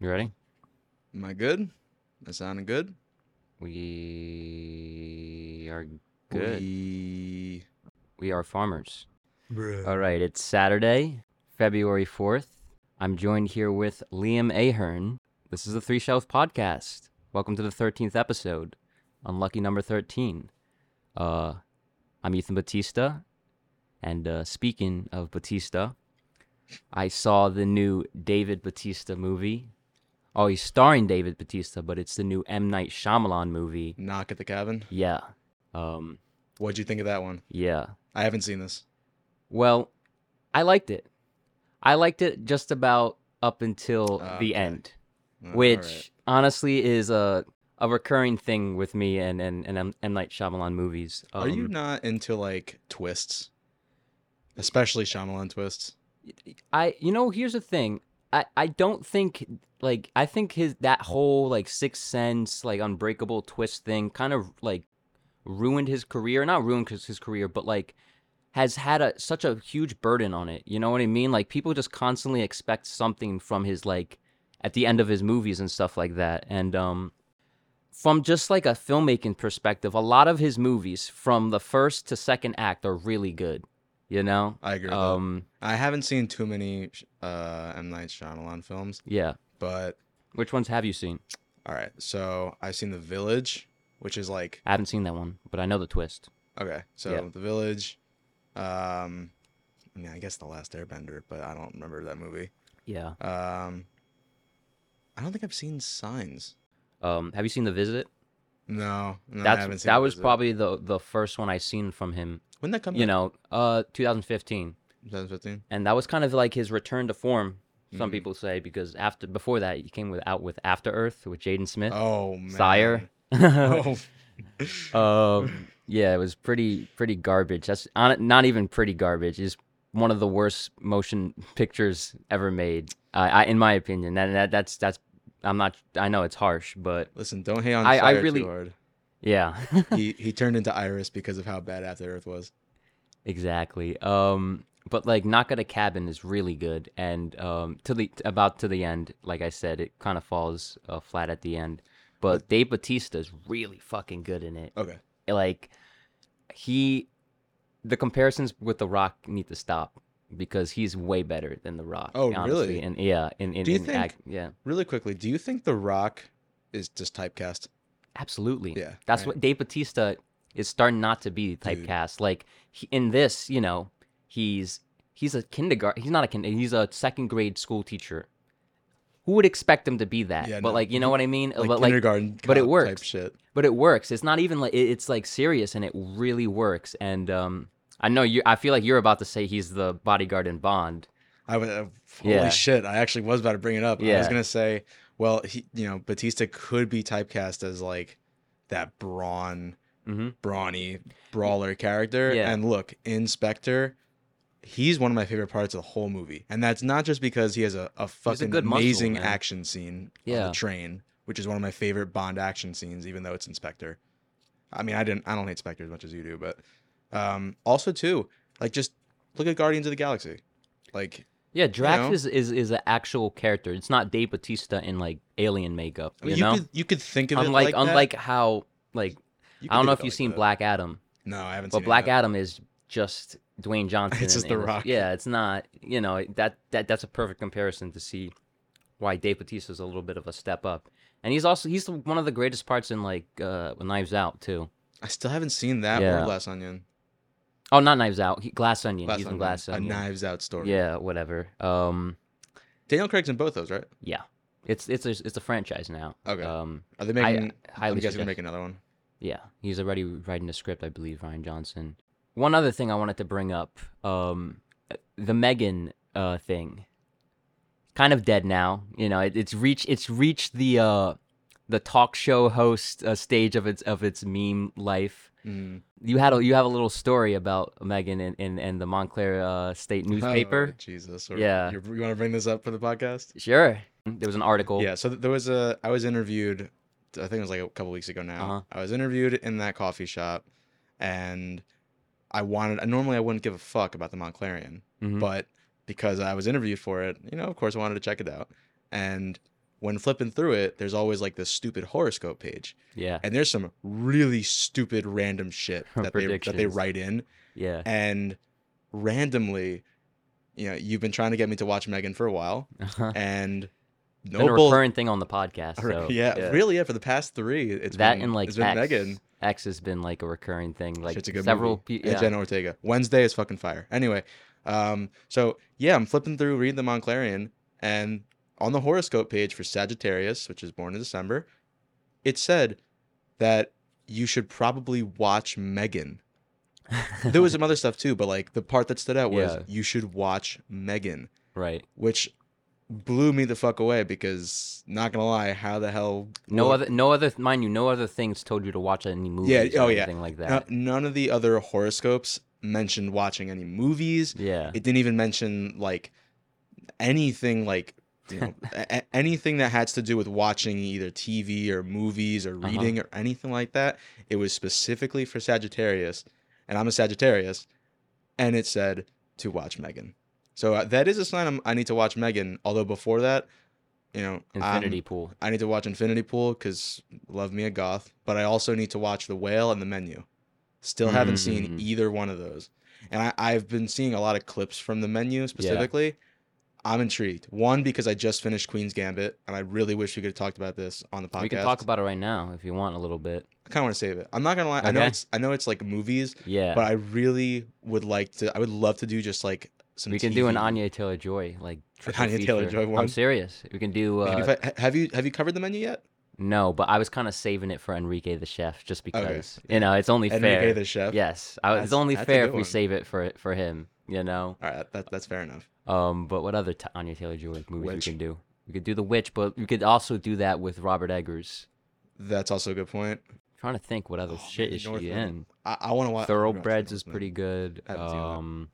You ready? Am I good? That sounding good? We are good. We, We- are farmers. Bruh. All right, it's Saturday, February 4th. I'm joined here with Liam Ahern. This is the Three Shelf Podcast. Welcome to the 13th episode, unlucky number 13. Uh, I'm Ethan Batista, and uh, speaking of Batista, I saw the new David Batista movie. Oh, he's starring David Batista, but it's the new M. Night Shyamalan movie. Knock at the cabin. Yeah. Um, What'd you think of that one? yeah. I haven't seen this. Well, I liked it. I liked it just about up until Ah, the okay. end, Uh, which alright. honestly is a a recurring thing with me and and and M, M. Night Shyamalan movies. are you Um, not into like twists, especially Shyamalan twists? I you know here's the thing. I, I don't think like I think his that whole like sixth sense like unbreakable twist thing kind of like ruined his career not ruined his, his career but like has had a such a huge burden on it you know what I mean like people just constantly expect something from his like at the end of his movies and stuff like that and um from just like a filmmaking perspective a lot of his movies from the first to second act are really good you know I agree. With that. um I haven't seen too many sh- uh, M Night Shyamalan films, yeah but Which ones have you seen? all right. So I've seen The Village, which is like I haven't seen that one, but I know the twist. okay. So Yeah. The Village, um, I mean, I guess The Last Airbender, but I don't remember that movie. Yeah. Um, I don't think I've seen Signs. Um, have you seen The Visit? No, no I haven't That's seen that The was Visit. probably the the first one I seen from him. when that come. You know, uh, 2015, 2015. and that was kind of like his return to form. Some Mhm. people say because after before that he came with, out with After Earth with Jaden Smith. Oh man. Sire. Oh. um, yeah, it was pretty pretty garbage. That's on, not even pretty garbage. It's one of the worst motion pictures ever made. I, I in my opinion, that, that that's that's I'm not. I know it's harsh, but Listen, don't hate on I- I Sire I, really- too hard. yeah, He he turned into Iris because of how bad After Earth was. exactly. Um, but like Knock at a Cabin is really good, and um, to the about to the end, like I said, it kind of falls uh, flat at the end. But Dave Batista is really fucking good in it. Okay. like he the comparisons with the rock need to stop because he's way better than the rock Oh, honestly. really? and yeah in, in, Do you in act, yeah Really quickly, do you think The Rock is just typecast? absolutely Yeah. that's right. what dave batista is starting not to be typecast like he, in this you know he's he's a kindergarten he's not a kind he's a second grade school teacher who would expect him to be that Yeah, but no. like you know what i mean like, but, like kindergarten. but it cop works. Type shit. but it works. It's not even like it- it's like serious, and it really works. And um, I know you. I feel like you're about to say he's the bodyguard in Bond. I was uh, holy Yeah. shit. I actually was about to bring it up. I was Yeah. gonna say, well, he, you know, Batista could be typecast as like that brawn, Mhm. brawny brawler character. Yeah. And look, Inspector, he's one of my favorite parts of the whole movie, and that's not just because he has a, a fucking good muscle, amazing man. action scene on Yeah. the train, which is one of my favorite Bond action scenes, even though it's Inspector. I mean, I didn't, I don't hate Spectre as much as you do, but um, also too, like just look at Guardians of the Galaxy. Like Yeah, Drax know? is, is is an actual character. It's not Dave Batista in like alien makeup. I You, mean, know, could you could think of unlike it like that. unlike how like You I could don't think know of if it you've like seen that. Black Adam, No, I haven't. but seen it Black yet. Adam is just Dwayne Johnson. It's in- just The in this- Rock. Yeah, it's not. You know that that that's a perfect comparison to see why Dave Batista is a little bit of a step up. And he's also he's one of the greatest parts in like uh, Knives Out too. I still haven't seen that Yeah. or Glass Onion. Oh, not Knives Out. He, Glass Onion. Glass He's Onion, in Glass a Onion. Knives Out story. Yeah, whatever. Um, Daniel Craig's in both those, right? yeah, it's it's a, it's a franchise now. Okay. Um, Are they I making? I, highly am guessing suggest- they're making another one. Yeah, he's already writing a script, I believe, Ryan Johnson. One other thing I wanted to bring up, um, the Megan uh, thing, kind of dead now. You know, it, it's reached it's reached the uh, the talk show host uh, stage of its of its meme life. Mm. You had a, you have a little story about Megan and, and, and the Montclair uh, State newspaper. Oh, Jesus. Or- Yeah. You, you want to bring this up for the podcast? Sure, there was an article. Yeah. So th- there was a. I was interviewed. I think it was like a couple weeks ago now. Uh-huh. I was interviewed in that coffee shop, and I wanted. Normally, I wouldn't give a fuck about the Montclarian, Mhm. but because I was interviewed for it, you know, of course, I wanted to check it out. And when flipping through it, there's always like this stupid horoscope page, Yeah. and there's some really stupid random shit that they that they Predictions. write in, Yeah. and randomly, you know, you've been trying to get me to watch Megan for a while, Uh-huh. and It's no been a bull- recurring thing on the podcast. So, yeah, really, yeah, for the past three, it's that been, and like it's X. been Megan. X has been like a recurring thing. Like Shit's a good several movie. people. And Jenna Ortega. Wednesday is fucking fire. Anyway, um, so yeah, I'm flipping through reading the Montclarian, and on the horoscope page for Sagittarius, which is born in December, it said that you should probably watch Megan. There was some other stuff too, but like the part that stood out was Yeah. you should watch Megan, right. which blew me the fuck away because not gonna lie, how the hell No well, other, no other, mind you, no other things told you to watch any movies or oh, yeah. anything like no- that. none of the other horoscopes mentioned watching any movies. yeah. It didn't even mention like anything like you know, a- a- anything that has to do with watching either TV or movies or Uh-huh. reading or anything like that. It was specifically for Sagittarius, and I'm a Sagittarius, and it said to watch Megan. So uh, that is a sign I'm, I need to watch Megan. Although before that, you know, I'm- Infinity Pool. I need to watch Infinity Pool because love me a goth, but I also need to watch The Whale and The Menu. Still haven't seen Mm. either one of those. And I, I've been seeing a lot of clips from The Menu specifically. I'm intrigued. One, because I just finished Queen's Gambit, and I really wish we could have talked about this on the podcast. We can talk about it right now if you want a little bit. I kind of want to save it. I'm not gonna lie. I know Okay. it's I know it's like movies, Yeah. but I really would like to. I would love to do just like some. we can do an TV. Anya Taylor Joy like triple Anya feature. Taylor-Joy I'm one? serious. We can do Maybe uh, if I- have you have you covered the menu yet? no, but I was kind of saving it for Enrique the chef just because yeah. you know it's only Enrique fair. the chef. yes, I, That's- it's only that's a fair good if we one. save it for for him. You know. All right. That, that's fair enough. Um, but what other Ta- Anya Taylor Joy movies Witch. we can do? We could do The Witch, but we could also do that with Robert Eggers. That's also a good point. trying to think what other Oh, shit maybe is she Northman. in. I, I want to watch Thoroughbreds is Northman. pretty good. I haven't seen that. Um,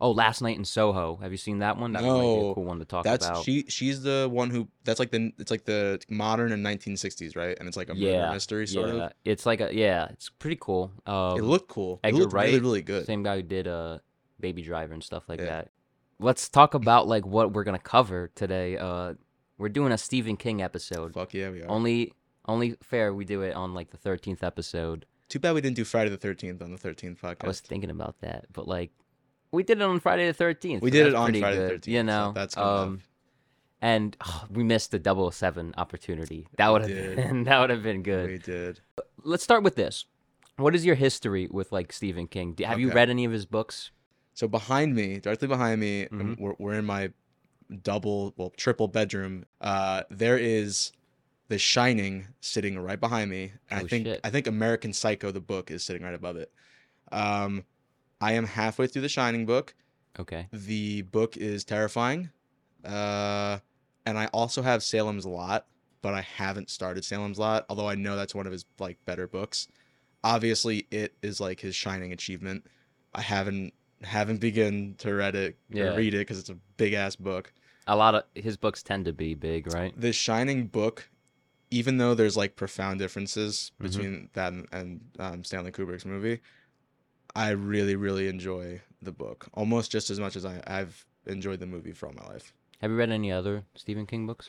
oh, Last Night in Soho. Have you seen that one? That might be a No, cool one to talk That's about. she. She's the one who. That's like the. It's like the modern and 1960s, right? And it's like a murder Yeah, mystery sort yeah, it's like a yeah, it's pretty cool. Um, of. It looked cool. It Edgar looked really, Wright, really good. same guy who did uh, Baby Driver and stuff like Yeah. that. Let's talk about like what we're gonna cover today. Uh, we're doing a Stephen King episode. Fuck yeah, we are. Only only fair we do it on like the thirteenth episode. Too bad we didn't do Friday the 13th on the 13th podcast. I was thinking about that, but like we did it on Friday the thirteenth. we did it on Friday the 13th. You know, so that's good enough. um, and oh, we missed the 007 opportunity. That would have did. been that would have been good. We did. let's start with this. What is your history with like Stephen King? Do- Have you Okay. read any of his books? So behind me, directly behind me, Mhm. we're, we're in my double, well, triple bedroom. Uh, there is The Shining sitting right behind me. And Oh, I think shit. I think American Psycho, the book, is sitting right above it. Um, I am halfway through The Shining book. Okay. The book is terrifying. Uh, and I also have Salem's Lot, but I haven't started Salem's Lot, although I know that's one of his like better books. Obviously, it is like his shining achievement. I haven't haven't begun to read it Yeah. or read it because it's a big ass book. A lot of his books tend to be big, right? The Shining book, even though there's like profound differences Mhm. between that and, and um, Stanley Kubrick's movie, I really really enjoy the book almost just as much as I, I've enjoyed the movie for all my life. Have you read any other Stephen King books?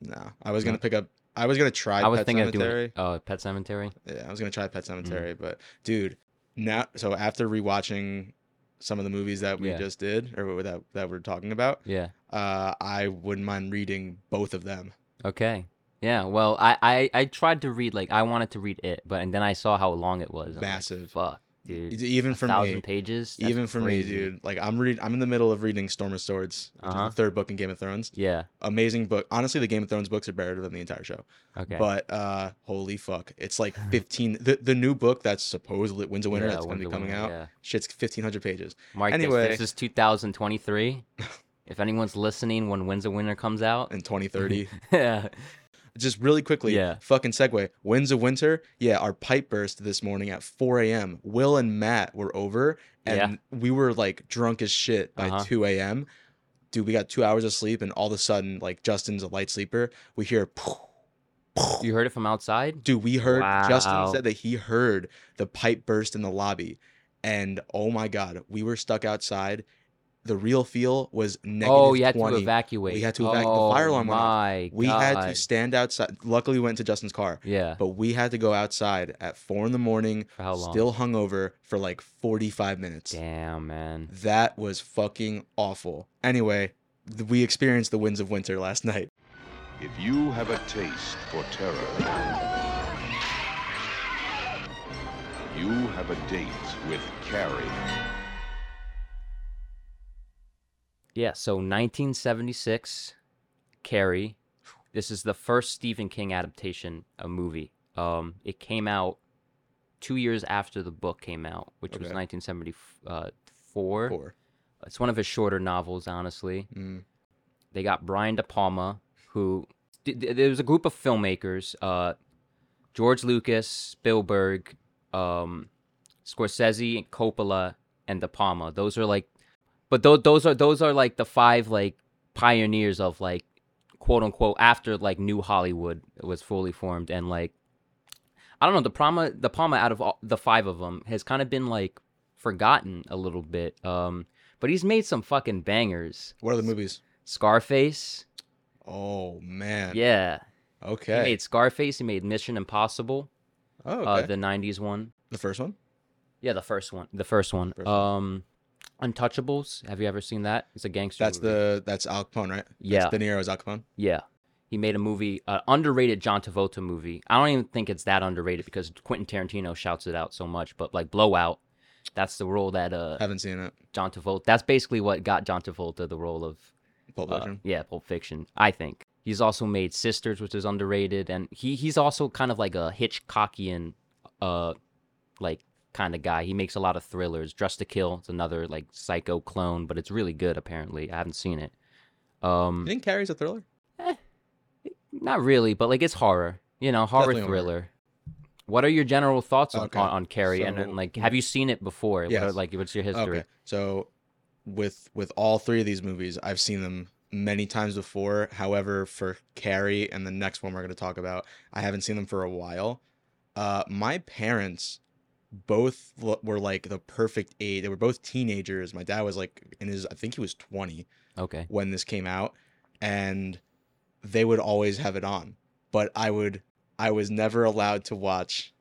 No, I was No? gonna pick up. I was gonna try. I was Pet thinking Cemetery. of doing Mm-hmm. uh, Pet Cemetery. Yeah, I was gonna try Pet Cemetery, but dude, now so after rewatching some of the movies that we Yeah. just did or that that we're talking about, Yeah. uh, I wouldn't mind reading both of them. Okay. Yeah. Well, I, I I tried to read like I wanted to read it, but and then I saw how long it was. I'm like, Massive. Fuck, E- dude. Even A for thousand me, pages. That's even for crazy. me, dude. Like I'm read. I'm in the middle of reading Storm of Swords, which Uh-huh. is the third book in Game of Thrones. Yeah. Amazing book. Honestly, the Game of Thrones books are better than the entire show. Okay. But uh, holy fuck, it's like 15. the the new book that's supposedly wins a winner Yeah, that's gonna Wonder be coming Woman, out. Yeah. Shit's 1500 pages. Mark Anyway. this, this is 2023. if anyone's listening when Wins a Winner comes out, in 2030. yeah. Just really quickly, Yeah. fucking segue. Winds of Winter. Yeah, our pipe burst this morning at 4 a.m. Will and Matt were over, and we were like drunk as shit by Uh-huh. 2 a.m. Dude, we got two hours of sleep, and all of a sudden, like Justin's a light sleeper. We hear, You heard it from outside? dude, we heard Justin Wow. said that he heard the pipe burst in the lobby, and oh my god, we were stuck outside. the real feel was negative oh, you had 20. to evacuate. We had to oh, evacuate. The fire alarm went off. My we God. had to stand outside. Luckily, we went to Justin's car, Yeah. but we had to go outside at four in the morning, For how long? still hungover for like 45 minutes. Damn, man. That was fucking awful. Anyway, th- we experienced the winds of winter last night. If you have a taste for terror, you have a date with Carrie. Yeah, so 1976, Carrie. This is the first Stephen King adaptation of movie. Um, it came out two years after the book came out, which was Okay. 1974. Four. It's one of his shorter novels, honestly. Mm. They got Brian De Palma, who th- th- there was a group of filmmakers: uh, George Lucas, Spielberg, um, Scorsese, and Coppola, and De Palma. Those are like, but those those are those are like the five like pioneers of like quote unquote after like new Hollywood was fully formed and like I don't know the Palma the Palma out of all, the five of them has kind of been like forgotten a little bit. Um, but he's made some fucking bangers. What are the movies? Scarface. Oh, man. Yeah. Okay. He made Scarface. He made Mission Impossible, oh, okay. uh, the-, the 90s one. first one? Yeah, the first one. The first one. First Um, Untouchables. Have you ever seen that? It's a gangster That's movie. the that's Al Capone, right? Yeah. That's De Niro's Al Capone. Yeah. He made a movie, uh, underrated John Travolta movie. I don't even think it's that underrated because Quentin Tarantino shouts it out so much, but like Blowout, that's the role that uh, Haven't seen it. John Travolta, that's basically what got John Travolta the role of Pulp Uh, Fiction. yeah, Pulp Fiction. I think he's also made Sisters, which is underrated, and he he's also kind of like a Hitchcockian, uh, like kind of guy. He makes a lot of thrillers. Dress to Kill is another like psycho clone, but it's really good. Apparently, I haven't seen it. Um, you think Carrie's a thriller? not really, but like it's horror. You know, horror Definitely horror. thriller. What are your general thoughts on, Okay. on, on Carrie? and, So- and like, have you seen it before? What are- Yes. like, what's your history? Okay. So with with all three of these movies, I've seen them many times before. However, for Carrie and the next one we're going to talk about, I haven't seen them for a while. Uh my parents both l- were like the perfect age. They were both teenagers. My dad was like in his I think he was 20 Okay. when this came out and they would always have it on. But I would I was never allowed to watch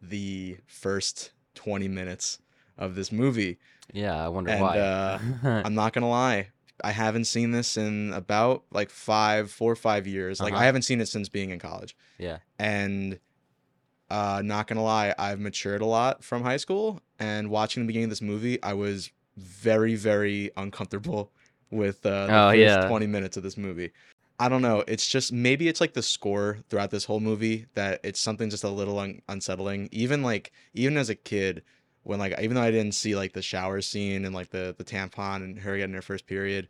the first 20 minutes of this movie. Yeah, I wonder And, why. uh, I'm not gonna lie. I haven't seen this in about like five, four or five years. Like Uh-huh. I haven't seen it since being in college. Yeah. And uh not gonna lie, I've matured a lot from high school and watching the beginning of this movie, I was very, very uncomfortable with uh the Oh, first yeah. twenty minutes of this movie. I don't know. It's just maybe it's like the score throughout this whole movie that it's something just a little un- unsettling. Even like even as a kid, when like even though I didn't see like the shower scene and like the the tampon and her getting her first period,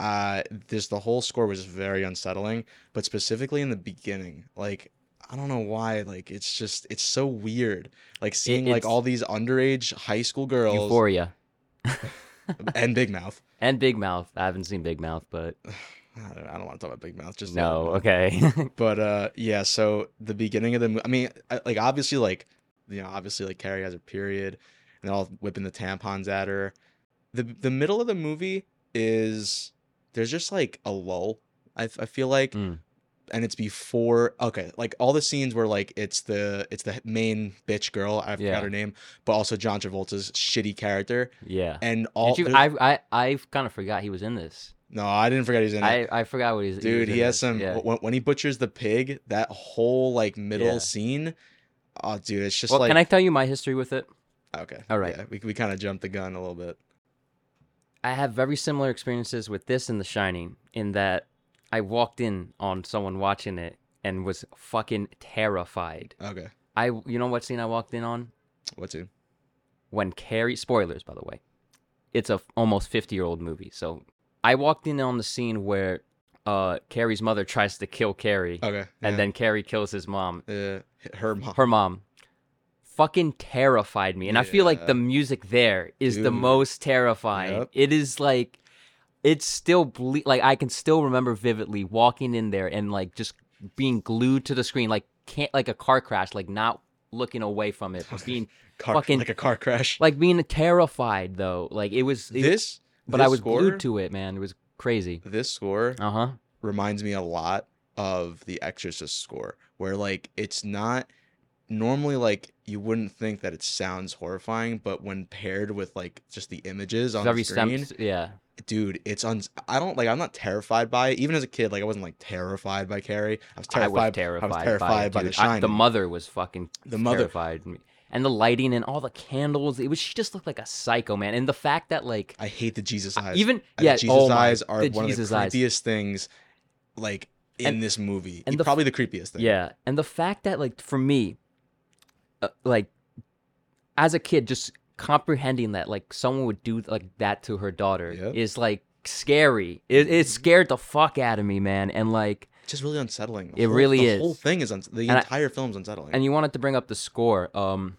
uh, this the whole score was very unsettling. But specifically in the beginning, like I don't know why, like it's just it's so weird, like seeing like it's- all these underage high school girls Euphoria and Big Mouth. and Big Mouth. I haven't seen Big Mouth, but I don't, I don't want to talk about Big Mouth. Just No, okay. but uh yeah so the beginning of the mo- i mean I, like obviously like you know obviously like carrie has her period and they're all whipping the tampons at her the the middle of the movie is there's just like a lull i, f- I feel like Mm. and it's before okay like all the scenes where like it's the it's the main bitch girl i forgot Yeah. her name but also john travolta's shitty character yeah. and all Did you, there's- I I I kind of forgot he was in this. no i didn't forget he's in it I, I forgot what he's. he was dude he in has this. some Yeah. when, when he butchers the pig that whole like middle Yeah. scene oh dude it's just Well, like can I tell you my history with it? okay All right. yeah, we, we kind of jumped the gun a little bit I have very similar experiences with this and The Shining in that I walked in on someone watching it and was fucking terrified. okay I you know what scene I walked in on? what dude when Carrie spoilers by the way. It's a f- almost 50-year-old movie. So I walked in on the scene where uh Carrie's mother tries to kill Carrie okay and then Carrie kills his mom. then uh, her mom Her mom fucking terrified me. And I feel like Yeah. the music there is the Dude. most terrifying. Yep. It is like it's still ble- like I can still remember vividly walking in there and like just being glued to the screen like can't like a car crash like not looking away from it but being car, fucking- like a car crash like being terrified though. Like it was it, this but I This was score- glued to it, man. It was crazy. This score Uh huh. reminds me a lot of the Exorcist score, where like it's not normally like you wouldn't think that it sounds horrifying, but when paired with like just the images on Very the screen, stems. Yeah. dude, it's un. I don't like. I'm not terrified by it. Even as a kid, like I wasn't like terrified by Carrie. I was terrified. I was terrified. I was terrified by, it, the dude. I- shining. the mother was fucking The mother- terrified. And the lighting and all the candles. It was she just looked like a psycho, man. And the fact that like I hate the Jesus eyes. even I yeah, think Jesus oh my, eyes are the one Jesus of the eyes. creepiest things, like in And- this movie. and E- the f- probably the creepiest thing. Yeah, and the fact that like for me, uh, like as a kid, just comprehending that like someone would do like that to her daughter Yep. Mm-hmm. is like scary. It, it scared the fuck out of me, man. And like, just really unsettling. The It whole- really the is. whole thing is uns- the And I- entire film's unsettling. and you wanted to bring up the score. Um,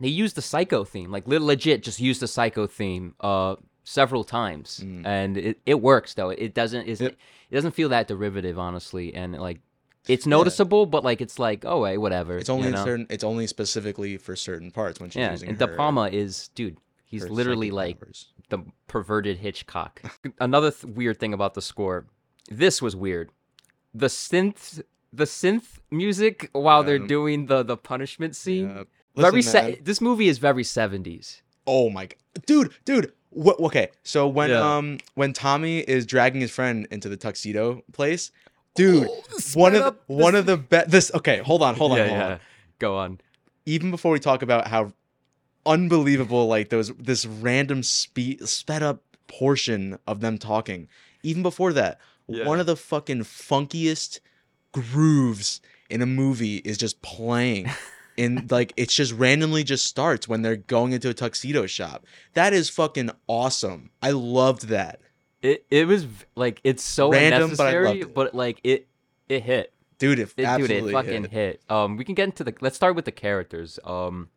they used the psycho theme, like lit- legit, just used the psycho theme. Uh. Several times, Mm. and it, it works though. It doesn't is Yep. it, doesn't feel that derivative, honestly, and like it's noticeable, but like it's like oh wait, whatever. it's only you in know? certain. It's only specifically for certain parts when she's Yeah, using and her, De Palma is dude. He's her literally psychic like powers. the perverted Hitchcock. Another th- weird thing about the score. This was weird. The synth, the synth music while they're Yeah. doing the the punishment scene. Yeah. Very Listen, se- man. this movie is very seventies. Oh my god, dude, dude. What? Okay, so when Yeah. um when Tommy is dragging his friend into the tuxedo place, dude, Oh, one of Oh, the, one of the best. This okay, hold on, hold on, yeah, hold on. yeah. Go on. even before we talk about how unbelievable like those this random speed sped up portion of them talking even before that Yeah. one of the fucking funkiest grooves in a movie is just playing and like it's just randomly just starts when they're going into a tuxedo shop that is fucking awesome i loved that It it was v- like it's so Random, but I unnecessary, loved it. but like it it hit. dude if It, dude, it absolutely fucking hit. hit. Um, we can get into the. Let's start with the characters. Um,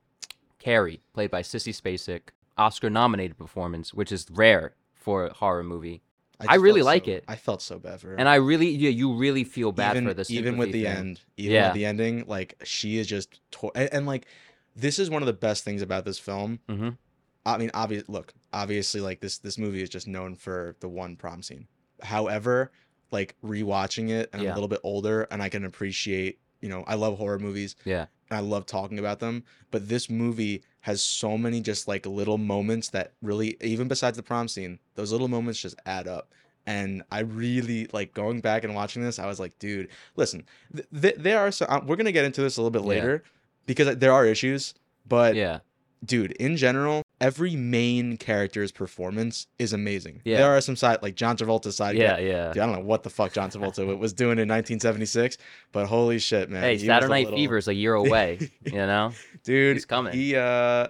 Carrie, played by Sissy Spacek, Oscar-nominated performance, which is rare for a horror movie, I just really felt like so- it. i felt so bad for her and I really, yeah, you really feel bad even, for this. even with the end even Yeah. with the ending like she is just tor- and, and, like this is one of the best things about this film hmm i mean obvious look obviously like this this movie is just known for the one prom scene however like rewatching it and i'm Yeah. a little bit older and i can appreciate you know i love horror movies Yeah. and i love talking about them but this movie has so many just like little moments that really even besides the prom scene those little moments just add up and i really like going back and watching this i was like dude listen th- th- there are some uh, we're gonna get into this a little bit Yeah. later because there are issues but Yeah, dude, in general, every main character's performance is amazing. Yeah. There are some side like John Travolta's side. yeah, character- yeah. Dude, I don't know what the fuck John Travolta was doing in 1976, but holy shit, man. hey, he was Saturday a Night little- Fever's a year away. you know, Dude, he's coming. He uh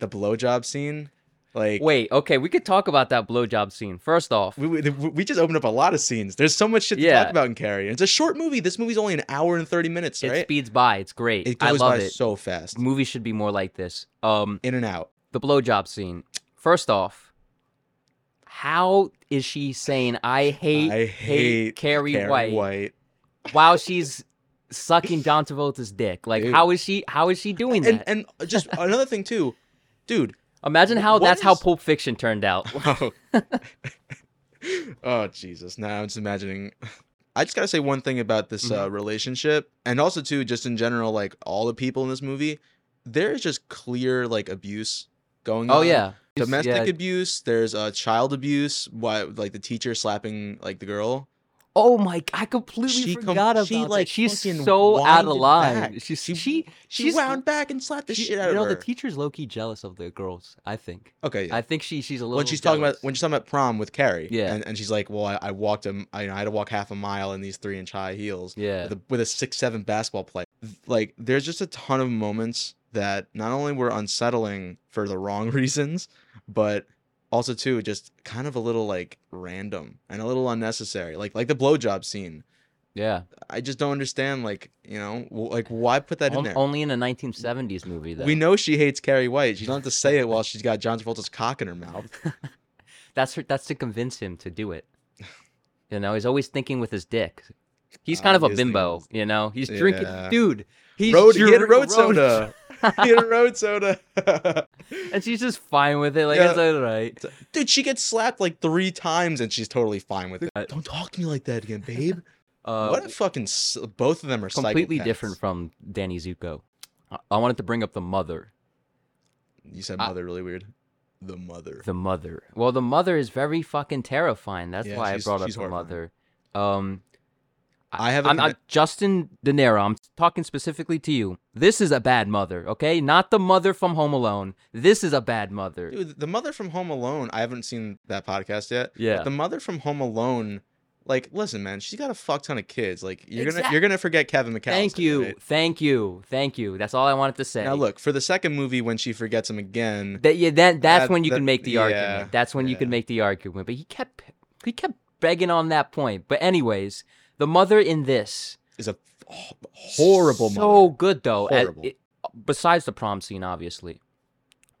the blowjob scene, like Wait, okay, we could talk about that blowjob scene. First off, we, we, we just opened up a lot of scenes. There's so much shit to Yeah. talk about in Carrie. and It's a short movie. This movie's only an hour and 30 minutes, it right? speeds by. It's great. it I goes love by it. so fast. Movies should be more like this. Um, In and out. the blowjob scene. First off, how is she saying I hate I hate Carrie, Carrie White, White. while she's sucking John Travolta's dick? Like Dude. how is she how is she doing that? And and just another thing too, dude, Imagine how what that's how is- Pulp Fiction turned out. Oh. oh Jesus! Now I'm just imagining. I just gotta say one thing about this Mm-hmm. uh, relationship, and also too, just in general, like all the people in this movie, there is just clear like abuse going. Oh on. yeah. domestic Yeah. abuse. There's uh, child abuse. Why, like the teacher slapping like the girl. Oh my! I completely She com- forgot about she, that. like, she's fucking so out of winded line. back. She's, She- she She she's, wound back and slapped the she- shit out You know of her. the teacher's low key jealous of the girls. I think. okay, yeah. I think she she's a little. when she's talking about jealous. when she's talking about prom with Carrie, Yeah. and, and she's like, "Well, I, I walked a, I, I had to walk half a mile in these three inch high heels, Yeah. with a, with a six seven basketball play. Like there's just a ton of moments that not only were unsettling for the wrong reasons, but also too just kind of a little like random and a little unnecessary. Like like the blowjob scene. yeah. I just don't understand. Like you know w- like why put that in On- there? Only in a 1970s movie though. we know she hates Carrie White. You don't have to say it while she's got John Travolta's cock in her mouth. That's her, that's to convince him to do it. You know, he's always thinking with his dick. He's kind of a Obviously. bimbo, you know. He's drinking, Yeah. dude. He's Road, he had a drinking road soda. he had a road soda. and she's just fine with it. Like, Yeah. it's all right. Dude, she gets slapped like three times and she's totally fine with it. Uh, Don't talk to me like that again, babe. Uh, what a fucking. s- Both of them are completely psychopaths. different from Danny Zuko. I-, I wanted to bring up the mother. You said I- mother really weird. The mother. The mother. Well, the mother is very fucking terrifying. That's Yeah, why I she's- brought up she's the horrifying. mother. Um, I have a I'm conne- not Justin De Niro. I'm talking specifically to you. This is a bad mother, okay? Not the mother from Home Alone. This is a bad mother. Dude, the mother from Home Alone. I haven't seen that podcast yet. yeah. But the mother from Home Alone, like, listen, man, she's got a fuck ton of kids. Like, you're Exact- gonna you're gonna forget Kevin McCallister. Thank you. right? Thank you. Thank you. That's all I wanted to say. Now look for the second movie when she forgets him again. that yeah, that that's That- when you that- can make the yeah, argument. That's when you can yeah. make the argument. But he kept he kept begging on that point. But anyways, the mother in this Is a h- horrible so mother. good though. As- Horrible. it- besides the prom scene, obviously,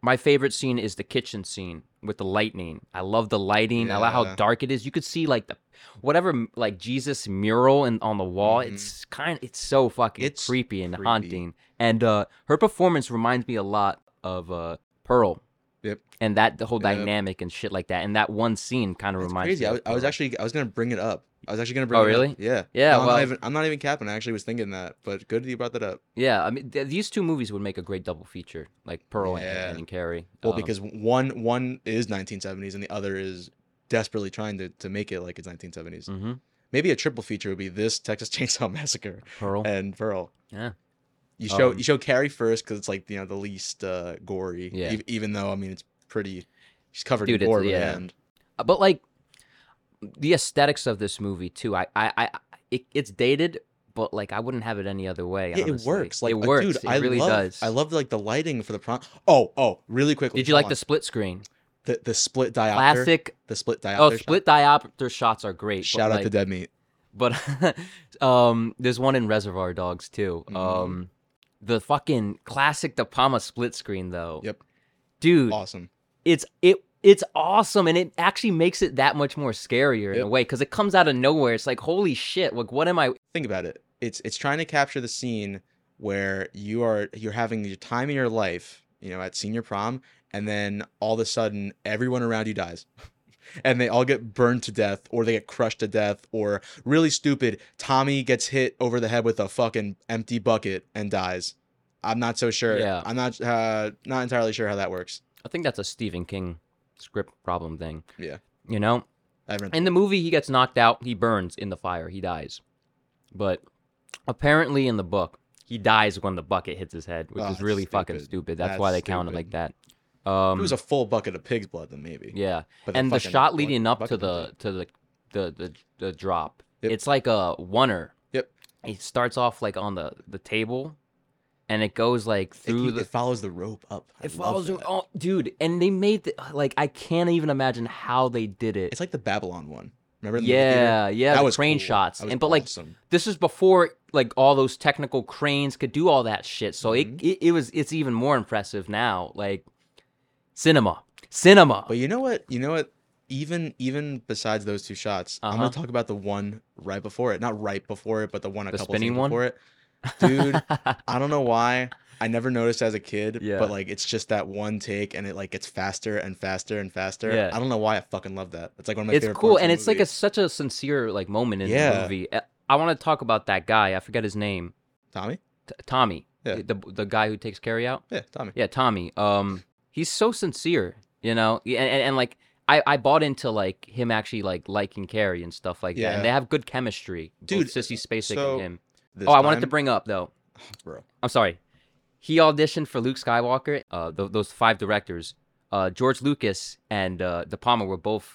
my favorite scene is the kitchen scene with the lightning. I love the lighting. I love how Yeah. dark it is. You could see like the whatever like Jesus mural and on the wall. Mhm. It's kind. It's so fucking It's creepy and creepy. haunting. And uh, her performance reminds me a lot of uh, Pearl. Yep. And that the whole Yep. dynamic and shit like that. And that one scene kind of That's reminds crazy. me. I of was, I was Pearl. actually I was gonna bring it up. I was actually gonna bring. Oh, it up. really? Yeah. Yeah, No, I'm, well- not even, I'm not even capping. I actually was thinking that, but good that you brought that up. yeah. I mean, th- these two movies would make a great double feature, like Pearl and- Yeah. and, and Carrie. Well, Um, because one one is 1970s and the other is desperately trying to, to make it like it's 1970s. mhm, Maybe a triple feature would be this Texas Chainsaw Massacre Pearl. and Pearl. Yeah. You show Um, you show Carrie first because it's like you know the least uh, gory. Yeah. ev- even though I mean it's pretty. She's covered Dude, it's- in gore by the yeah. end. Uh, but like the aesthetics of this movie too. I, I, I it, it's dated, but like I wouldn't have it any other way. Yeah, it honestly. works. Like it uh, works. Dude, it I really love, does. I love like the lighting for the prom. Oh, oh, really quickly. Did you hold like on. the split screen? the the split diopter? Classic. The split diopter. Oh, shot? split diopter shots are great. Shout but out like, to Dead Meat. But um, there's one in Reservoir Dogs too. Mhm. Um, the fucking classic De Palma split screen though. Yep. Dude, Awesome. it's it it's awesome and it actually makes it that much more scarier in a Yep. way because it comes out of nowhere. It's like holy shit! Like what am I? think about it. It's it's trying to capture the scene where you are you're having your time in your life, you know, at senior prom, and then all of a sudden everyone around you dies. and they all get burned to death or they get crushed to death or really stupid Tommy gets hit over the head with a fucking empty bucket and dies. I'm not so sure. Yeah. I'm not uh, not entirely sure how that works. I think that's a Stephen King script problem thing. Yeah. You know, I haven't in the movie he gets knocked out, he burns in the fire, he dies. But apparently in the book, he dies when the bucket hits his head, which Oh, is that's really fucking stupid. stupid. That's, That's why they count it like stupid. that. Um it was a full bucket of pig's blood then maybe. yeah. But and the fucking shot bu- leading up to bucket of the to the the the, the drop Yep. it's like a oneer Yep. it starts off like on the the table and it goes like pig- it, through keep- the it follows the rope up. I it love follows that. oh dude and they made the, like i can't even imagine how they did it It's like the Babylon one. Remember? in the movie theater? yeah yeah the crane cool. shots That was and but like awesome. this is before like all those technical cranes could do all that shit so Mhm. it, it it was it's even more impressive now like cinema cinema But you know what? You know what? Even even besides those two shots, I'm Uh-huh. gonna talk about the one right before it. Not right before it, but the one a The couple spinning scenes one? before it. Dude, I don't know why. I never noticed as a kid, Yeah. but like it's just that one take, and it like gets faster and faster and faster. Yeah. I don't know why I fucking love that. It's like one of my it's favorite. cool parts of and the it's like movie. a such a sincere like moment in the Yeah. movie Uh, i want to talk about that guy i forget his name Tommy. T- tommy Yeah. the, the guy who takes carry out Yeah, Tommy. yeah tommy um he's so sincere you know Yeah, and, and, and like I, I bought into like him actually like liking carrie and stuff like that Yeah. and they have good chemistry Dude, both sissy spacek so and him This oh i wanted to time- Oh, bring up though bro. i'm sorry he auditioned for luke skywalker uh th- those five directors uh george lucas and uh de palma were both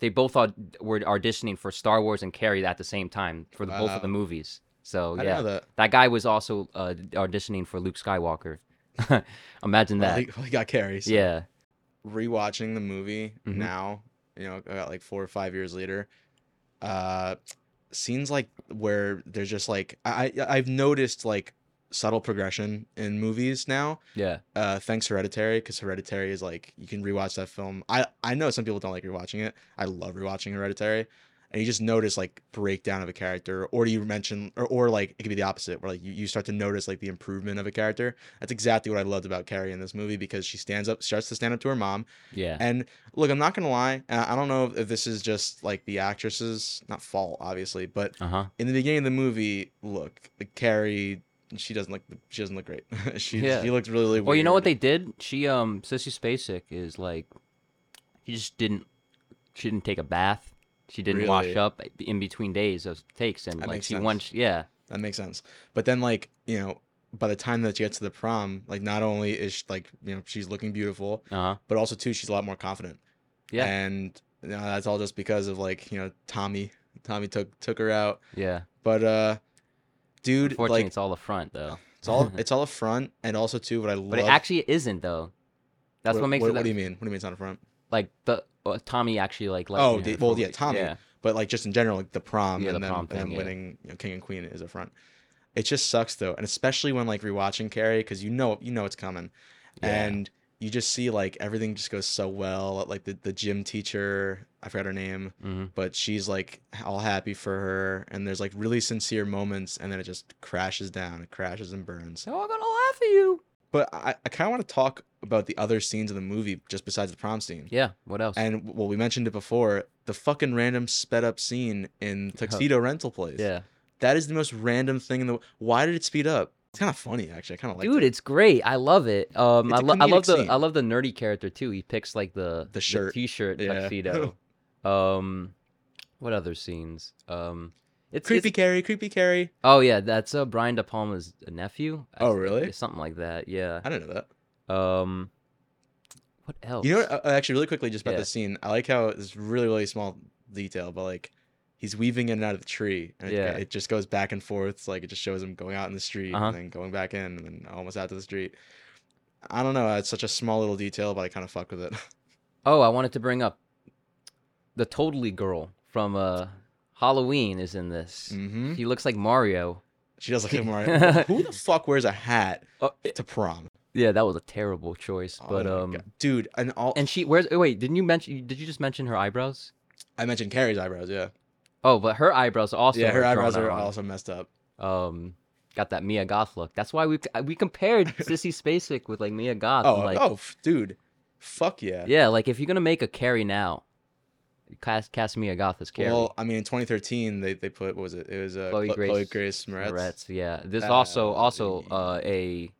they both aud- were auditioning for star wars and carrie at the same time for the, both of Wow. the movies so I didn't oh, yeah know that. that guy was also uh, auditioning for luke skywalker imagine Well, that he, he got carries. yeah rewatching the movie Mhm. now, you know, about like four or five years later, uh, scenes like where there's just like I I- I've noticed like subtle progression in movies now. yeah Uh, thanks Hereditary because Hereditary is like you can rewatch that film. I I know some people don't like rewatching it. I love rewatching Hereditary. and you just notice like breakdown of a character or you mention or, or like it could be the opposite where like you, you start to notice like the improvement of a character that's exactly what i loved about carrie in this movie because she stands up starts to stand up to her mom Yeah. and look i'm not gonna lie and i I don't know if- if this is just like the actress's not fault obviously but Uh huh. in the beginning of the movie look like carrie she doesn't look she doesn't look great she, Yeah. she looks really, really weird. Well, you know what they did? She um Sissy Spacek is like she just didn't she didn't take a bath. She didn't wash Really? up in between days of takes and That like makes she sense. once yeah. That makes sense. But then, like, you know, by the time that she gets to the prom, like, not only is she, like, you know, she's looking beautiful, Uh huh. but also, too, she's a lot more confident. Yeah. And you know, that's all just because of, like, you know, Tommy. Tommy took took her out. Yeah. But, uh, dude, Unfortunately, like, it's all a front though. it's all it's all a front. And also, too, what I love. But it actually isn't though. That's what, makes What, it what do like- you mean? What do you mean it's not a front? like the uh, Tommy actually like left Oh, me the- for well, a yeah, week. Tommy. Yeah. But like just in general, like the prom Yeah, and the then, prom and then thing, yeah. winning you know, king and queen is a front. It just sucks though, and especially when like rewatching Carrie because you know you know it's coming, Yeah. and you just see like everything just goes so well. Like the the gym teacher, I forgot her name, hmm but she's like all happy for her, and there's like really sincere moments, and then it just crashes down, it crashes and burns. So I'm gonna laugh at you. But I, I kind of want to talk about the other scenes of the movie just besides the prom scene. Yeah. What else? And well, we mentioned it before. The fucking random sped up scene in Tuxedo Rental Place. yeah. That is the most random thing in the. Why did it speed up? It's kind of funny, actually. I kind of like Dude, it. it's great. I love it. Um, I, It's a lo- I love comedic the scene. I love the nerdy character too. He picks like the The shirt. t-shirt Yeah. tuxedo. um, what other scenes? Um, it's creepy it's- Carrie, creepy Carrie. oh yeah, that's uh, Brian De Palma's nephew. I Oh, think, really? or Something like that. Yeah. I don't know that. Um, what else? You know, what, uh, actually, really quickly, just about Yeah. this scene. I like how it's really, really small detail, but like he's weaving in and out of the tree, and it, Yeah. it just goes back and forth. It's like it just shows him going out in the street Uh-huh. and then going back in, and then almost out to the street. I don't know. It's such a small little detail, but I kind of fuck with it. Oh, I wanted to bring up the Totally Girl from uh Halloween is in this. mm-hmm. He looks like Mario. She does look like Mario. Who the fuck wears a hat Oh, to prom? yeah, that was a terrible choice. Oh But my um, God. dude, and all and she where's oh, wait, didn't you mention? Did you just mention her eyebrows? I mentioned Carrie's eyebrows. Yeah, Oh, but her eyebrows also. yeah, her were drawn eyebrows are on. also messed up. Um, got that Mia Goth look. That's why we we compared Sissy Spacek with like Mia Goth. Oh, I'm Uh, like, oh, f- dude, fuck yeah. yeah, like if you're gonna make a Carrie now, cast cast Mia Goth as Carrie. Well, I mean, in 2013, they, they put what was it? It was uh, Chloe Chloe, Grace, Grace Chloe Grace Moretz. Tourette's, yeah. This Uh, also also the- uh, a,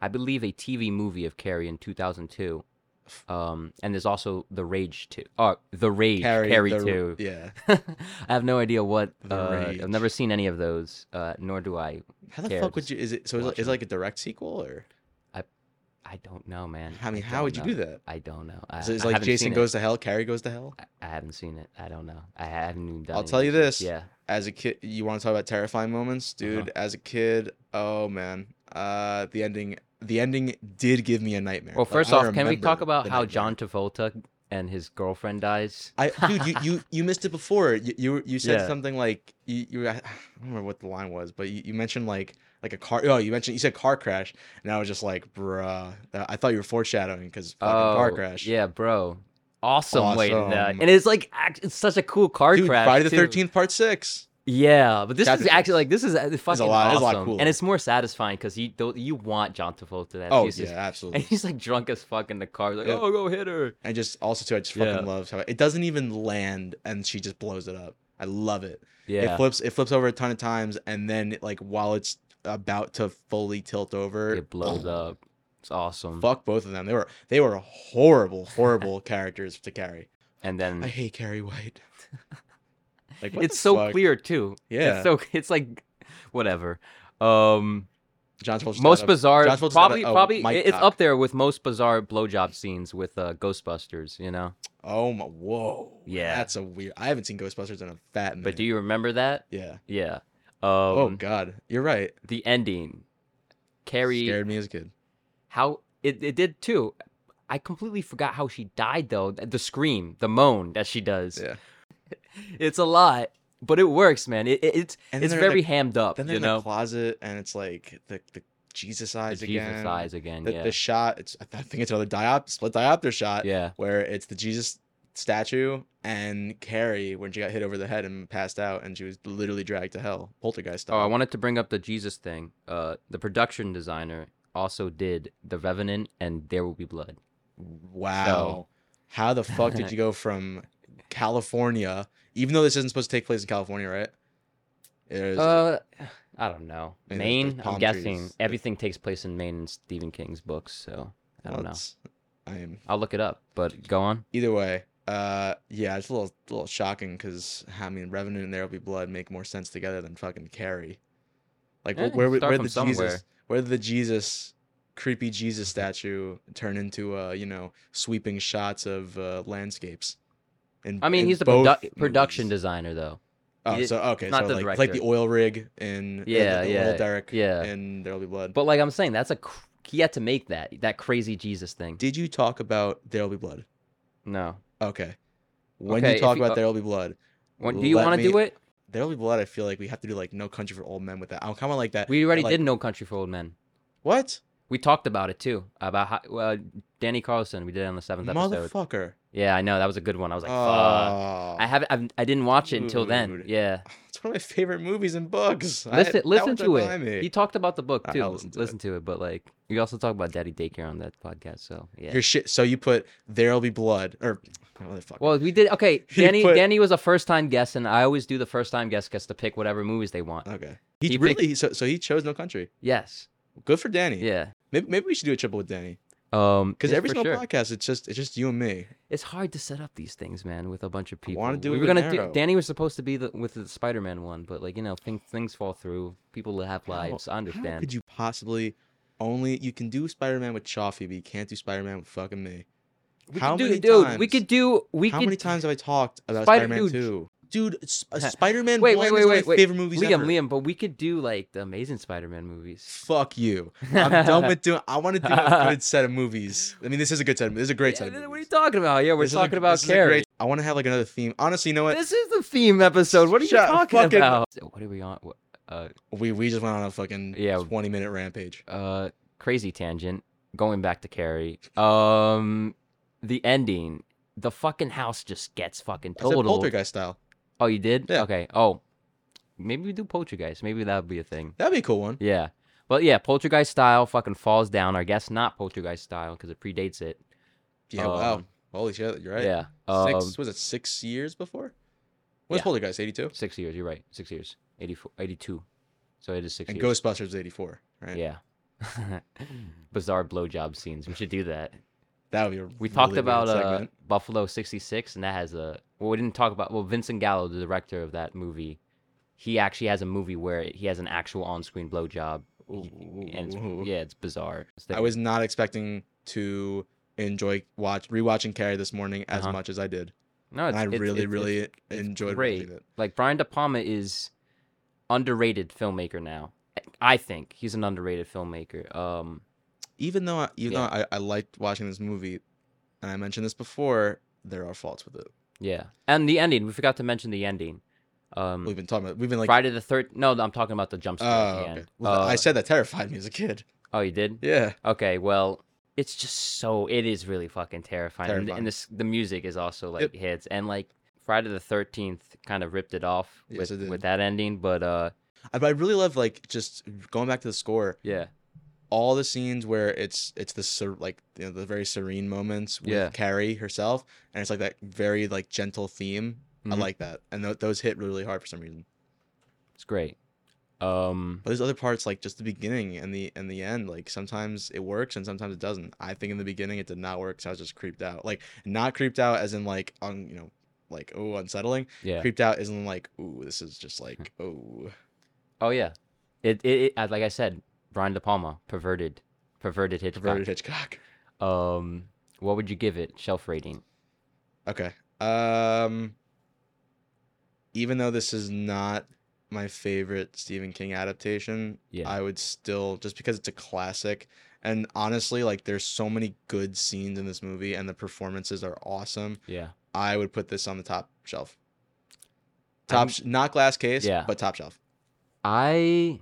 I believe a TV movie of Carrie in 2002. Um, and there's also The Rage 2. Oh, The Rage, Carrie, the- 2. Yeah. I have no idea what. The Uh, Rage. I've never seen any of those, uh, nor do I. How the Care, fuck would just you? Is it so? Is watch it, is it. it like a direct sequel or? I don't know, man. I mean, I how would you don't do know. that? I don't know. I, Is it is I it like haven't Jason seen goes to hell, Carrie goes to hell? It. I haven't seen it. I don't know. I haven't even done. I'll any tell you research. this. Yeah. As a kid, you want to talk about terrifying moments, Uh-huh. dude. As a kid, oh man, uh, the ending. The ending did give me a nightmare. Well, Like, first I off, can we remember talk about the how nightmare. John Travolta and his girlfriend dies? I dude, you, you you missed it before. You you, were- you said Yeah. something like you, you I don't remember what the line was, but you, you mentioned like like a car. Oh, you mentioned you said car crash, and I was just like, bruh. I thought you were foreshadowing because fucking car Oh, crash. Yeah, bro. Awesome, way to that. Awesome. And it's like act- it's such a cool car dude, crash. Friday the too. Thirteenth Part Six. Yeah, but this Chapter is actually six. like this is uh, fucking lot- it's a awesome, lot cooler. and it's more satisfying because you don't, you want John Travolta. That Oh he's yeah, just- and absolutely. he's like drunk as fuck in the car. Like, Yeah. oh, go hit her. And just also too, I just fucking Yeah. love how it doesn't even land, and she just blows it up. I love it. Yeah, It flips. It flips over a ton of times, and then like while it's about to fully tilt over, oh, it blows up. It's awesome. Fuck both of them. They were they were horrible, horrible characters to carry. And I then hate Carrie White. Like what Mm. it's the so fuck? clear too. Yeah, It's so it's like whatever. Um, John Travolta's most got a- bizarre, John Travolta's got probably a- a probably oh, mic it- it's cock. up there with most bizarre blowjob scenes with uh, Ghostbusters. You know. Oh my, whoa. Yeah. that's a weird. I haven't seen Ghostbusters in a fat minute. But do you remember that? Yeah. Yeah. Um, oh God, you're right. the ending. Carrie, Scared me as a kid. how it, it did too. I completely forgot how she died though. Th- The scream, the moan that she does. Yeah. It's a lot, but it works, man. It, it- it's And then it's they're in very the- hammed up, Then they're you in the know. closet, and it's like the the Jesus eyes The again. Jesus eyes again. The, yeah. the shot. It's I think it's another diop split diopter shot. yeah. where it's the Jesus statue and Carrie when she got hit over the head and passed out, and she was literally dragged to hell, poltergeist Oh, style. I wanted to bring up the Jesus thing. Uh, the production designer also did The Revenant and There Will Be Blood. wow. How the fuck did you go from California, even though this isn't supposed to take place in California, right? There's- Uh, I don't know. Maybe there's- Maine. there's I'm palm guessing trees. everything takes place in Maine in Stephen King's books, so I don't know. that's- I am I'll look it up. But go on. either way. Uh, yeah, it's a little, little shocking because I mean, Revenant and There Will Be Blood make more sense together than fucking Carrie. Like, Eh, wh- where, where, start where from the somewhere. Jesus, where did the Jesus, creepy Jesus statue turn into, uh, you know, sweeping shots of uh, landscapes? In, I mean, in he's the both produ- production movies. designer, though. Oh, He's so okay, not so the like, it's like the director. oil rig in Yeah, the, yeah, oil derrick, yeah. and There'll Be Blood. But like I'm saying, that's a cr- he had to make that that crazy Jesus thing. Did you talk about There'll Be Blood? No. Okay. When Okay, you if talk you- about uh, There'll Be Blood, What, do you Let want to me- do it? There'll Be Blood, I feel like we have to do like No Country for Old Men with that. I'm kind of like that. We already like- did No Country for Old Men. What? We talked about it too about how, well, Danny Carlson. We did it on the seventh episode. Motherfucker. Yeah, I know that was a good one. I was like, fuck. oh, I haven't. I've, I didn't watch it until then. Dude. Yeah. it's one of my favorite movies and books. I- Listen, that listen one's to it. behind me. He talked about the book I- too. I'll listen listen to, to it, but like we also talk about Daddy Daycare on that podcast. So yeah. Your shit. So you put There'll Be Blood or motherfucker. Well, we did okay. He Danny put- Danny was a first time guest, and I always do the first time guest gets to pick whatever movies they want. okay. He, he picked- really so so he chose No Country. Yes. Good for Danny. Yeah. Maybe, maybe we should do a triple with Danny Um. because yeah, every for single sure. podcast it's just it's just you and me. it's hard to set up these things, man, with a bunch of people. wanna do we it were with gonna do. Arrow. Danny was supposed to be the, with the Spider Man one, but like you know, things things fall through. People have How- lives. I How understand. could you possibly only you can do Spider Man with Chaffee, but you can't do Spider Man with fucking me. We how could do, many dude? We times- could do. We How could. many times have I talked about Spider- Spider Man dude, Two? Dude, S- uh, Huh. Spider Man Wait, One wait, wait, is one of my wait, wait. favorite movies Liam, ever. Liam, but we could do like the Amazing Spider Man movies. Fuck you. I'm done with doing. I want to do a good set of movies. I mean, this is a good set. Of, this is a great Yeah, set. Of what are you movies. talking about? Yeah, we're This is a- talking about this is a Carrie. great- I want to have like another theme. Honestly, you know what? This is the theme episode. What are Shut you talking fucking- about? What are we on? What- Uh, We we just went on a fucking Yeah. twenty minute rampage. uh, crazy tangent. Going back to Carrie. Um, the ending. The fucking house just gets fucking I said total. poltergeist style. Oh, you did? Yeah. Okay. Oh, maybe we do poltergeist. Maybe that would be a thing. That'd be a cool one. Yeah. But yeah, poltergeist style fucking falls down. I guess not poltergeist style because it predates it. Yeah. wow. Um, Holy shit. You're right. Yeah. um, six was it six years before? When's Yeah. Poltergeist eighty two? Six years. You're right. Six years. 84, 82. So it is six And years. Ghostbusters was eighty four, right? yeah. Bizarre blowjob scenes. We should do that. that would be. A We talked really about weird uh, segment. Buffalo 66, and that has a. Well, we didn't talk about. Well, Vincent Gallo, the director of that movie, he actually has a movie where he has an actual on screen blowjob. And Ooh. it's, yeah, it's bizarre. It's I was not expecting to enjoy watch rewatching Carrie this morning as Uh-huh. much as I did, no, and I it's- it's- really, it's- really it's- it's enjoyed great. watching it. Like Brian De Palma is underrated filmmaker now. I think he's an underrated filmmaker. Um, Even though, I, even Yeah. though I, I liked watching this movie, and I mentioned this before, there are faults with it. Yeah, and the ending. We forgot to mention the ending. Um, We've been talking about. We've been like. Friday the third. No, I'm talking about the jump oh, scare at the okay. end. Well, th- Uh, I said that terrified me as a kid. Oh, you did. Yeah. Okay, well, it's just so. It is really fucking terrifying, And- Terrifying. and this the music is also like Yep. hits and like Friday the Thirteenth kind of ripped it off Yes, with it with did. that ending. But uh, I, but I really love like just going back to the score. yeah, all the scenes where it's it's the ser- like you know, the very serene moments with Yeah. Carrie herself, and it's like that very like gentle theme. Mhm. I like that, and th- those hit really hard for some reason. it's great. Um, But there's other parts like just the beginning and the and the end. Like sometimes it works and sometimes it doesn't. I think in the beginning it did not work, so I was just creeped out. Like not creeped out as in like on you know like oh unsettling. yeah. Creeped out isn't like ooh this is just like oh Oh yeah. It it, it I- like I said, Brian De Palma perverted, perverted Hitchcock. perverted Hitchcock. Um, what would you give it shelf rating? Okay. Um even though this is not my favorite Stephen King adaptation, Yeah. I would still just because it's a classic and honestly like there's so many good scenes in this movie and the performances are awesome. Yeah. I would put this on the top shelf. I'm- Top sh- not glass case, Yeah. but top shelf. I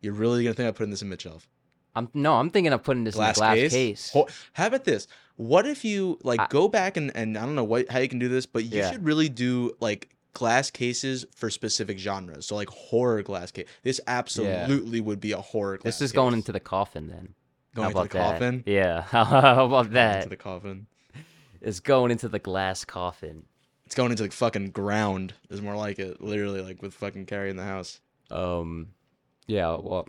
You're really going to think I put in this in mid shelf. I'm no, I'm thinking of putting this in a glass case. Ho- How about this? What if you like I- go back and, and I don't know what how you can do this, but you Yeah. should really do like glass cases for specific genres. So like horror glass case. This absolutely would be a horror glass This is going case. into the coffin then. How going into about the that? coffin. Yeah. How about Going that? Into the coffin. It's going into the glass coffin. It's going into the fucking ground is more like it. Literally like with fucking Carrie in the house. Um, yeah. Well,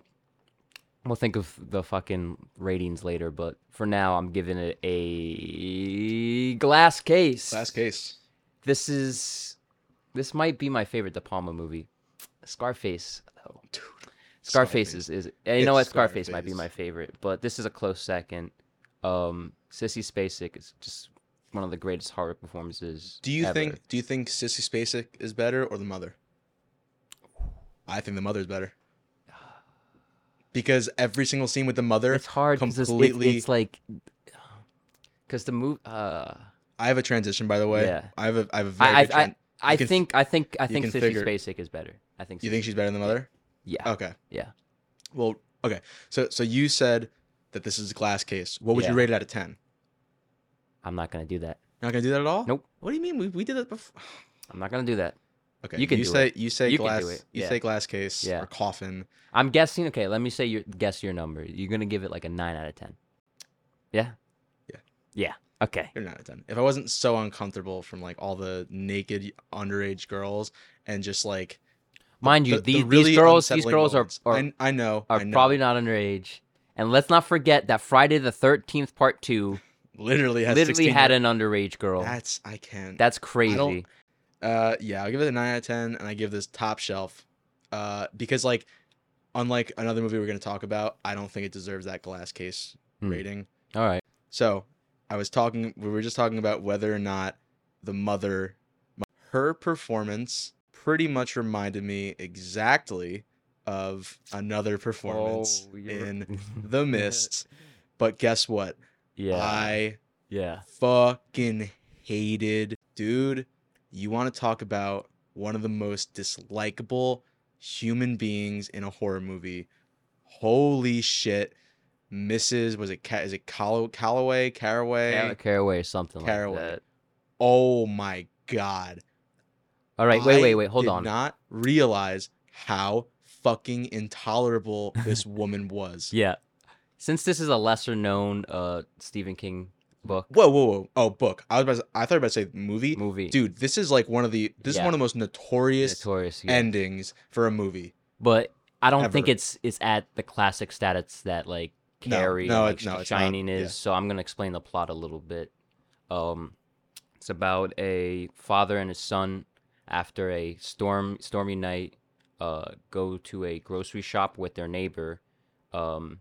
we'll think of the fucking ratings later, but for now, I'm giving it a glass case. Glass case. This is this might be my favorite De Palma movie. Scarface, though. Dude, Scarface, Scarface. is is and you know It's what? Scarface, might be Scarface. my favorite, but this is a close second. Um, Sissy Spacek is just one of the greatest horror performances. Do you ever. think do you think Sissy Spacek is better or the mother? I think the mother's better. Because every single scene with the mother, it's hard? 'cause it's- it's- completely- it's like because the movie. Uh, I have a transition by the way. Yeah. I have a I have a very I good I, tran- I, I can f- think I think I you think can Sissy figure- Spacek is better. I think. You think uh, Sissy- she's better than the mother? Yeah. Okay. Yeah. Well, okay. So so you said that this is a glass case. What would you Yeah. rate it out of 10? I'm not gonna do that. Not going to do that at all? Nope. What do you mean? We, we did that before. I'm not gonna do that. Okay. You can you do say you say You can glass do it, you yeah. say glass case Yeah. or coffin. I'm guessing. Okay, let me say your guess your number. You're gonna give it like a nine out of ten. Yeah. Yeah. Yeah. Okay. You're not a 10. If I wasn't so uncomfortable from like all the naked underage girls and just like Mind you, the- the these, really these girls, these unsettling girls are, moments. are, I, I know are I know. probably not underage. And let's not forget that Friday the Thirteenth Part Two literally has literally 16 had an underage girl. That's, That's I can't. don't- crazy. Uh, yeah, I'll give it a nine out of ten, and I give this top shelf, uh, because like, unlike another movie we're gonna talk about, I don't think it deserves that glass case Hmm. rating. All right. So I was talking. We were just talking about whether or not the mother, her performance, pretty much reminded me exactly of another Oh, performance in The Mist. But guess what? yeah. I yeah. fucking hated. Dude, you want to talk about one of the most dislikable human beings in a horror movie. Holy shit. Mrs. was it Ca- is it Callow- Calloway Caraway? Car- Caraway or something Caraway. like that. Oh my god. All right. Wait. I Wait. Wait. Hold did on. Not realize how fucking intolerable this woman was. Yeah. Since this is a lesser known uh Stephen King book Whoa, whoa, whoa. Oh, book. I was about to, I thought you were about to say movie. movie, Dude, this is like one of the this is Yeah. one of the most notorious notorious. yeah. endings for a movie. but I don't think Ever. it's it's at the classic status that like No, Carrie no, and, like, it- no, Sh- it's not, Shining yeah. is. So I'm gonna explain the plot a little bit. Um, it's about a father and his son after a storm stormy night. Uh, go to a grocery shop with their neighbor. Um,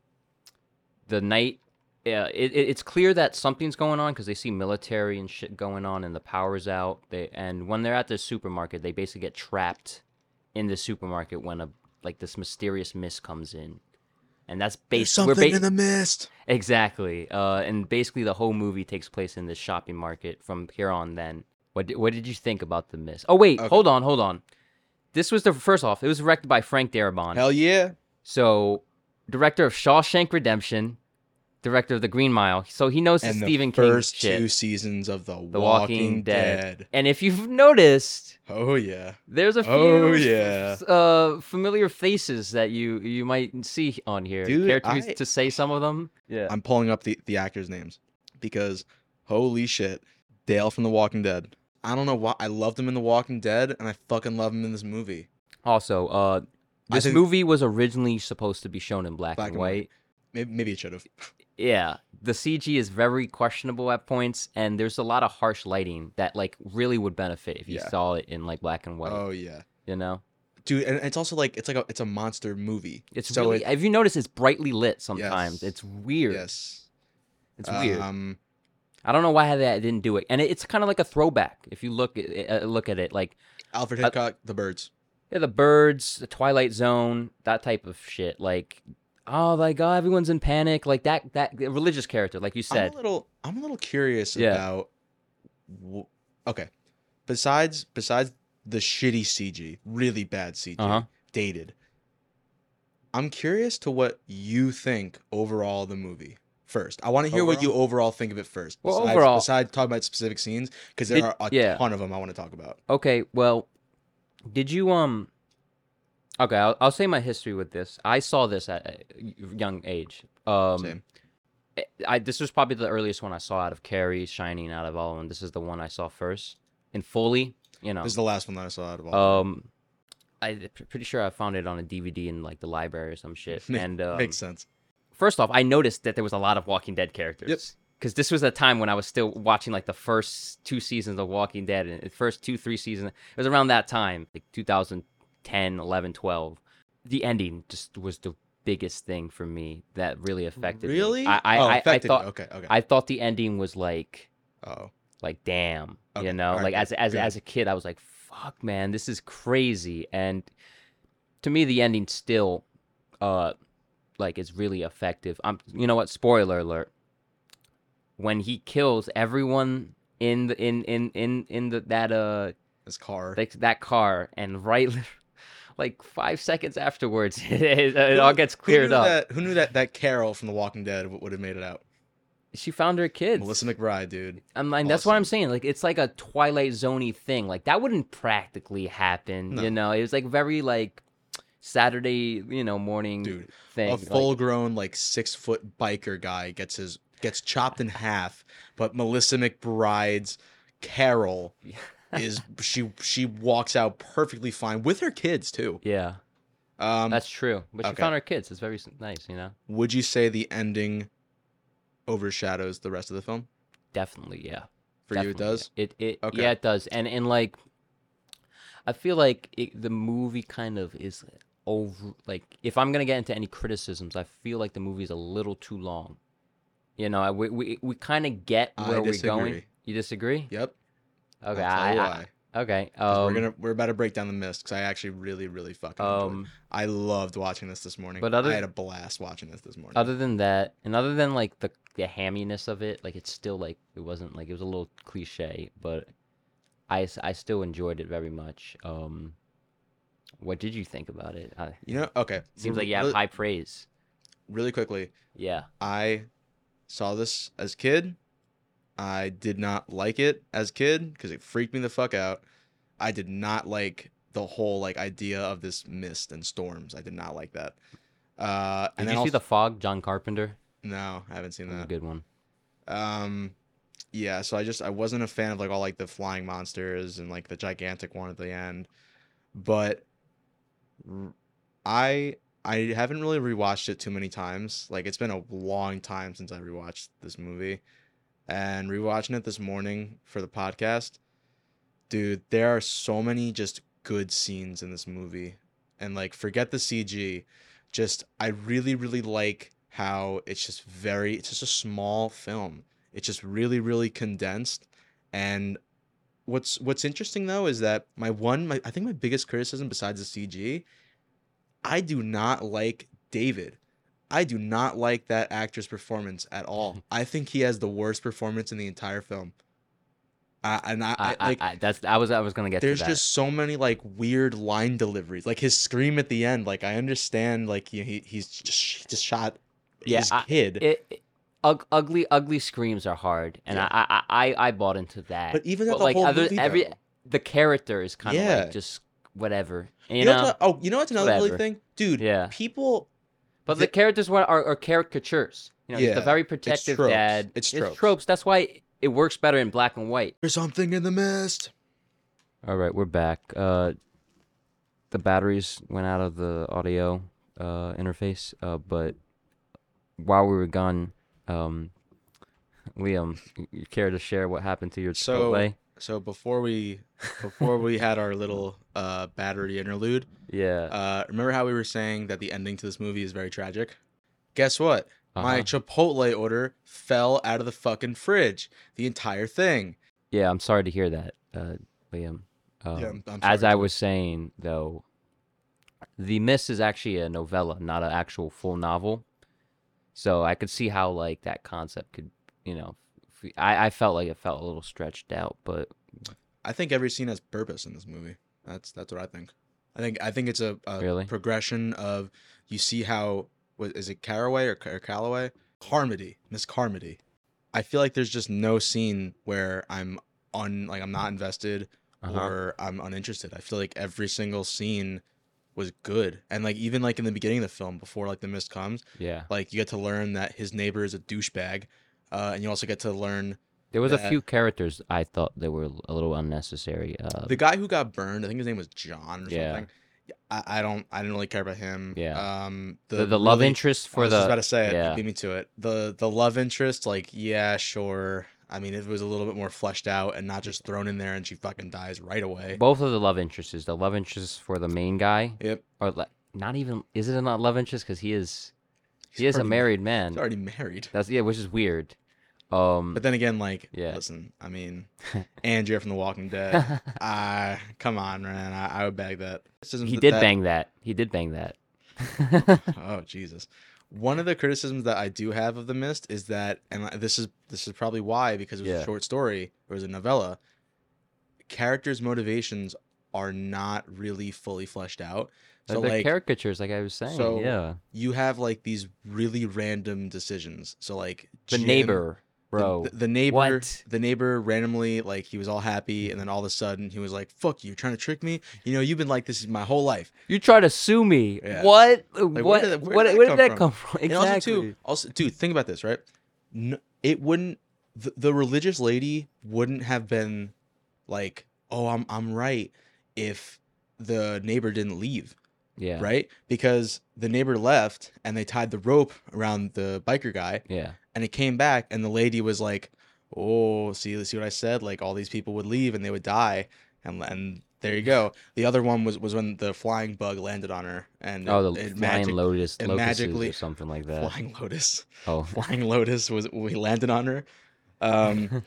the night. Yeah, it, it, it's clear that something's going on because they see military and shit going on, and the power's out. They and when they're at the supermarket, they basically get trapped in the supermarket when a like this mysterious mist comes in, and that's There's basically we're ba- the mist. exactly. Uh, and basically the whole movie takes place in this shopping market from here on. Then what did, what did you think about the mist? Oh wait, Okay. hold on, hold on. This was the first off. It was directed by Frank Darabont. Hell yeah. So, director of Shawshank Redemption, director of The Green Mile. So he knows his and Stephen the first King shit. two seasons of The, Walking, Walking Dead. Dead. And if you've noticed, Oh yeah. there's a few Oh, yeah. uh, familiar faces that you you might see on here. Dude, Care to, I- to say some of them? Yeah. I'm pulling up the, the actors' names because holy shit, Dale from The Walking Dead. I don't know why I loved him in The Walking Dead and I fucking love him in this movie. Also, uh, I this think- movie was originally supposed to be shown in black, Black and and white. white. Maybe, maybe it should have. Yeah, the CG is very questionable at points, and there's a lot of harsh lighting that like really would benefit if you Yeah. saw it in like black and white. Oh yeah. You know. Dude, and it's also like it's like a it's a monster movie. It's so really. it- have you noticed it's brightly lit sometimes? Yes. It's weird. yes. It's weird. Um, I don't know why they didn't do it, and it, it's kind of like a throwback if you look at, uh, look at it. Like Alfred Uh, Hitchcock, The Birds. yeah, the birds, the Twilight Zone, that type of shit. Like, oh my god, everyone's in panic. Like that that the religious character, like you I'm said. a little I'm a little curious Yeah. about w- okay. Besides besides the shitty CG, really bad CG, Uh huh. dated. I'm curious to what you think overall of the movie. first. I want to hear what you overall think of it first. Well, besides, overall- besides talking about specific scenes, because there Did- are a yeah. ton of them I want to talk about. Okay, well, did you um? Okay, I'll, I'll say my history with this. I saw this at a young age. Um, Same. I this was probably the earliest one I saw out of Carrie, Shining, out of all of them. This is the one I saw first in Foley. You know, This is the last one that I saw out of all. um, I p- pretty sure I found it on a DVD in like the library or some shit. Ma- and um, Makes sense. first off, I noticed that there was a lot of Walking Dead characters. Because this was a time when I was still watching like the first two seasons of Walking Dead and the first two, three seasons. It was around that time, like 2010, 11, 12. The ending just was the biggest thing for me that really affected me. Really? I, I, oh, I, I affected you. thought Okay. Okay. I thought the ending was like oh. like damn Okay, you know alright, like as good, as good. as a kid i was like fuck man this is crazy and to me the ending still uh like is really effective i'm you know what spoiler alert when he kills everyone in the in in in in the that uh This car. like that car and right like five seconds afterwards it, it, all gets who cleared knew up That, who knew that that Carol from The Walking Dead would have made it out? she found her kids Melissa McBride, dude. I'm like, that's what I'm Awesome. saying. Like, it's like a Twilight Zoney thing. Like, that wouldn't practically happen. No. You know, it was like very like Saturday, you know, morning Dude, thing. a Like, full-grown, like six-foot biker guy gets his gets chopped in half, but Melissa McBride's Carol is she she walks out perfectly fine with her kids too. yeah, Um, that's true. But she okay. found her kids. It's very s- nice. You know, would you say the ending overshadows the rest of the film definitely. Yeah. for you? It Definitely, yeah. does. It it Okay. yeah, it does. And and like I feel like it, the movie kind of is over like if I'm going to get into any criticisms, I feel like the movie's a little too long. You know, I- we we, we kind of get I where we're going. disagree. You disagree? Yep. Okay. I'll tell I, you I- why. okay. 'Cause Um, we're gonna we're about to break down the mist because I actually really really fucking enjoyed it. um I loved watching this this morning. But other- I had a blast watching this this morning. other than that and other than like the the hamminess of it, like it's still like it wasn't like it was a little cliche, but I, s- I still enjoyed it very much. Um what did you think about it? I, you know, okay. Seems re- like you have really, high praise. really quickly. Yeah. I saw this as a kid. I did not like it as a kid because it freaked me the fuck out. I did not like the whole like idea of this mist and storms. I did not like that. Uh, Did and you then see I'll- the fog, John Carpenter? No, I haven't seen That was a that. good one. Um, yeah. So I just I wasn't a fan of like all like the flying monsters and like the gigantic one at the end, but r- I I haven't really rewatched it too many times. Like it's been a long time since I rewatched this movie, and rewatching it this morning for the podcast, dude. There are so many just good scenes in this movie, and like forget the CG just I really really like how it's just very it's just a small film. It's just really really condensed and what's what's interesting though is that my one my, I think my biggest criticism besides the CG I do not like David. I do not like that actor's performance at all. I think he has the worst performance in the entire film. I, and I, I, I like I, I that's I was I was gonna get there's to that. just so many like weird line deliveries like his scream at the end like i understand like he, he- he's just, sh- just shot Yeah, his I- kid it, it- ug- ugly ugly screams are hard, and Yeah. I, I I I bought into that. but even but at the like whole other movie, every though. the character is kind of Yeah. like just whatever, you, you know. know, what's oh you know what's another really whatever. thing dude Yeah. people but the, the- characters were, are are caricatures. You know, he's Yeah, the very protective tropes. dad. It's tropes. That's why it works better in black and white. there's something in the mist All right, we're back. Uh, the batteries went out of the audio uh, interface, uh, but while we were gone, um, Liam, y- you care to share what happened to your So- Chipotle? so before we before we had our little uh battery interlude yeah. uh remember how we were saying that the ending to this movie is very tragic guess what my uh-huh. chipotle order fell out of the fucking fridge the entire thing yeah, I'm sorry to hear that, uh, Liam. Um, I'm- I'm as sorry I too. was saying, though, The Mist is actually a novella, not an actual full novel. So I could see how like that concept could, you know, f- I, I felt like it felt a little stretched out, but I think every scene has purpose in this movie. That's that's what I think. I think I think it's a, a Really? progression of you see how what is it Caraway or, Ca- or Callaway Carmody, Miss Carmody. I feel like there's just no scene where I'm on like I'm not invested Uh-huh. or I'm uninterested. I feel like every single scene was good. And like even like in the beginning of the film before like the mist comes, Yeah. like you get to learn that his neighbor is a douchebag. Uh, and you also get to learn There was a that- few characters I thought that were a little unnecessary. Uh, the guy who got burned, I think his name was John or Yeah. something. I, I don't I didn't really care about him. Yeah. Um the, the love really- interest I for was just the about to say it. yeah. You beat me to it. The the love interest, like yeah, sure. I mean, it was a little bit more fleshed out and not just thrown in there, and she fucking dies right away. both of the love interests. The love interest for the main guy, Yep, or le- not even is it not love interest because he is he He's is a already- married she's man. already married. That's yeah, which is weird. Um, But then again, like, Yeah. listen, I mean, Andrea from The Walking Dead. I come on, man, I, I would bag that. This isn't he th- did that- bang that. He did bang that. Oh Jesus. One of the criticisms that I do have of The Mist is that, and I- this is this is probably why because it was Yeah. a short story or it was a novella. Characters' motivations are not really fully fleshed out. So Like, they're like caricatures, like I was saying. so yeah, you have like these really random decisions. So like the Jim- neighbor, the- bro. the, the neighbor, What? the neighbor randomly like he was all happy, and then all of a sudden he was like, "Fuck you, you're trying to trick me. You know, you've been like this my whole life." you try to sue me. Yeah. What? where what? did that- where what? did that where come did that from? come from? Exactly. And also, too, also, dude, think about this, right? No, it wouldn't. The, the religious lady wouldn't have been like, "Oh, I'm I'm right," if the neighbor didn't leave, yeah. right? Because the neighbor left, and they tied the rope around the biker guy, Yeah. and it came back, and the lady was like, "Oh, see, see what I said? Like all these people would leave, and they would die, and and." There you go. The other one was, was when the flying bug landed on her, and Oh, the flying it uh, magic- lotus, it locusts magically- or something like that. flying lotus. Oh, Flying Lotus was we landed on her. Um,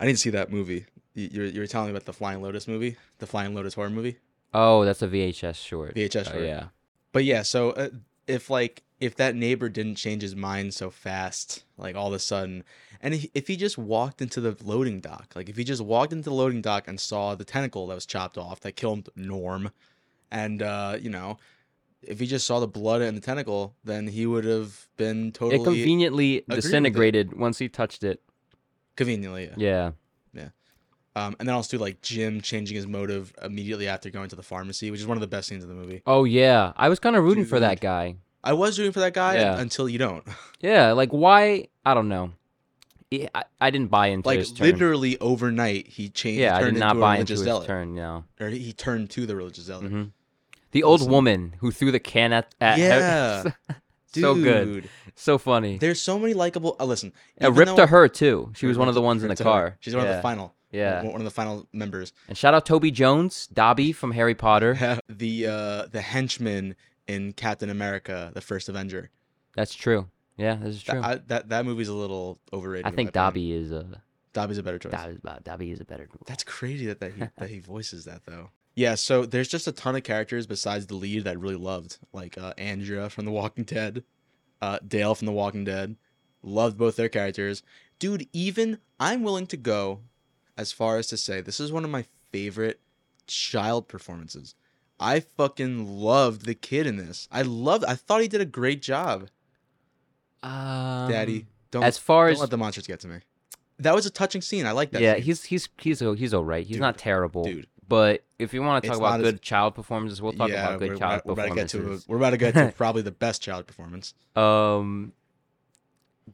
I didn't see that movie. You, you, were, you were telling me about the Flying Lotus movie, the Flying Lotus horror movie, oh, that's a VHS short. VHS. Oh, short. yeah. But yeah, so uh, if like if that neighbor didn't change his mind so fast, like all of a sudden, and if- if he just walked into the loading dock, like if he just walked into the loading dock and saw the tentacle that was chopped off that killed Norm, and uh, you know, if he just saw the blood and the tentacle, then he would have been it totally conveniently with it. disintegrated once he touched it. conveniently. yeah. Yeah. Um, and then also like Jim changing his motive immediately after going to the pharmacy, which is one of the best scenes in the movie. Oh yeah. I was kind of rooting for that Dude. guy. I was rooting for that guy Yeah. until you don't. Yeah. Like why? I don't know. Yeah, I, I didn't buy into Like his turn. literally overnight, he changed. yeah, I turned did not into a buy into religious his zealot, turn. No. or he turned to the religious zealot. hmm The old Listen. woman who threw the can at, at Yeah, so good, Dude, so funny. There's so many likable. Uh, listen, A even rip though- to her too. She was one of the Rip- ones in the Rip to her. car. She's one yeah. of the final. Yeah. one of the final members. And shout out Toby Jones, Dobby from Harry Potter. the uh, the henchman in Captain America: The First Avenger. That's true. Yeah, this is true. That, I, I, that that movie's a little overrated. in my think opinion. Dobby is a Dobby's a better choice. Dobby, Dobby is a better. That's crazy that, that he that he voices that though. Yeah, so there's just a ton of characters besides the lead that I really loved, like uh, Andrea from The Walking Dead, uh, Dale from The Walking Dead. Loved both their characters, dude. Even I'm willing to go as far as to say this is one of my favorite child performances. I fucking loved the kid in this. I loved. I thought he did a great job, Um, Daddy. Don't as far don't as let the monsters get to me. That was a touching scene. I like that. yeah, scene. he's he's he's o- he's all right. He's not terrible. dude. But if you want to talk It's about not as- good child performances, we'll talk about good we're, child we're about to get to performances. we're about to get to probably the best child performance. um,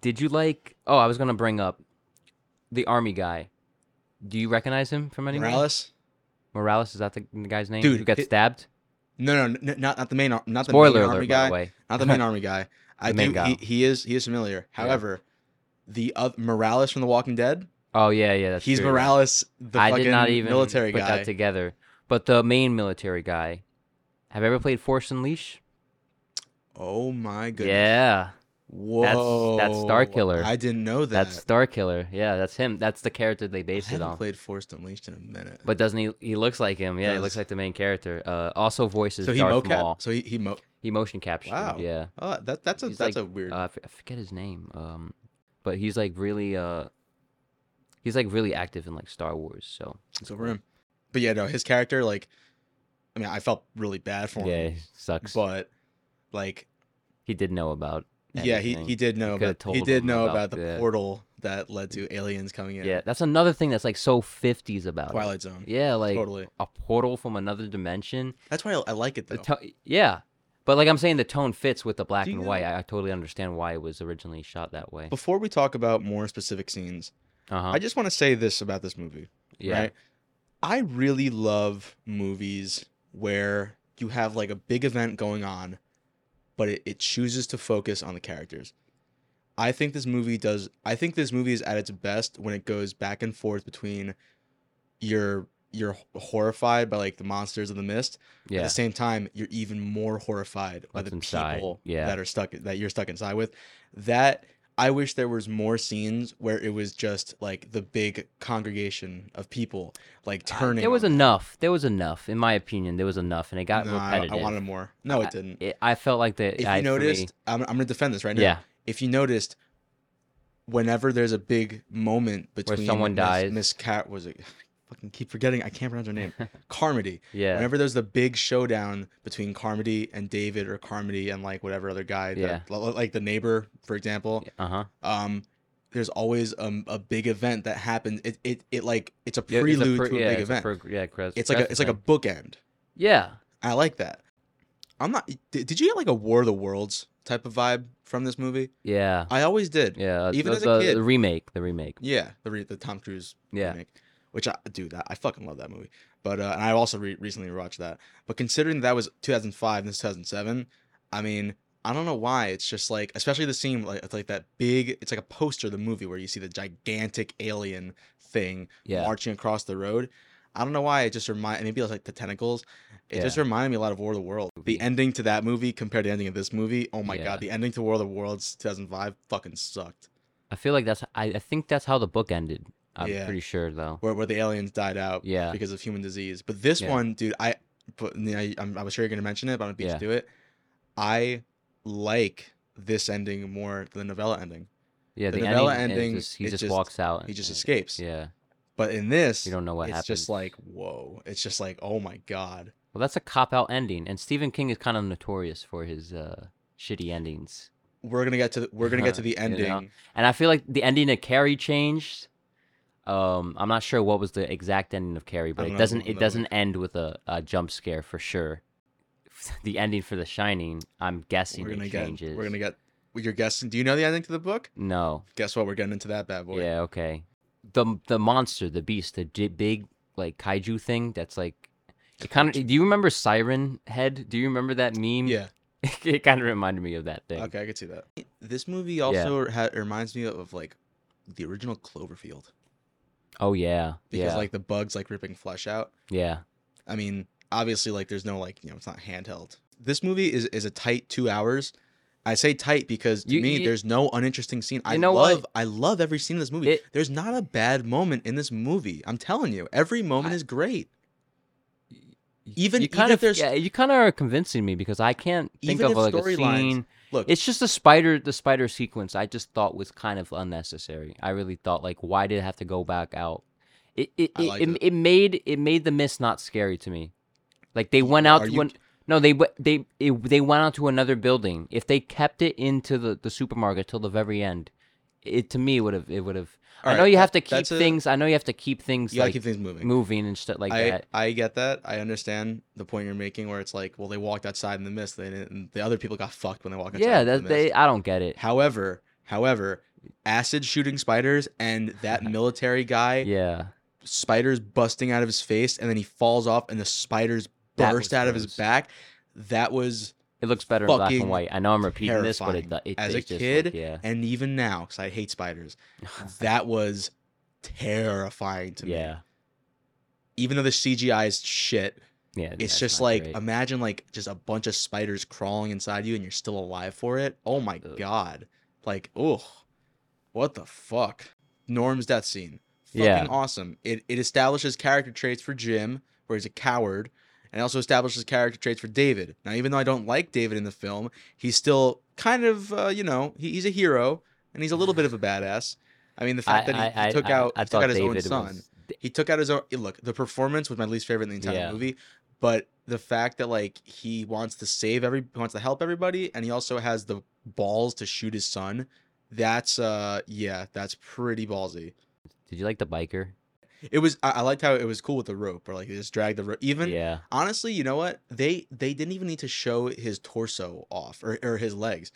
did you like? Oh, I was gonna bring up the army guy. Do you recognize him from anywhere? Morales? Morales is that the, the guy's name? Dude, who got it- stabbed? No, no, n- not not the main ar- not the Spoiler main army alert, by guy. the way. Not the main army guy. I The main do, guy. He, he is he is familiar. However, the oth- Morales from The Walking Dead, Oh yeah, yeah, that's he's true. Morales, the I fucking did not even military put guy. that together. But the main military guy. Have you ever played Force and Leash? oh my goodness! Yeah, Whoa, Star Killer. I didn't know that. that's Star Killer. Yeah, that's him. That's the character they I based it haven't on. played Forced Unleashed in a minute. But doesn't he? He looks like him. Yeah, he looks Does. like the main character. Uh, also voices so he Darth mocap. Maul. So he he mo. He motion captured. him, Wow. Yeah. Oh, that that's a He's that's like, a weird. Uh, I f- I forget his name. Um, but he's like really uh, he's like really active in like Star Wars. So It's over him. But yeah, no, his character, like, I mean, I felt really bad for him. yeah, he sucks. But, like, he did know about Yeah, he, he anything. did know coulda about he told did him know about, about the that. portal that led to aliens coming yeah. in. that's another thing that's like so 50s about it. Twilight Zone. Yeah, like totally. a portal from another dimension. That's why I, I like it though. The to- yeah, but like I'm saying, the tone fits with the black Do you and know- white. I, I totally understand why it was originally shot that way. Before we talk about more specific scenes, Uh huh. I just want to say this about this movie. Yeah. right? I really love movies where you have like a big event going on, but it, it chooses to focus on the characters. I think this movie does I think this movie is at its best when it goes back and forth between you're you're horrified by like the monsters of the mist. At Yeah. the same time, you're even more horrified by What's the inside, people yeah. that are stuck that you're stuck inside with. That I wish there was more scenes where it was just like the big congregation of people like I- turning. Uh, There was on them. enough. There was enough, in my opinion. There was enough, and it got No, I- repetitive. I, wanted more. No, it didn't. It- I felt like that. if I, you for me- noticed, I'm, I'm gonna defend this right now. yeah, If you noticed, whenever there's a big moment between someone Miss- dies. Miss Cat was it. Fucking keep forgetting. I can't pronounce her name. Carmody. yeah, Whenever there's the big showdown between Carmody and David or Carmody and like whatever other guy, Yeah. that, li- like the neighbor, for example, uh huh. um, there's always um, a big event that happens. It, it, it like it's a Yeah, prelude it's pre- to a yeah, big it's event. pro- yeah, cres- it's like a, it's like a crescent. bookend. yeah. I like that. I'm not. Did, did you get like a War of the Worlds type of vibe from this movie? Yeah. I always did. Yeah, Yeah. even the, as a the- kid. the remake, the remake. the re, the Tom Cruise Yeah. remake, which I do that. I fucking love that movie. But uh, and I also re- recently watched that. But considering that was 2005 and this is 2007, I mean, I don't know why it's just like, especially the scene like it's like that big. It's like a poster of the movie where you see the gigantic alien thing Yeah. marching across the road. I don't know why it just remind maybe it was like the tentacles. It just Yeah. reminded me a lot of War of the World. The Movie. ending to that movie compared to the ending of this movie. Oh my Yeah. god, the ending to War of the Worlds 2005 fucking sucked. I feel like that's. I, I think that's how the book ended. I'm Yeah. pretty sure though. Where where the aliens died out Yeah. because of human disease. But this Yeah. one, dude, I but you know, I, I'm, I was sure you're gonna mention it, but I'm gonna beat Yeah. you to it. I like this ending more than the novella ending. Yeah. the The, novella ending. ending, is just, he it just, just- walks out. He and- just and- escapes. Yeah. But in this, You don't know what it's happens. just like whoa. It's just like oh my god. Well, that's a cop out ending, and Stephen King is kind of notorious for his uh, shitty endings. We're gonna get to the, we're gonna get to the You know? ending. And I feel like the ending of Carrie changed. Um, I'm not sure what was the exact ending of Carrie, but don't it know doesn't about it that doesn't end with a, a jump scare for sure. The ending for The Shining, I'm guessing we're gonna it get changes. we're gonna get you're guessing do you know the ending to the book no. guess what we're getting into that bad boy Yeah. Okay. The the monster, the beast, the j- big like kaiju thing. That's like. It kind of. Do you remember Siren Head? Do you remember that meme? yeah it kind of reminded me of that thing. okay i could see that this movie also ha- reminds me of like the original cloverfield Oh yeah. because yeah. like the bugs like ripping flesh out Yeah. i mean obviously like there's no like you know it's not handheld this movie is is a tight two hours I say tight because to You- me you- there's no uninteresting scene. I You know what? love I love every scene in this movie. It- there's not a bad moment in this movie. I'm telling you, every moment I- is great. Even- you even kind if of there's- yeah, you kind of are convincing me because I can't think Even of if like a storylines- scene. Look, It's just the spider the spider sequence I just thought was kind of unnecessary. I really thought like why did it have to go back out? It it I it, liked it, it. it made it made the mist not scary to me. Like they went out Are to you- an, no they w- they it, they went out to another building. If they kept it into the, the supermarket till the very end, it to me would have it would have. I All know right, you have to that- keep that's a- things. I know you have to keep things you gotta like keep things moving. moving and stuff like I, that. I get that. I understand the point you're making where it's like, well, they walked outside in the mist, they didn't, and the other people got fucked when they walked outside. Yeah, in the that mist. they. I don't get it. However, however, acid shooting spiders and that military guy, Yeah, spiders busting out of his face, and then he falls off, and the spiders That burst was out of his gross. back. That was, it looks better in black Fucking and white. I know I'm repeating this, but it, terrifying. it As a it's just like, kid, yeah, and even now, because I hate spiders, that was terrifying to me. yeah, Even though the CGI is shit, yeah. it's that's just not like great. imagine like just a bunch of spiders crawling inside you and you're still alive for it oh my Ugh. god like oh what the fuck norm's death scene fucking Yeah. awesome it, it establishes character traits for jim where he's a coward and it also establishes character traits for david now even though i don't like david in the film he's still kind of uh, you know he, he's a hero and he's a little bit of a badass i mean the I, fact that he, I, he I- took I- out I he took thought out his David own son was- he took out his own eh, look the performance was my least favorite in the entire Yeah. movie but the fact that like he wants to save every he wants to help everybody and he also has the balls to shoot his son, that's uh yeah, that's pretty ballsy. Did you like the biker? It was I, I liked how it was cool with the rope, or like they just dragged the rope. Even yeah. honestly, you know what? They they didn't even need to show his torso off or, or his legs.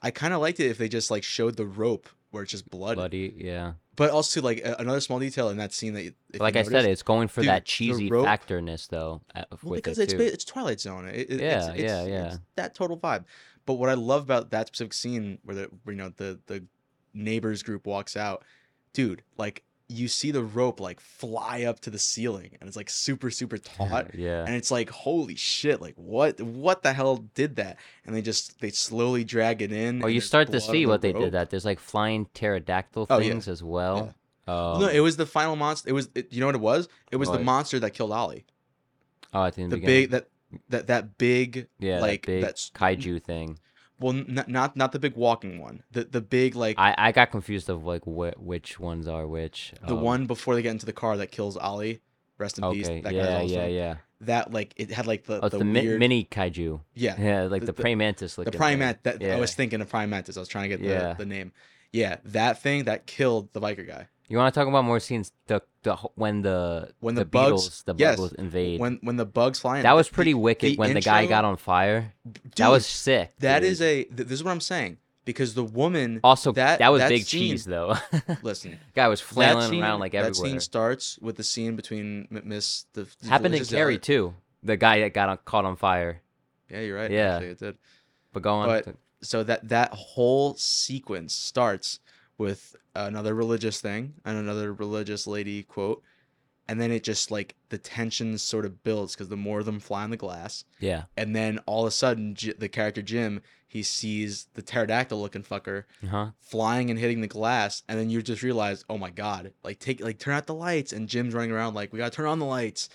I kind of liked it if they just like showed the rope where it's just blood. Bloody, yeah. But also like a- another small detail in that scene that you- if you like I said, noticed- it's going for dude, that the cheesy rope- factorness though. uh, Well, with because it it's too. ba- it's Twilight Zone. It, it- it's, Yeah, it's, yeah, it's yeah. that total vibe. But what I love about that specific scene where the where, you know the the neighbors group walks out, dude, like you see the rope like fly up to the ceiling, and it's like super super taut. yeah. And it's like holy shit! Like what? What the hell did that? And they just they slowly drag it in. Or and you there's start to blood on see the what they rope. did. That there's like flying pterodactyl Oh, yeah. things as well. Um, no, it was the final monster. It was it, you know what it was? It was the What? monster that killed Ollie. oh, I think The beginning. big that that that big yeah, like that big that's kaiju thing. Well, n- not not the big walking one. The the big like I, I got confused of like wh- which ones are which. the um, one before they get into the car that kills Ollie. Rest in peace. Okay. That guy's yeah, also- yeah, yeah. That like it had like the Oh, it's the, the, mi- weird mini kaiju. yeah Yeah, like The- the, the- praying mantis. the looking prime thing. ant that I Yeah. was thinking of prime mantis. I was trying to get the, Yeah. the name. Yeah, that thing that killed the biker guy. You want to talk about more scenes? The the wh- when the When the bugs- Beatles, the yes, Beatles invade. When when the bugs fly in. that was the- pretty wicked. the when the guy intro- got on fire, dude, that was sick. that dude. is a th- this is what I'm saying because the woman also that- that, was that big scene- cheese though. listen guy was flailing that scene, around like that everywhere. scene starts with the scene between M- Miss the, the Happened in religious Carrie zealot. too. The guy that got on, caught on fire. Yeah, you're right. Yeah. actually, it did. But go on. But- to- so that that whole sequence starts with another religious thing and another religious lady quote and then it just like the tension sort of builds because the more of them fly on the glass yeah. and then all of a sudden J- the character jim he sees the pterodactyl looking fucker Huh. flying and hitting the glass and then you just realize oh my god like take like turn out the lights and jim's running around like we gotta turn on the lights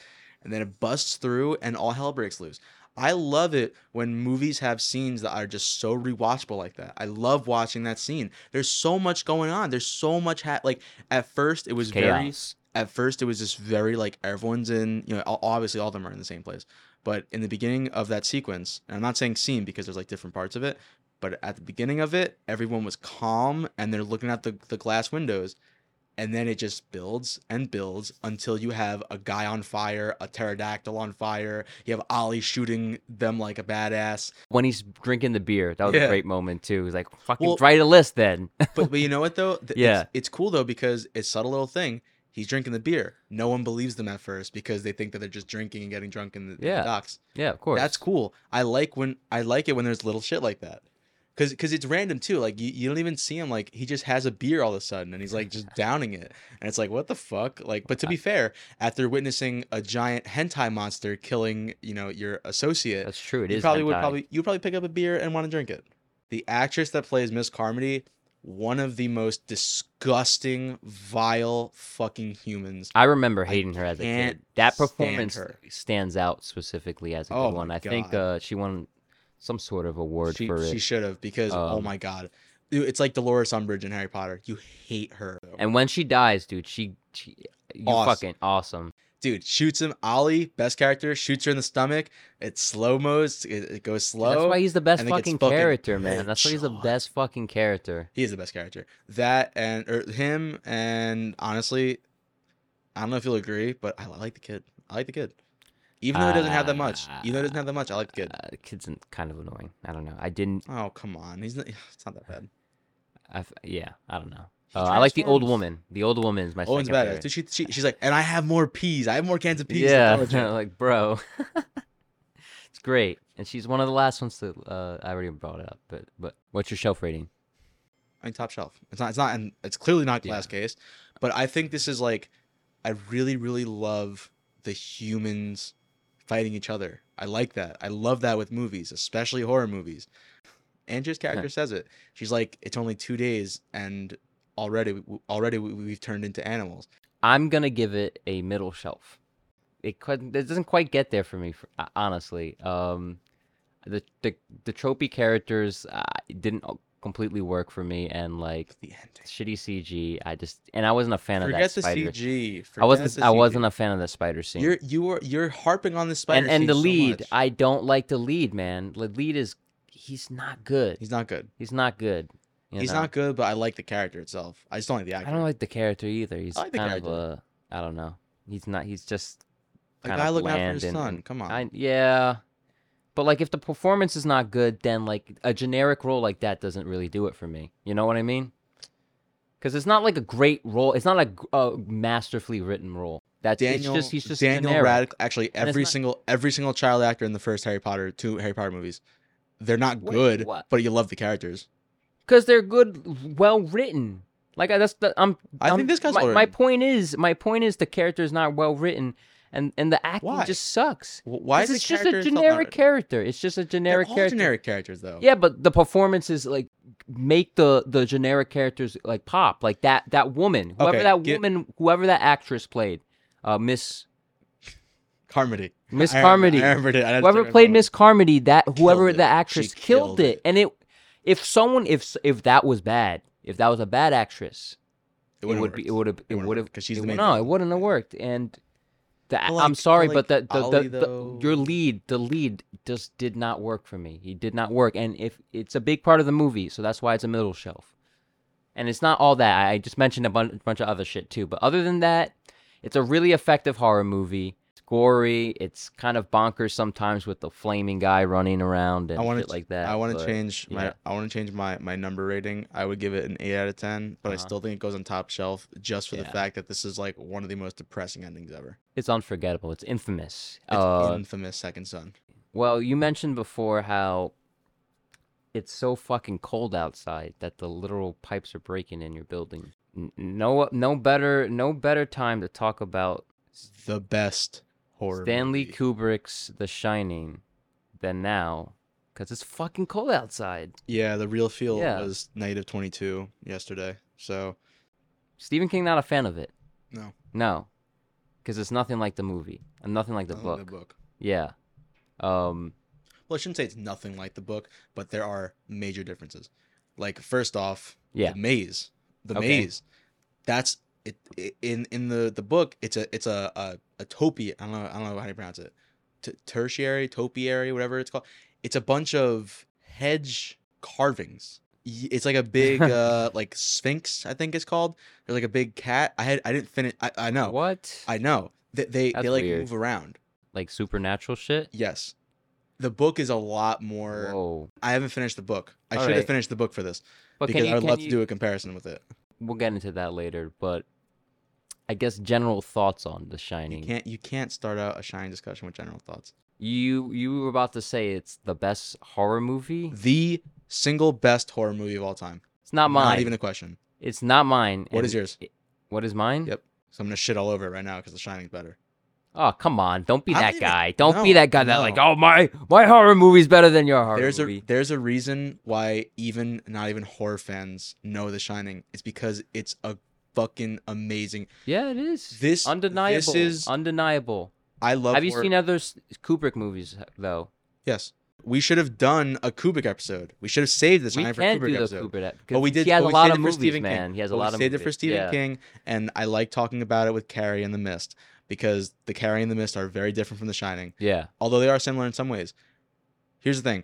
and then it busts through and all hell breaks loose i love it when movies have scenes that are just so rewatchable like that i love watching that scene there's so much going on there's so much ha- like at first it was very Chaos. at first it was just very like everyone's in you know o- obviously all of them are in the same place but in the beginning of that sequence and i'm not saying scene because there's like different parts of it but at the beginning of it everyone was calm and they're looking out the, the glass windows and then it just builds and builds until you have a guy on fire a pterodactyl on fire you have ollie shooting them like a badass When he's drinking the beer, that was Yeah. a great moment too. He's like, "Fucking Well- write a list then." but, but you know what though Th- Yeah. it's, it's cool though because it's a subtle little thing he's drinking the beer no one believes them at first because they think that they're just drinking and getting drunk in the, in the Yeah. docks yeah, of course. That's cool. I like when I like it when there's little shit like that. Cause, Cause it's random too. Like you, you don't even see him. Like he just has a beer all of a sudden, and he's like just downing it, and it's like what the fuck. Like, but to be fair, after witnessing a giant hentai monster killing, you know, your associate, That's true. It is you probably would hentai. probably you would probably pick up a beer and want to drink it. The actress that plays Miss Carmody, one of the most disgusting, vile, fucking humans I remember I hating her as a can't kid. That stand performance her. stands out specifically as a Oh good my one. I think God. uh, she won some sort of award she, for it. She should have because oh Um, my god, Dude, it's like Dolores Umbridge in Harry Potter. You hate her, and when she dies, dude, she, she you Awesome. fucking awesome. dude. Shoots him. Ollie, best character, shoots her in the stomach. It's slow mo's. It, it goes slow. That's why he's the best and it gets fucking fucking character, man. That's why he's the bitched on. best fucking character. he is the best character. That and or him and honestly, I don't know if you'll agree, but I like the kid. I like the kid, even though he doesn't have that much. Even though he doesn't have that much, I like the kid. Uh, the kid's an- kind of annoying. I don't know. I didn't. Oh come on, he's not, it's not that bad. I f yeah, I don't know. He Uh, I like the old transforms. woman. The old woman is my Owen's second badass. favorite. Dude, she, she, she's like, and I have more peas. I have more cans of peas. than yeah, Dollar Tree." like bro, it's great. And she's one of the last ones to. Uh, I already brought it up, but but what's your shelf rating? I mean, top shelf. It's not. It's not. And it's clearly not Yeah. glass case. But I think this is like, I really, really love the humans fighting each other. I like that. I love that with movies, especially horror movies. Andrew's character says it. She's like, it's only two days, and already, we- already we- we've turned into animals. I'm gonna give it a middle shelf. It couldn't. It doesn't quite get there for me, for, uh, honestly. Um, the the the tropey characters uh, didn't completely work for me, and like The ending. shitty CG. I just and I wasn't a fan Forget of the that spider. CG. Forget I wasn't. the I CG. wasn't a fan of the spider scene. You're you were you're harping on the spider. and and scene the so lead. much. I don't like the lead, man. The lead is he's not good. He's not good. He's not good. you He's know? not good, but I like the character itself. I just don't like the actor. I don't like the character either. He's like the kind of character. a. I don't know. He's not. He's just. a kind guy of looking out for bland his and- son. and Come on. I yeah. But like, if the performance is not good, then like a generic role like that doesn't really do it for me. You know what I mean? Because it's not like a great role. It's not a, g- a masterfully written role. That's Daniel, it's just he's just Daniel generic. Radcliffe. Actually, And it's every not- single every single child actor in the first Harry Potter two Harry Potter movies, they're not Wait, good, what? but you love the characters. because they're good, well written. Like I- that's the I'm. I think I'm- this guy's my, my well-written. point is my point is the character is not well written, and and the acting Why? just sucks. Wh- Why 'Cause is the it's just character a itself not generic written? character. It's just a They're generic all character. generic characters though. Yeah, but the performances like make the the generic characters like pop. Like that that woman, whoever Okay, that get- woman, whoever that actress played, uh, Miss Carmody. Miss I remember- Carmody, I remembered it. I had to whoever check my played phone. Miss Carmody, that whoever Killed it. the actress She killed, killed it. it. and it. If someone, if s- if that was bad, if that was a bad actress, It it, wouldn't would work. be, it would have, it wouldn't would have, work, 'cause she's it would- the main No, it villain. wouldn't have worked. And the, But I'm like- sorry, but but the, like the, Ollie, the, the- though- your lead, the lead just did not work for me. He did not work, and if it's a big part of the movie, so that's why it's a middle shelf. And it's not all that. I I just mentioned a bun- bunch of other shit too, but other than that, it's a really effective horror movie. It's gory. It's kind of bonkers sometimes with the flaming guy running around and I want shit to like that. I want but- to change my yeah. I want to change my my number rating. I would give it an eight out of ten, but I Uh-huh. still think it goes on top shelf just for the Yeah. fact that this is like one of the most depressing endings ever. It's unforgettable. It's infamous. It's Uh, infamous Second Son. Well, you mentioned before how it's so fucking cold outside that the literal pipes are breaking in your building. N- No, no better, no better time to talk about The best horror. Stanley movie. Kubrick's The Shining than now, because it's fucking cold outside. Yeah, the real feel Yeah. was negative twenty two yesterday. So Stephen King not a fan of it. No. No, because it's nothing like the movie and nothing like the nothing book. like the book. Yeah. Um. Well, I shouldn't say it's nothing like the book, but there are major differences. Like first off, Yeah. the maze, the Okay. maze. That's it, i in in the the book. It's a it's a a, a topi. I don't know I don't know how you pronounce it. T- tertiary, topiary, whatever it's called. It's a bunch of hedge carvings. Y- It's like a big uh like sphinx, I think it's called. There's like a big cat. I had I didn't finish. I I know. What? I know. They they, That's they like weird. move around. Like supernatural shit. Yes. The book is a lot more. Whoa. I haven't finished the book. I All should right. have finished the book for this But because can you, I would can love you, to do a comparison with it. we'll get into that later, but I guess general thoughts on The You Shining. You can't you can't start out a shining discussion with general thoughts. you, were about to say it's the best horror movie. The single best horror movie of all time. It's not mine. Not even a question. It's not mine. What is and- yours? What is mine? Yep. So I'm gonna shit all over it right now because The Shining's better. Oh come on! Don't be I don't that even- guy. Don't be no, that guy that like, no. oh my, my horror movie's better than your horror there's movie. a there's a reason why even not even horror fans know The Shining. It's because it's a fucking amazing. Yeah, it is. This- undeniable. this is- undeniable. I love. Have you horror- seen other s- Kubrick movies though? Yes. We should have done a Kubrick episode. We should have saved this. we Shining for can't Kubrick do the episode. Kubrick, ep- But we 'cause did. He has but a we lot saved of it movies, for Stephen man. King. He has But a we lot of saved movies. it for Stephen yeah. King, and I like talking about it with Carrie and The Mist because the Carrie and The Mist are very different from The Shining, Yeah. although they are similar in some ways. Here's the thing: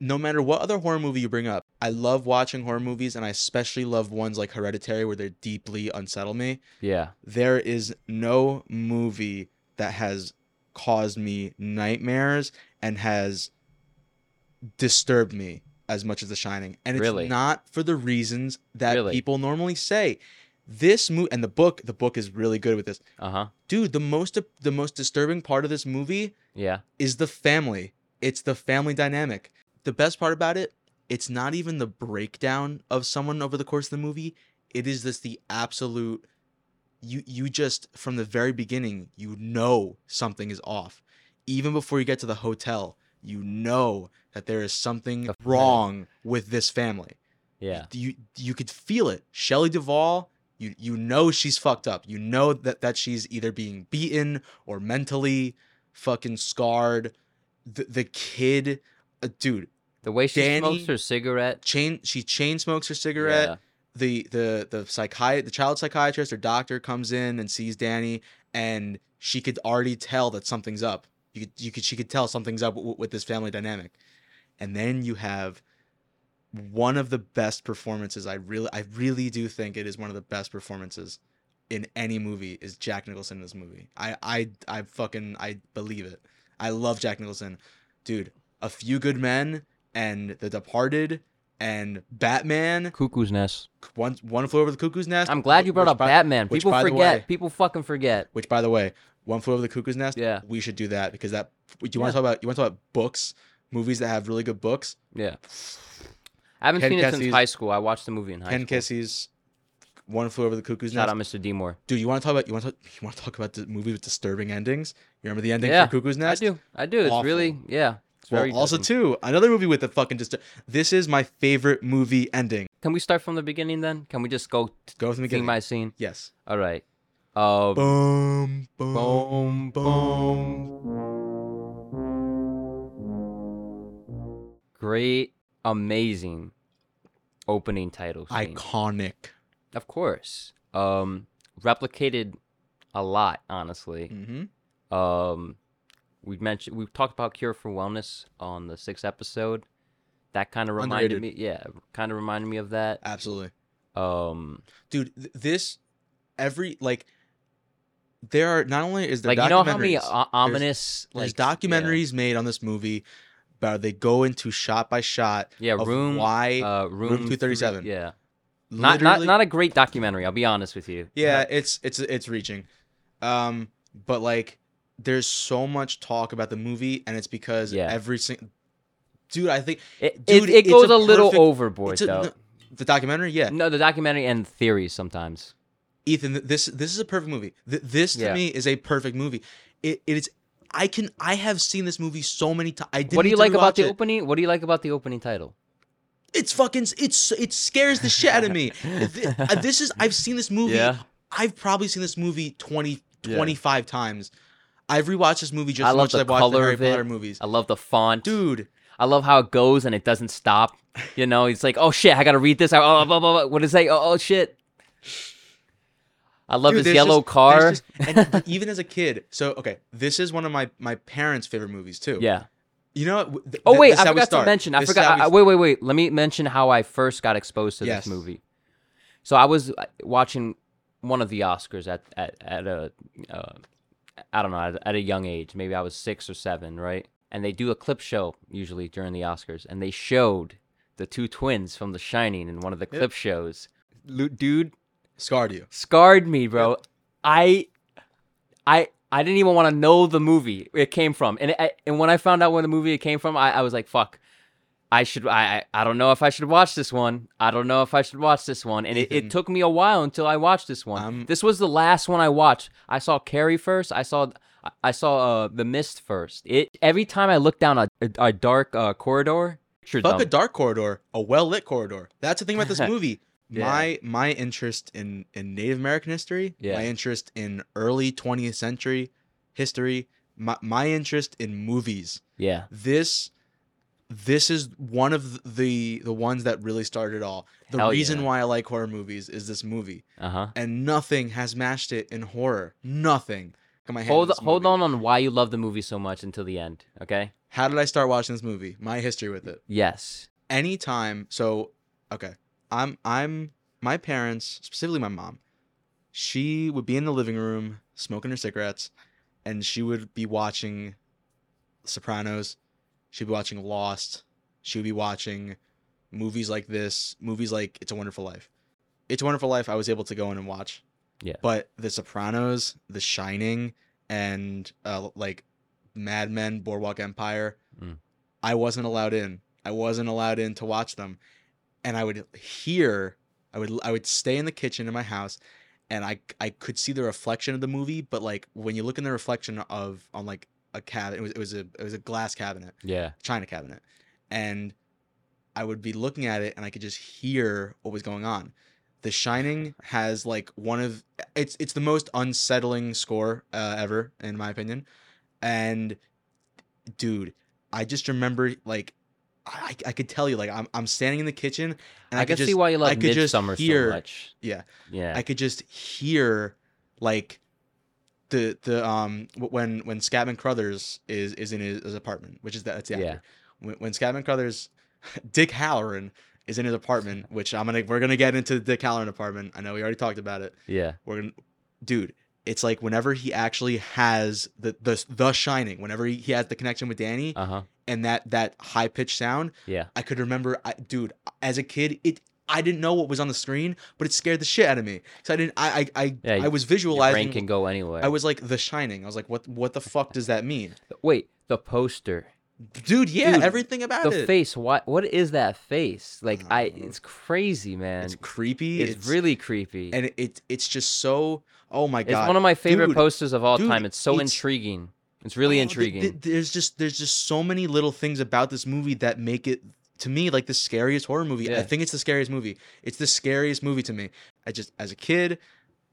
no matter what other horror movie you bring up, I love watching horror movies, and I especially love ones like Hereditary, where they deeply unsettle me. Yeah. There is no movie that has caused me nightmares and has disturbed me as much as The Shining. And it's Really? not for the reasons that Really? people normally say. This movie and the book, the book is really good with this. Uh huh. Dude, the most the most disturbing part of this movie Yeah. is the family. It's the family dynamic. The best part about it, it's not even the breakdown of someone over the course of the movie. It is just the absolute you you just from the very beginning, you know something is off. Even before you get to the hotel, you know that there is something The- wrong with this family. Yeah. You you could feel it. Shelley Duvall, you you know she's fucked up. You know that that she's either being beaten or mentally fucking scarred. The the kid, uh, dude, The way she smokes Danny- her cigarette. chain she chain smokes her cigarette. The the the psychiat the child psychiatrist or doctor comes in and sees Danny, and she could already tell that something's up. You could you could she could tell something's up w- with this family dynamic, and then you have one of the best performances. I really, I really do think it is one of the best performances in any movie. Is Jack Nicholson in this movie? I, I, I fucking, I believe it. I love Jack Nicholson, dude. A Few Good Men and The Departed and Batman. Cuckoo's Nest. One, one flew over the cuckoo's nest. I'm glad you brought which up by- Batman. which, People by the forget. way- People fucking forget. Which, by the way, one flew over the cuckoo's nest. Yeah. we should do that because that. Do you want Yeah. to talk about? You want to talk about books, movies that have really good books. Yeah. I haven't Ken seen it Kesey's- since high school. I watched the movie in high Ken school. Kesey's One Flew Over the Cuckoo's Shout Nest. out Mr. D Moore. Dude, you want to talk about you want to you want to talk about the movie with disturbing endings? You remember the ending Yeah, for Cuckoo's I Nest? do. I do. It's awful. really yeah. It's Well, very also different. too another movie with a fucking just. This is my favorite movie ending. Can we start from the beginning then? Can we just go t- Go from the scene beginning. by scene? yes. All right. Uh, Boom, Boom, boom, boom. great, amazing opening title scene. Iconic. of course. Um, replicated a lot, honestly. Mm-hmm. Um, we mentioned we've talked about Cure for Wellness on the sixth episode. That kind of reminded Underrated. me, yeah, kind of reminded me of that. Absolutely. Um, dude th- this every like there are not only is there like you know how many documentaries- o- ominous like there's yeah. documentaries made on this movie but they go into shot by shot yeah, of room why uh, room, 237. three- yeah, not not literally- not a great documentary. I'll be honest with you. yeah it's it's it's reaching um but like there's so much talk about the movie and it's because Yeah. every single dude i think it, Dude, it, it it's goes a a, little perfect- overboard it's a- though. no- the documentary yeah No, the documentary and theories sometimes. Ethan, th- this this is a perfect movie. Th- this to Yeah. me is a perfect movie. It it is. I can I have seen this movie so many times. I didn't What do you need to like about rewatch the it. opening? What do you like about the opening title? It's fucking. It's it scares the shit out of me. Th- uh, this is I've seen this movie. Yeah. I've probably seen this movie 20, Yeah. 25 times. I've rewatched this movie just I as love much as the I've watched the color Harry of it. Potter movies. I love the font. Dude, I love how it goes and it doesn't stop. You know, it's like, oh shit, I gotta read this. Oh, blah, blah, blah. What is that? Oh, oh shit. I love Dude, this there's yellow just- car. there's just- and but even as a kid, so okay, this is one of my my parents' favorite movies too. yeah. You know. what? Th- Oh th- wait, this is I how we forgot to start. mention. I This is how forgot. we I, I- wait, wait, wait. Let me mention how I first got exposed to Yes. this movie. So I was uh, watching one of the Oscars at at at a uh, I don't know at, at a young age. Maybe I was six or seven, right? And they do a clip show usually during the Oscars, and they showed the two twins from The Shining in one of the Yep. clip shows. Lu- Dude, scarred you. scarred me, bro. I, I, I didn't even want to know the movie it came from, and I, and when I found out when the movie it came from, I, I was like, fuck, I should, I, I, I don't know if I should watch this one. I don't know if I should watch this one, and it, Ethan. it took me a while until I watched this one. I'm- this was the last one I watched. I saw Carrie first. I saw. I- I saw uh, the mist first. It every time I looked down a, a, a dark uh, corridor. Sure, Fuck a dark corridor, a well lit corridor. That's the thing about this movie. Yeah. My my interest in in Native American history, Yeah. my interest in early 20th century history, my my interest in movies. yeah, This this is one of the the ones that really started it all. The Hell reason yeah. why I like horror movies is this movie, uh huh. and nothing has matched it in horror. Nothing. Look at my hand in Hold this hold movie. on on why you love the movie so much until the end. Okay. How did I start watching this movie? My history with it. Yes. anytime so okay i'm i'm my parents specifically my mom she would be in the living room smoking her cigarettes and she would be watching sopranos she'd be watching lost she would be watching movies like this movies like it's a wonderful life it's a wonderful life i was able to go in and watch Yeah. but the sopranos the shining and uh, like mad men boardwalk empire Mm. i wasn't allowed in i wasn't allowed in to watch them and i would hear i would i would stay in the kitchen in my house and i i could see the reflection of the movie but like when you look in the reflection of on like a cabinet it was, it was a it was a glass cabinet Yeah. china cabinet and i would be looking at it and i could just hear what was going on the shining has like one of it's it's the most unsettling score uh, ever in my opinion and dude i just remember like I, I could tell you like I'm, I'm standing in the kitchen and I, I, can could just see why you I love could just Midsummer hear- so much. yeah. Yeah. I could just hear like the the um wh- when when Scatman Crothers is is in his, his apartment, which is that that's the actor. Yeah. when, when Scatman Crothers, Dick Halloran is in his apartment, which I'm gonna we're gonna get into the Dick Halloran apartment. I know we already talked about it. Yeah. We're gonna, dude. It's like whenever he actually has the the the Shining, whenever he, he has the connection with Danny Uh huh. and that that high pitched sound, Yeah. I could remember, I, dude, as a kid, it. I didn't know what was on the screen, but it scared the shit out of me. So I didn't. I I I, Yeah, I was Your brain visualizing. can go anywhere. I was like The Shining. I was like, what what the fuck does that mean, Wait, the poster, dude? Yeah, Dude, everything about the it. face. What? What is that face? Like I, Uh, it's crazy, man. it's It's, creepy. It's, really really creepy. and it it's just so. Oh my god! it's one of my favorite dude, posters of all dude, time. It's so it's- intriguing. It's really Oh, th- th- intriguing. there's just there's just so many little things about this movie that make it to me like the scariest horror movie. I Yeah. think it's the scariest movie. It's the scariest movie to me. I just as a kid,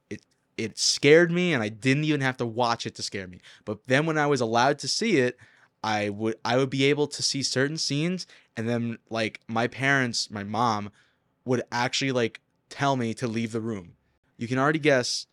it it scared me, and I didn't even have to watch it to scare me. But then when I was allowed to see it, I would I would be able to see certain scenes, and then like my parents, my mom, would actually like tell me to leave the room. You can already guess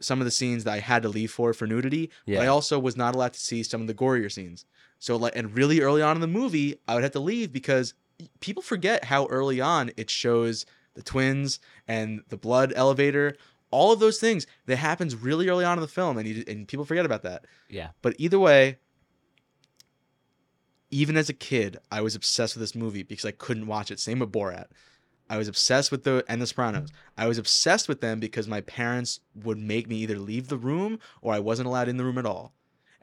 some of the scenes that I had to leave for for nudity, but I Yeah. also was not allowed to see some of the gorier scenes. So like and really early on in the movie, I would have to leave because people forget how early on it shows the twins and the blood elevator, all of those things that happens really early on in the film and you, and people forget about that. Yeah. But either way, even as a kid, I was obsessed with this movie because I couldn't watch it. Same with Borat. I was obsessed with the and the Sopranos. I was obsessed with them because my parents would make me either leave the room or I wasn't allowed in the room at all.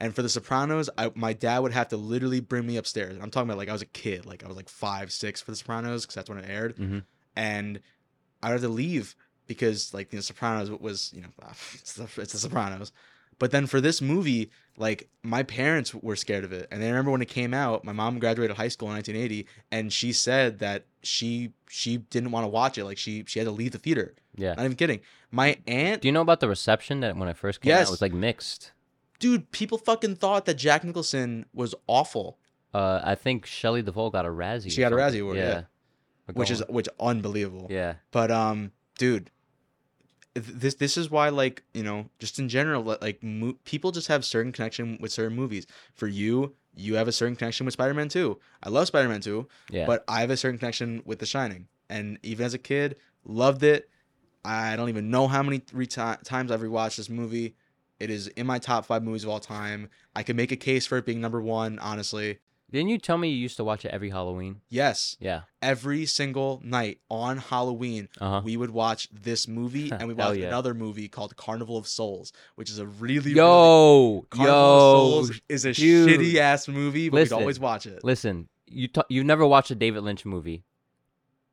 And for the Sopranos, I, my dad would have to literally bring me upstairs. I'm talking about like I was a kid, like I was like five, six for the Sopranos because that's when it aired. Mhm. And I would have to leave because like the Sopranos was you know it's the, it's the Sopranos. But then for this movie, like my parents were scared of it, and I remember when it came out. My mom graduated high school in 1980, and she said that she she didn't want to watch it. Like she she had to leave the theater. yeah. Not even kidding. My aunt, Do you know about the reception that when it first came out, Yes. it was like mixed. dude, people fucking thought that Jack Nicholson was awful, Uh, I think Shelley Duvall got a Razzie. or She got a Razzie something. award, yeah. A which is Golden- which unbelievable. yeah, But um, dude, th- this this is why like you know just in general li- like mo- people just have certain connection with certain movies. For you, you have a certain connection with Spider Man Two. I love Spider Man Two, yeah. but I have a certain connection with The Shining, and even as a kid, loved it. I don't even know how many three ti- times I've rewatched this movie. It is in my top five movies of all time. I could make a case for it being number one, honestly. Didn't you tell me you used to watch it every Halloween? Yes, Yeah. every single night on Halloween, Uh huh. we would watch this movie and we Hell watched yeah. another movie called Carnival of Souls, which is a really really- Yo, Carnival yo. of Souls is a dude. shitty ass movie, but Listen. we'd always watch it. Listen, you t- you never watched a David Lynch movie.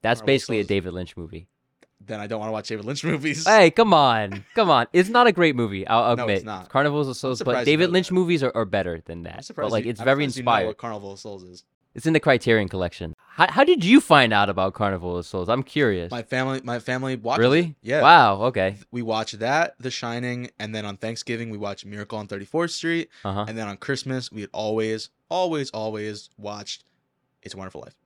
That's Alright, what's basically a those? David Lynch movie. Then I don't want to watch David Lynch movies. Hey, come on, come on! It's not a great movie. I'll No, admit. it's not. Carnivals of Souls, but surprised you David know Lynch that. movies are, are better than that. I'm but surprised like, you- it's I'm very surprised you know inspired. what Carnival of Souls is. It's in the Criterion Collection. How, how did you find out about Carnival of Souls? I'm curious. My family, my family watched. really? Yeah. Wow. Okay. We watched that, The Shining, and then on Thanksgiving we watched Miracle on 34th Street, Uh huh. and then on Christmas we had always, always, always watched It's a Wonderful Life.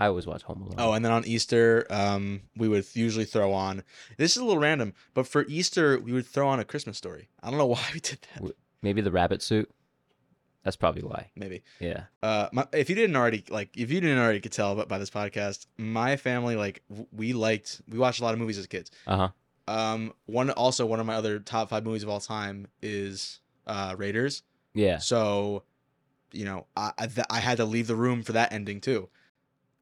I always watch Home Alone. Oh, and then on Easter, um, we would usually throw on. This is a little random, but for Easter we would throw on a Christmas story. I don't know why we did that. W- Maybe the rabbit suit. That's probably why. Maybe. Yeah. Uh, my, if you didn't already like, if you didn't already could tell by, by this podcast, my family like w- we liked we watched a lot of movies as kids. Uh huh. Um, one also one of my other top five movies of all time is uh Raiders. Yeah. So, you know, I I, th- I had to leave the room for that ending too.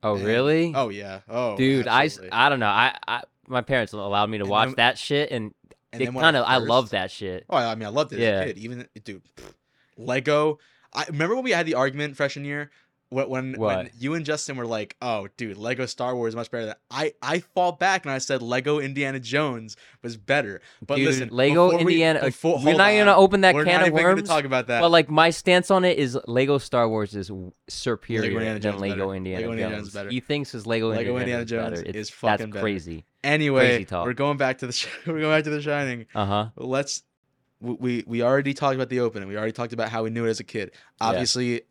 Oh And- really? Oh yeah. Oh, Dude, I, s- absolutely. I don't know. I, I my parents allowed me to And watch then- that shit, and, And they then when kind of I love first- that shit. Oh, I mean, I loved it as Yeah. a kid. Even dude, pfft, Lego. I remember when we had the argument freshman year when when, when What? you and Justin were like, "Oh, dude, Lego Star Wars is much better." Than I I fought back and I said Lego Indiana Jones was better. But Dude, listen, Lego before we- Indiana. before- we're hold not on. gonna open that We're can not of even gonna worms. talk about that. But like my stance on it is Lego Star Wars is w- superior Indiana than Jones Lego better. Indiana Lego Jones. Indiana Jones better. He thinks his Lego, Lego Indiana Indiana, Jones better. is It's, fucking that's better. crazy. anyway, crazy talk. we're going back to the sh- we're going back to the Shining. Uh huh. Let's we- we we already talked about the opening. We already talked about how we knew it as a kid. Yeah. Obviously,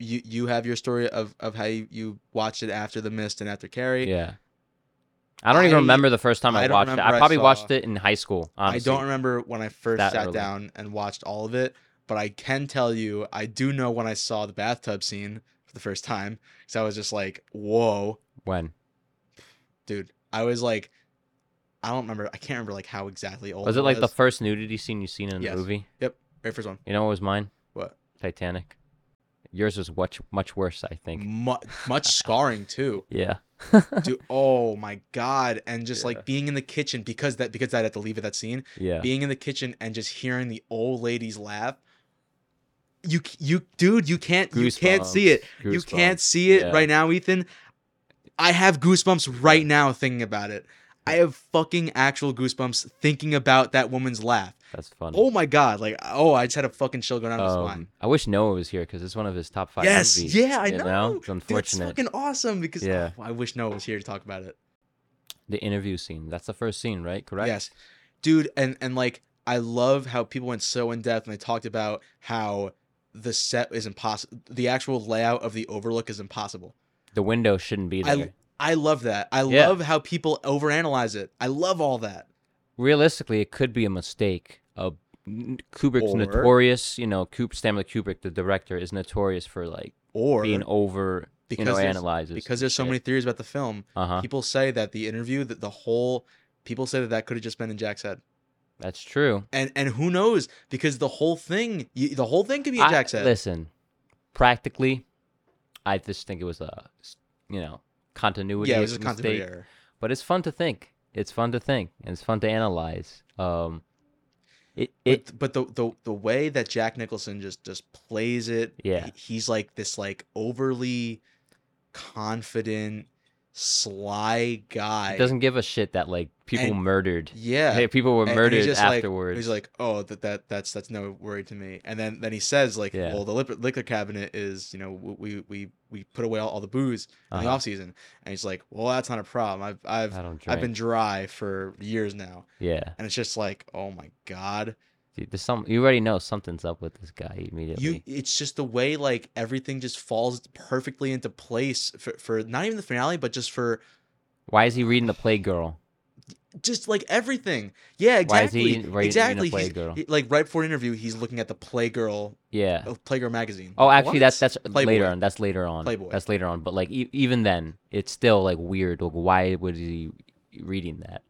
you you have your story of of how you, you watched it after The Mist and after Carrie. Yeah. I don't even I- remember the first time I I, don't watched it. remember I I probably saw- watched it in high school. Honestly. I don't remember when I first That sat early. down and watched all of it, but I can tell you I do know when I saw the bathtub scene for the first time. So I was just like, whoa, When dude. I was like, I don't remember. I can't remember like how exactly old. was it I like the first nudity scene you've seen in a Yes. movie? very first one? You know what was mine? What? Titanic. Yours was much much worse, I think. Mu- much scarring too. Yeah. Dude, oh my god! And just Yeah. like being in the kitchen because that because I had to leave at that scene. Yeah. being in the kitchen and just hearing the old ladies laugh. You c- you dude, you can't you can't see it. Goosebumps. You can't see it Yeah. right now, Ethan. I have goosebumps right now thinking about it. I have fucking actual goosebumps thinking about that woman's laugh. That's funny. Oh my god! Like oh, I just had a fucking chill going down my Um, spine. I wish Noah was here because it's one of his top five Yes, movies. yeah, I you know. It's Dude, it's unfortunate. fucking awesome because Yeah. oh, I wish Noah was here to talk about it. The interview scene. That's the first scene, right? Correct. Yes, dude, and and like I love how people went so in depth and they talked about how the set is impossible. The actual layout of the overlook is impossible. The window shouldn't be there. I- I love that. I Yeah. love how people overanalyze it. I love all that. Realistically, it could be a mistake. Uh, n- Kubrick's Or- notorious. You know, Coop, Stanley Kubrick, the director, is notorious for like Or being over. because you know, there's, analyzes because there's so many theories about the film, Uh huh. people say that the interview that the whole people say that that could have just been in Jack's head. That's true. And and who knows because the whole thing you, the whole thing could be in I- Jack's head. listen, practically, I just think it was a s- you know continuity. yeah, it was a mistake. continuity error. but it's fun to think. It's fun to think, and it's fun to analyze. Um, it it but, but the, the the way that Jack Nicholson just just plays it, Yeah. he- he's like this like overly confident, sly guy. it doesn't give a shit that like people and- murdered. yeah. Hey, people were and- and he's murdered just like- afterwards. he's like, oh, that that that's that's no worry to me. And then then he says like, Yeah. well, the liquor, liquor cabinet is you know we we we put away all, all the booze in the Uh-huh. off season, and he's like, well, that's not a problem. I've I've I don't drink. I've been dry for years now, yeah, and it's just like, oh my god. Dude, there's some. You already know something's up with this guy immediately. you it's just the way like everything just falls perfectly into place for, for not even the finale but just for Why is he reading the Playgirl? just like everything yeah Why is he exactly in- right in a exactly he's- Playgirl? he- like right before an interview he's looking at the playgirl Yeah. oh, playgirl magazine Oh, actually, What? that's that's later Playboy. on. That's later on. Playboy. That's later on. But like e- even then, it's still like weird. Like why would he reading that?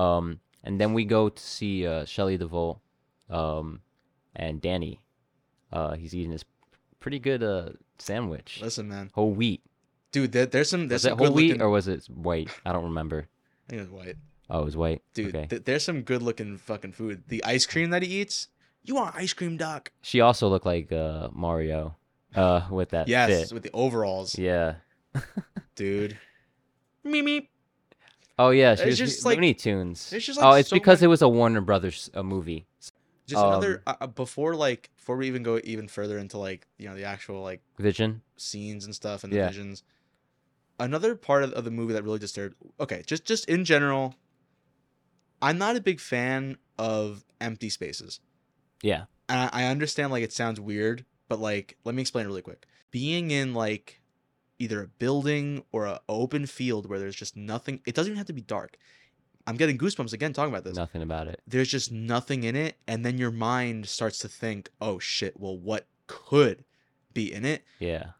Um, and then we go to see uh, Shelley Duvall, um, and Danny. Uh, he's eating this pretty good uh sandwich, listen man whole wheat. dude there, there's some Was there's it some whole good wheat looking or was it white? I don't remember. I think it was white Oh, it was white. dude okay. th- there's some good looking fucking food the ice cream that he eats you want ice cream doc she also looked like uh Mario, uh, with that yes fit. with the overalls Yeah. dude me me Oh yeah, she was It's just, Lo- like- Looney Tunes. it's just, oh, like, it's so because it many- was a Warner Brothers uh movie. just Um, another uh, uh, before like before we even go even further into like you know the actual like Vision. scenes and stuff and the Yeah. visions another part of, of the movie that really disturbed okay just just in general i'm not a big fan of empty spaces Yeah. and I, I understand like it sounds weird but like let me explain really quick being in like either a building or an open field where there's just nothing it doesn't even have to be dark i'm getting goosebumps again talking about this Nothing about it. there's just nothing in it and then your mind starts to think oh shit well what could be in it Yeah.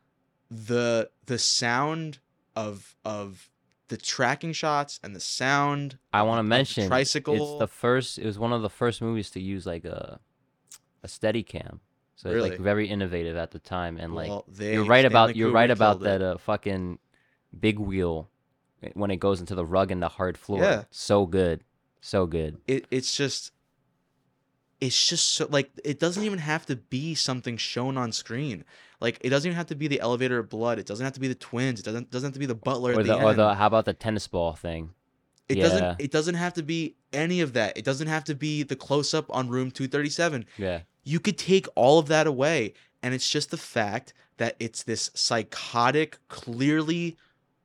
the the sound of of the tracking shots and the sound I want to of the mention It's tricycle. the first. It was one of the first movies to use like a a Steadicam. So it's like Really? very innovative at the time, and like well, they, you're right about Stanley you're right Kubrick about killed it. that uh, fucking big wheel eh, when it goes into the rug and the hard floor. Yeah. So good, so good. it, it's just it's just so like it doesn't even have to be something shown on screen like it doesn't even have to be the elevator of blood it doesn't have to be the twins it doesn't doesn't have to be the butler Or at the, the, or end. the how about the tennis ball thing? It Yeah. doesn't it doesn't have to be any of that. It doesn't have to be the close up on room 237. Yeah. You could take all of that away and it's just the fact that it's this psychotic clearly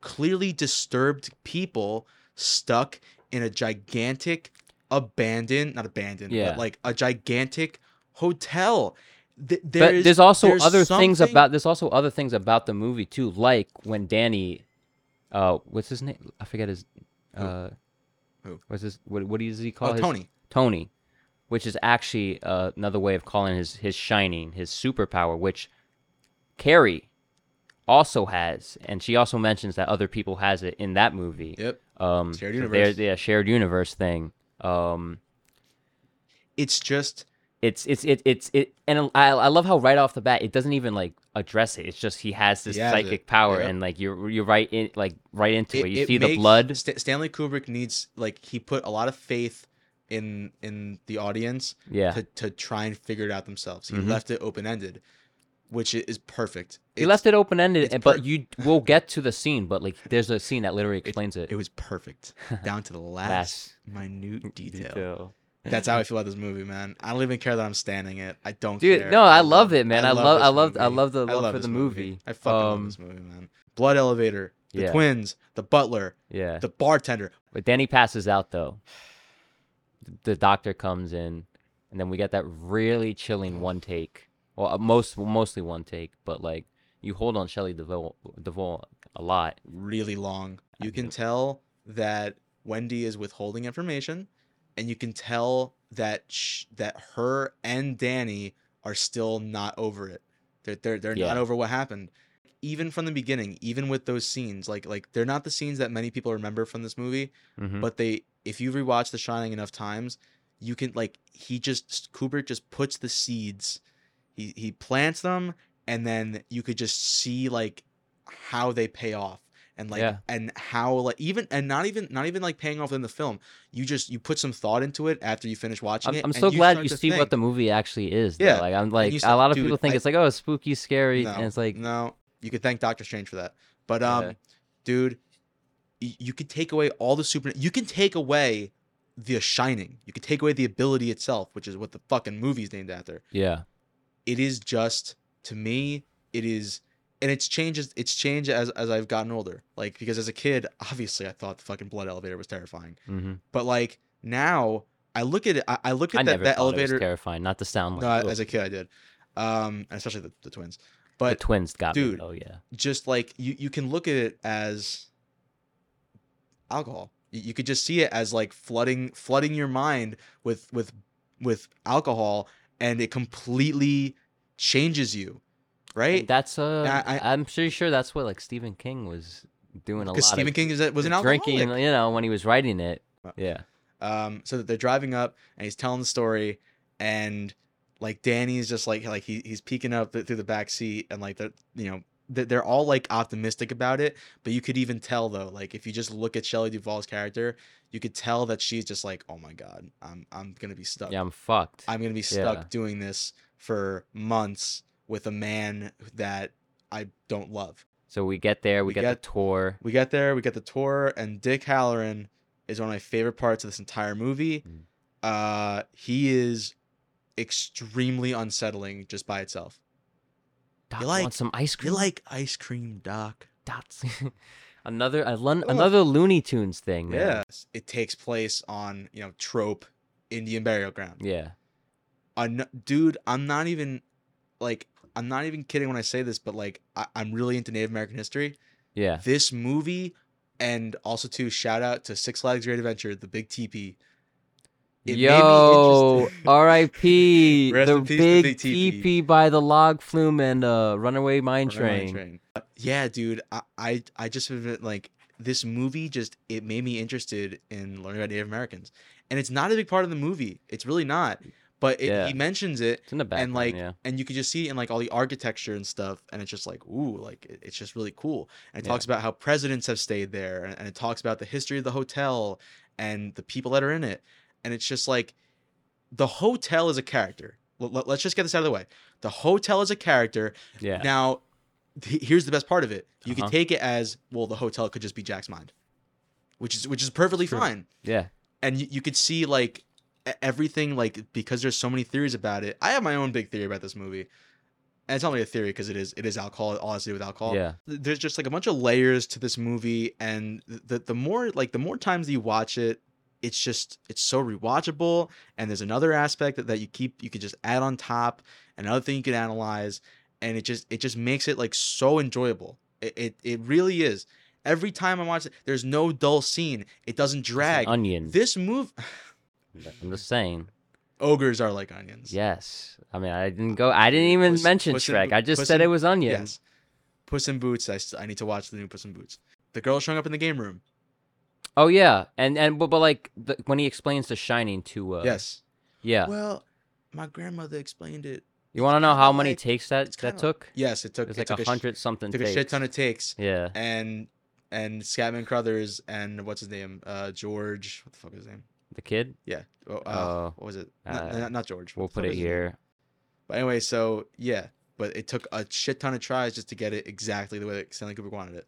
clearly disturbed people stuck in a gigantic abandoned not abandoned Yeah. but like a gigantic hotel. Th- but is- there's also there's other things something- about there's also other things about the movie too, like when Danny, uh, what's his name? I forget his, Who? uh, Who? What's his? What, what does he call oh, his- Tony. Tony, which is actually uh, another way of calling his his shining, his superpower, which Carrie also has, and she also mentions that other people has it in that movie. Yep. Um, Shared so universe. there's- yeah, shared universe thing. Um, It's just it's it's it, it's it, and I I love how right off the bat it doesn't even like address it. It's just he has this He has it, psychic power, yep. and like you're you're right in like right into it. it- You it see the makes- blood. Sta- Stanley Kubrick needs like he put a lot of faith in in the audience Yeah, to, to try and figure it out themselves. He Mhm. left it open ended, which i- is perfect. he It's- left it open ended, it's per- but you we'll get to the scene. But like, there's a scene that literally explains it. It was perfect down to the last, minute detail. Detail. That's how I feel about this movie, man. I don't even care that I'm standing it. I don't Dude, care. no, I love it, man. I love- this I love- I movie. love the love for this the movie. I fucking love Um, this movie, man. Blood Elevator, the yeah. twins, the butler, Yeah, the bartender. but then he passes out though. The doctor comes in, and then we get that really chilling one take. Well, uh, most mostly one take, but like you hold on Shelley Duvall, Duvall a lot. Really long. You can Yeah. tell that Wendy is withholding information, and you can tell that sh- that her and Danny are still not over it. They're they're they're not Yeah. over what happened. Even from the beginning, even with those scenes, like like they're not the scenes that many people remember from this movie. Mhm. but they if you rewatch The Shining enough times, you can like he just Kubrick just puts the seeds, he he plants them, and then you could just see like how they pay off and like Yeah. and how like even and not even not even like paying off in the film. You just you put some thought into it after you finish watching I'm, it. I'm and so glad start you to see think, what the movie actually is. though. Yeah. like I'm like you a start- lot of dude, people think I- it's like oh spooky, scary, and it's like Uh-huh. no, you could thank Doctor Strange for that. But um, Yeah. dude, y- you could take away all the super. You can take away the Shining. You could take away the ability itself, which is what the fucking movie's named after. yeah, It is just to me, it is, and it's changes. It's changed as as I've gotten older. Like because as a kid, obviously I thought the fucking blood elevator was terrifying, mm-hmm. but like now I look at it. I, I look at I that never that thought it was elevator. terrifying. Not to sound like oh, No, "Ugh." as a kid I did, um, and especially the, the twins. the But twins got dude, me. Oh yeah, just like you you can look at it as alcohol you, you could just see it as like flooding flooding your mind with with with alcohol and it completely changes you right And that's uh, I, I- I- am pretty sure that's what like Stephen King was doing a lot. because stephen of king is, was an alcoholic drinking, you know, when he was writing it. Well, Yeah, um so that they're driving up and he's telling the story and like danny is just like like he, he's peeking up th- through the back seat and like they're you know th- they're all like optimistic about it but you could even tell though like if you just look at Shelley Duvall's character you could tell that she's just like oh my god i'm i'm gonna be stuck yeah, I'm fucked. i'm gonna be stuck yeah. doing this for months with a man that i don't love so we get there, we, we get, get- the tour. we get there, we get the tour, and Dick Halloran is one of my favorite parts of this entire movie. Mm. Uh, he is extremely unsettling just by itself. Doc You like- wants some ice You cream. like ice cream, Doc? dots. another a lun- Ugh. another Looney Tunes thing. Man. Yes. It takes place on you know trope Indian burial ground. Yeah. An- dude, I'm not even like I'm not even kidding when I say this, but like I- I'm really into Native American history. Yeah. This movie, and also to shout out to Six Flags Great Adventure, the Big Teepee. It made me Yo, interested- R.I.P. Rest the in peace, the big big TP. TP by the log flume and uh, runaway mine train. Yeah, dude. I, I I just have been, like this movie just it made me interested in learning about Native Americans, and it's not a big part of the movie. It's really not, but it, Yeah. he mentions it, It's in the background. and like yeah. and you could just see it in like all the architecture and stuff, and it's just like ooh, like it- it's just really cool. And it Yeah. talks about how presidents have stayed there, and, and it talks about the history of the hotel and the people that are in it, and it's just like the hotel is a character. Let- let- let's just get this out of the way. The hotel is a character Yeah. now, th- here's the best part of it. You Uh-huh. could take it as well. The hotel could just be Jack's mind, which is which is perfectly True. fine. yeah. And you, you could see like e- everything like because there's so many theories about it. I have my own big theory about this movie, and it's not really a theory because it is it is alcohol. It all has to do with alcohol. Yeah. Th- There's just like a bunch of layers to this movie, and th- the the more like the more times you watch it, it's just it's so rewatchable and there's another aspect that, that you keep you could just add on top another thing you could analyze and it just it just makes it like so enjoyable it it, it really is every time i watch it there's no dull scene it doesn't It's an drag Onion. this move I'm just saying. ogres are like onions Yes. I mean, I didn't go. I didn't even Puss- mention Puss in Shrek. Bo- I just Puss said in- it was onions. yes Puss in Boots. I, s- I need to watch the new Puss in Boots. The girl showing up in the game room. Oh yeah, and and but, but like the, when he explains the shining to uh, yes. yeah. Well, my grandmother explained it. You want to know how kinda many like- takes that it's that kinda- took? Yes, it took. It's it like took a sh- hundred something. took takes. a shit ton of takes, Yeah. and and Scatman Crothers and what's his name? Uh, George. What the fuck is his name? The kid. Yeah. Oh, uh, Oh, what was it? Not, uh, not, not George. What We'll the put fuck it is his name? here. But anyway, so yeah, but it took a shit ton of tries just to get it exactly the way that Stanley Kubrick wanted it.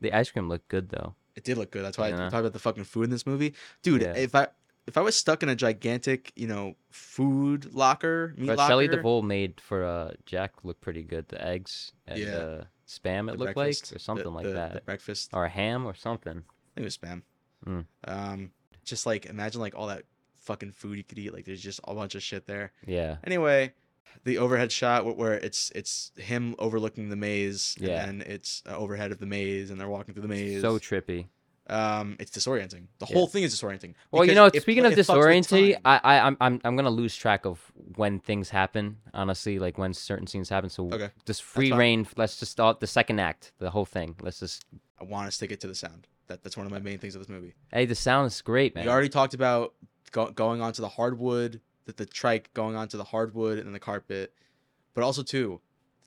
The ice cream looked good though. It did look good. That's why I Yeah. talked about the fucking food in this movie, dude. Yeah. If I if I was stuck in a gigantic, you know, food locker, meat But locker, Shelley Duvall made for uh, Jack looked pretty good. The eggs and Yeah. uh, spam the it looked breakfast, like, or the- something like the- the that, breakfast. or a ham or something. I think it was spam. Mm. Um, just like imagine like all that fucking food you could eat. Like there's just a bunch of shit there. Yeah. Anyway, the overhead shot wh- where it's it's him overlooking the maze, Yeah. and then it's uh, overhead of the maze, and they're walking through the maze. So trippy. um, it's disorienting. The Yeah. whole thing is disorienting. Well, you because know, it- speaking like, of it fucks with disorienting, time. I, I, I'm, I'm, I'm gonna lose track of when things happen. Honestly, like when certain scenes happen. So Okay, just free fine. reign. Let's just start the second act, the whole thing. Let's just. I want to stick it to the sound. That that's one of my main things of this movie. Hey, the sound is great, man. We already talked about go- going onto the hardwood, that the trike going onto the hardwood and the carpet, but also too,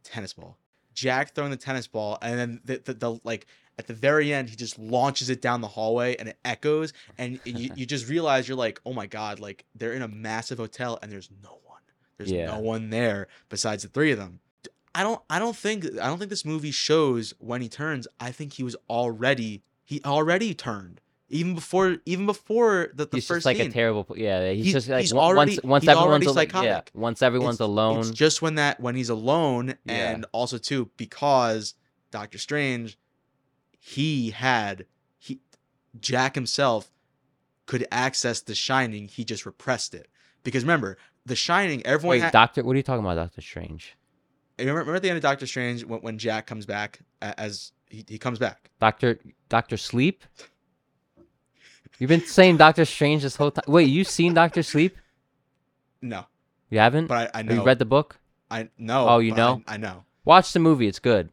the tennis ball. Jack throwing the tennis ball, and then the, the, the like at the very end, he just launches it down the hallway, and it echoes, and you, you just realize you're like, oh my god, like they're in a massive hotel, and there's no one, there's Yeah. no one there besides the three of them. I don't, I don't think, I don't think this movie shows when he turns. I think he was already, he already turned even before, even before the, the he's first just like scene. a terrible. Yeah, he's, He's- just like he's on- already- once once he's already everyone's al- yeah, psychotic. once everyone's It's- alone. It's just when that when he's alone, Yeah. and also too because Doctor Strange, he had he Jack himself could access the Shining. He just repressed it because remember the Shining. Everyone Wait, ha- Doctor, what are you talking about, Doctor Strange? remember, remember at the end of Doctor Strange when, when Jack comes back a- as he, he comes back. Doctor Doctor Sleep? You've been saying Doctor Strange this whole time. Wait, you seen Doctor Sleep? No, You haven't? but I, I Have know. You read the book? I know. Oh, you but I- know? I, know. Watch the movie. It's good.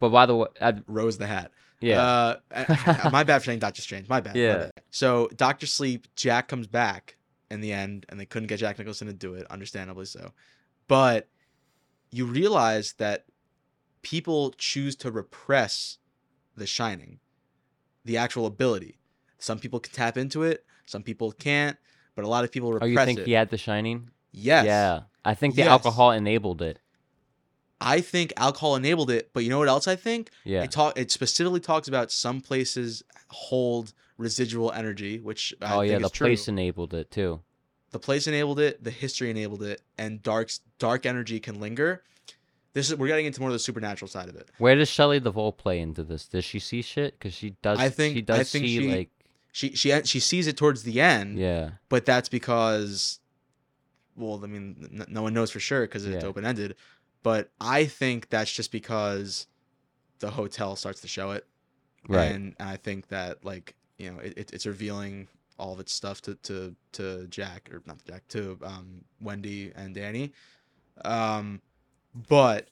But by the way, I, Rose the Hat. yeah, Uh, I- I- my bad for saying Doctor Strange. My bad. my Yeah. bad. So Doctor Sleep, Jack comes back in the end, and they couldn't get Jack Nicholson to do it, understandably so. But you realize that people choose to repress the shining, the actual ability. Some people can tap into it, some people can't, but a lot of people oh, repress you think it. he had The Shining? yes. Yeah, I think the Yes. alcohol enabled it. I think alcohol enabled it, but you know what else I think? Yeah, It talk it specifically talks about some places hold residual energy, which I oh think yeah, is the true. place enabled it too. the place enabled it, the history enabled it, and dark's dark energy can linger. This is we're getting into more of the supernatural side of it. Where does Shelley Duvall play into this? Does she see shit? Because she does. I think- she does I think see she- like She she she sees it towards the end, yeah, but that's because, well, I mean, n- no one knows for sure because it's Yeah. open ended. But I think that's just because the hotel starts to show it. right. And I think that like you know it, it, it's revealing all of its stuff to to to Jack or not to Jack to um, Wendy and Danny, um, but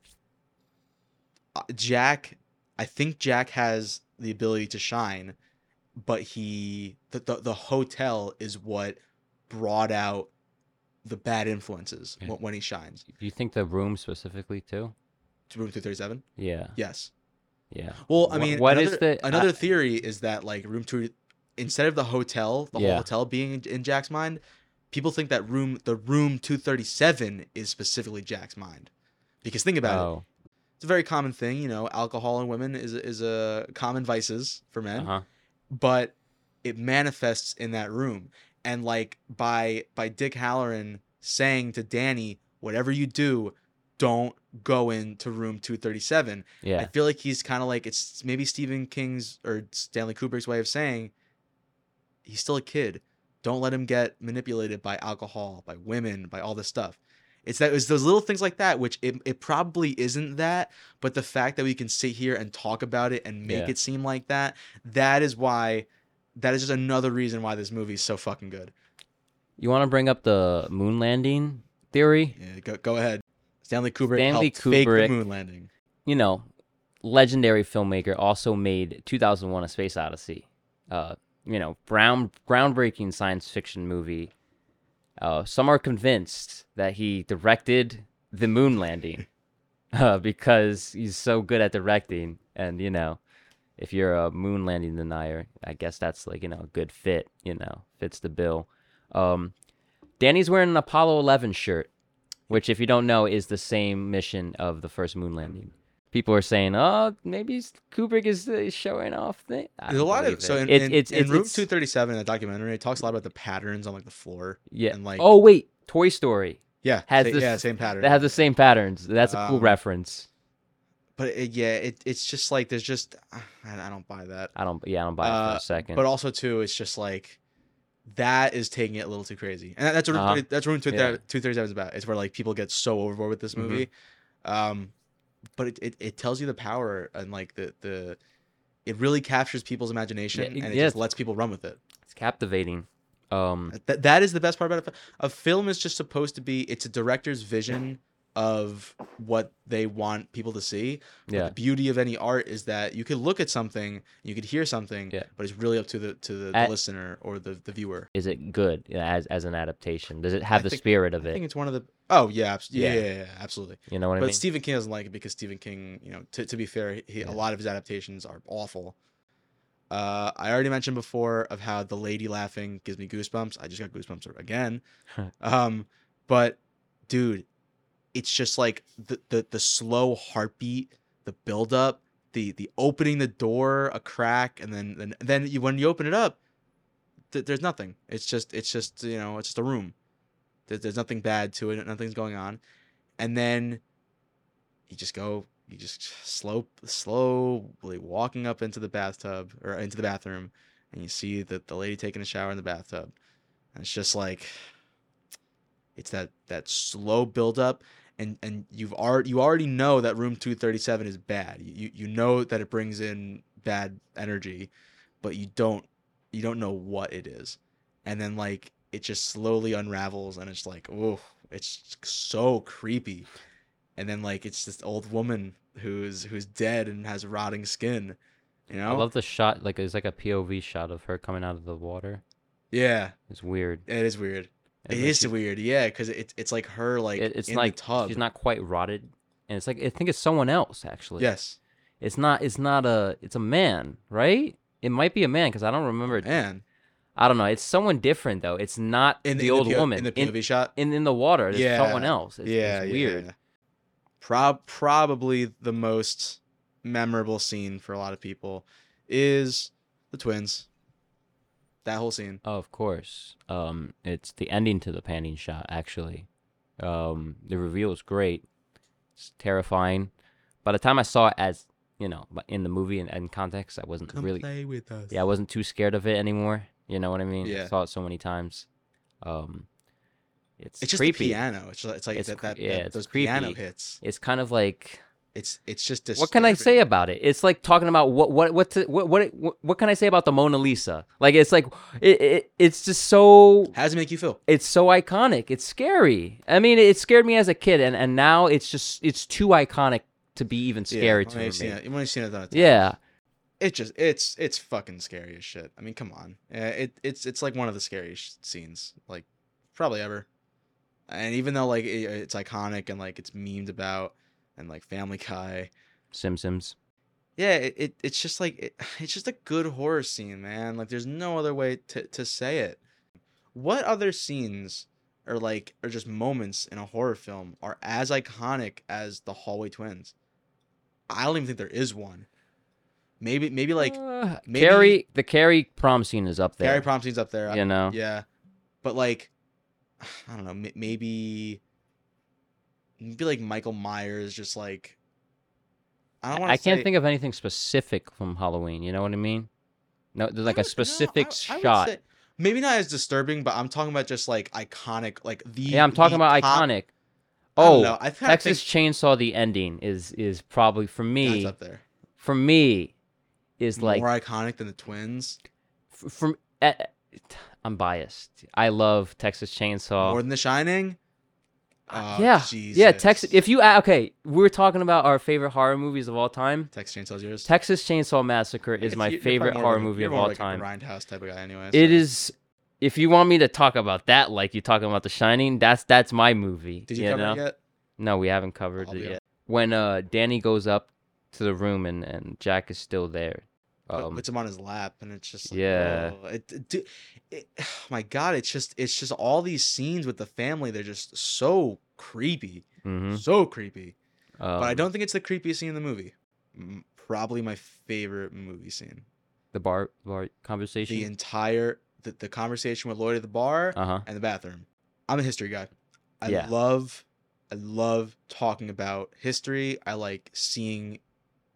uh, Jack, I think Jack has the ability to shine, but he the the, the hotel is what brought out the bad influences Yeah. when, when he shines. Do you think the room specifically too? Room two thirty seven. Yeah, Yes. yeah. Well, I Wha- mean, what is another, the- uh, another I- theory is that like room two, instead of the hotel, the whole Yeah. hotel being in- in Jack's mind, people think that room, the room two thirty seven, is specifically Jack's mind, because think about it, Oh, it's a very common thing. You know, alcohol and women is is a common vices for men uh huh. but it manifests in that room and like by by dick halloran saying to danny whatever you do don't go into room 237 i Yeah, feel like he's kind of like it's maybe stephen king's or stanley kubrick's way of saying he's still a kid don't let him get manipulated by alcohol by women by all this stuff it's that it's those little things like that which it, it probably isn't that but the fact that we can sit here and talk about it and make Yeah. it seem like that that is why that is just another reason why this movie is so fucking good you want to bring up the moon landing theory? yeah, go, go ahead stanley kubrick Stanley helped fake the Kubrick. moon landing you know, legendary filmmaker also made 2001: A Space Odyssey. Uh, you know, ground groundbreaking science fiction movie. Uh, some are convinced that he directed the moon landing uh, because he's so good at directing, and you know, if you're a moon landing denier, I guess that's like you know a good fit. You know, fits the bill. Um, Danny's wearing an Apollo 11 shirt, which, if you don't know, is the same mission of the first moon landing. People are saying, "Oh, maybe s- Kubrick is uh, showing off." Thing. I There's a don't lot of believe so it. in, It's- in, it's- in it's- Room it's- 237, that documentary, it talks a lot about the patterns on like the floor. Yeah. and, like- oh wait, Toy Story Yeah, Has sa- this- yeah, same pattern. that has the same patterns. That's a cool Um, reference. but it, yeah, it, it's just like there's just I, I don't buy that. I don't. Yeah, I don't buy it for uh, a second. But also too, it's just like that is taking it a little too crazy, and that- that's what Room Uh-huh. thirty- that's what Room Two Yeah. Thirty Seven is about. It's where like people get so overboard with this Mhm. movie, um, but it, it it tells you the power and like the the it really captures people's imagination it- and it yeah. just lets people run with it. it's captivating. Um, That that is the best part about a, fi- a film is just supposed to be it's a director's vision of what they want people to see. But yeah. The beauty of any art is that you could look at something, you could hear something, Yeah. but it's really up to the to the, the At- listener or the, the viewer. Is it good as as an adaptation? Does it have I the think- spirit of I think it? it's one of the Oh yeah, abs- yeah, Yeah. yeah, yeah, yeah, absolutely. You know what I but mean? Stephen King doesn't like it because Stephen King, you know, to, to be fair, he, Yeah. a lot of his adaptations are awful. Uh, I already mentioned before of how the lady laughing gives me goosebumps. I just got goosebumps again. um, but dude, it's just like the the, the slow heartbeat, the buildup, the the opening the door a crack, and then then then you, when you open it up, th- there's nothing. It's just it's just you know it's just a room. There, there's nothing bad to it. Nothing's going on, and then you just go you just slow slowly walking up into the bathtub or into the bathroom and you see that the lady taking a shower in the bathtub and it's just like it's that that slow buildup and and you've already you already know that room 237 is bad you you know that it brings in bad energy but you don't you don't know what it is and then like it just slowly unravels and it's like oh it's so creepy and then like it's this old woman who's who's dead and has rotting skin you know I love the shot. Like it's like a POV shot of her coming out of the water. yeah It's weird. it is weird And it then is she's- weird yeah because it's it's like her like it- it's in like the tub she's not quite rotted, and it's like I think it's someone else actually. yes It's not. It's not a. It's a man, right? It might be a man because I don't remember. it- man I don't know. It's someone different though. It's not in the in old PO woman in the in, POV shot in in the water. It's Yeah. someone else. It's, yeah it's weird. yeah. Prob- probably the most memorable scene for a lot of people is the twins that whole scene Oh, of course. Um, it's the ending to the panning shot, actually. Um, the reveal is great. It's terrifying. By the time I saw it as you know, but in the movie and in context, I wasn't come really play with us yeah, I wasn't too scared of it anymore. You know what I mean? I Yeah. saw it so many times. Um, it's, it's just the creepy. piano it's, like- it's like It's that, cre- that, yeah, that- it's those piano creepy. hits It's kind of like It's it's just what can I say disturbing. about it? It's like talking about what what what to, what, what what what can I say about the Mona Lisa? Like it's like it, it it's just so How does it make you feel? it's so iconic. It's scary. I mean, it scared me as a kid, and, and now it's just it's too iconic to be even scary yeah, to when you've seen me. it, when you've seen it a ton of times. Yeah, it just it's it's fucking scary as shit. I mean, come on, Uh, it it's it's like one of the scariest scenes like probably ever. And even though like it, it's iconic and like it's memed about and like Family Guy, Simpsons. yeah, it, it it's just like it, it's just a good horror scene, man. Like there's no other way to to say it. What other scenes or like or just moments in a horror film are as iconic as the hallway twins? I don't even think there is one. Maybe maybe like uh, maybe- Carrie, the Carrie prom scene is up there. Gary Prom scene's up there. I- you know, Yeah, but like I don't know, may- maybe maybe like Michael Myers just like I don't want I can't think of anything specific from Halloween. You know what I mean? No, there's like I a would- no, specific I- I would shot. say- maybe not as disturbing, but I'm talking about just like iconic, like the. yeah, I'm talking the about top- iconic. I don't Oh, know, I kinda Texas think Chainsaw the ending is is probably for that's me up there. for me is like more iconic than the twins, f- from eh, eh, t- I'm biased. I love Texas Chainsaw. more than The Shining. Oh, Uh, yeah, yeah. Jesus. Texas. If you okay, we were talking about our favorite horror movies of all time. Texas Chainsaw's yours. Texas Chainsaw Massacre is It's- my you're probably favorite more horror of a- movie you're of more all like a time. grindhouse type of guy, anyway. It so. is. If you want me to talk about that, like you talking about The Shining, that's that's my movie. Did you cover know? it yet? No, we haven't covered I'll it be yet. up. When uh, Danny goes up to the room and, and Jack is still there. Put- Um, puts him on his lap, and it's just like, yeah. whoa. It, it, dude, it, oh my God, it's just it's just all these scenes with the family. They're just so creepy, mhm, so creepy. but I um, don't think it's the creepiest scene in the movie. M- Probably my favorite movie scene. The bar bar The conversation. entire the, the conversation with Lloyd at the bar Uh huh. and the bathroom. I'm a history guy. I Yeah. love I love talking about history. I like seeing,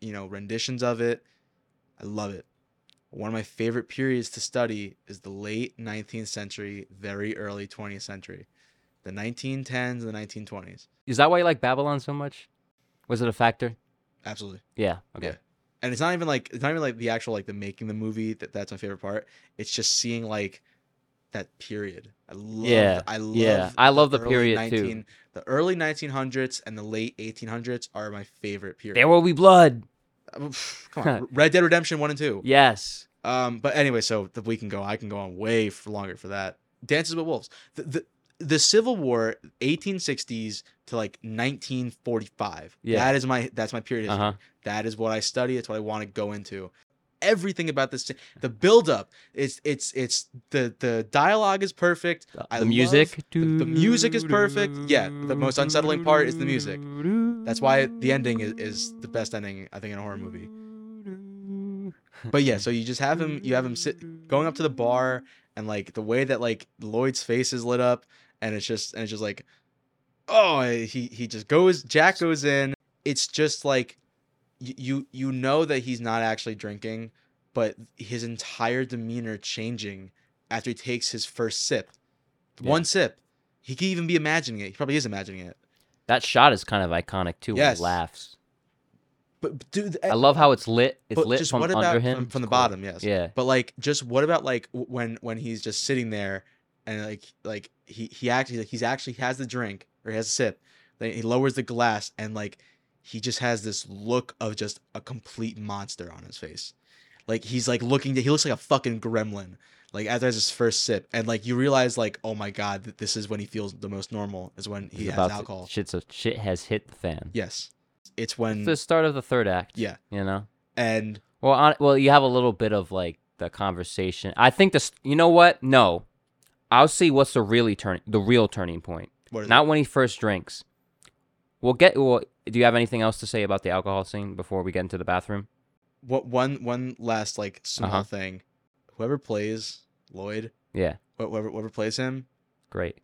you know, renditions of it. I love it. One of my favorite periods to study is the late 19th century, very early 20th century. The 1910s and the 1920s. Is that why you like Babylon so much? Was it a factor? Absolutely. Yeah. Okay. Yeah. and it's not even like it's not even like the actual like the making the movie that that's my favorite part. It's just seeing like that period. I love Yeah, I love yeah. I love the early period, too. The early 1900s and the late 1800s are my favorite period. There will be blood. Uh, pff, Come on, Red Dead Redemption 1 and 2. Yes. Um but anyway, so the we can go I can go on way for longer for that. Dances with Wolves. The, the the Civil War 1860s to like 1945. Yeah. That is my that's my period. Uh history. huh. That is what I study. It's what I want to go into. Everything about this, the build up, it's it's it's the the dialogue is perfect. The, I the love- music. the- the music is perfect. Yeah, the most unsettling part is the music. That's why the ending is, is the best ending I think in a horror movie. But yeah, so you just have him you have him sit going up to the bar and like the way that like Lloyd's face is lit up and it's just and it's just like oh he he just goes Jack goes in. It's just like y- you you know that he's not actually drinking, but his entire demeanor changing after he takes his first sip. Yeah. One sip. He could even be imagining it. He probably is imagining it. That shot is kind of iconic too. Yes. Yes. He laughs. But but dude, eh, I love how it's lit. It's but lit just from what under about him. from, from the It's cool. bottom? Yes. Yeah. But like, just what about like w- when when he's just sitting there and like like he he actually he's actually has the drink or he has a sip, then he lowers the glass and like he just has this look of just a complete monster on his face, like he's like looking he looks like a fucking gremlin. Like after his first sip, and like you realize, like oh my god, that this is when he feels the most normal is when he He's has to- alcohol. shit, so shit has hit the fan. yes, it's when It's the start of the third act. Yeah. You know. and Well, on, well, you have a little bit of like the conversation. I think this. You know what? No, I'll see what's the really turn, the real turning point. what is it? Not when he first drinks. We'll get. Well, do you have anything else to say about the alcohol scene before we get into the bathroom? what one one last like small Uh-huh. thing. Whoever plays Lloyd, Yeah, wh- whoever whoever plays him, great.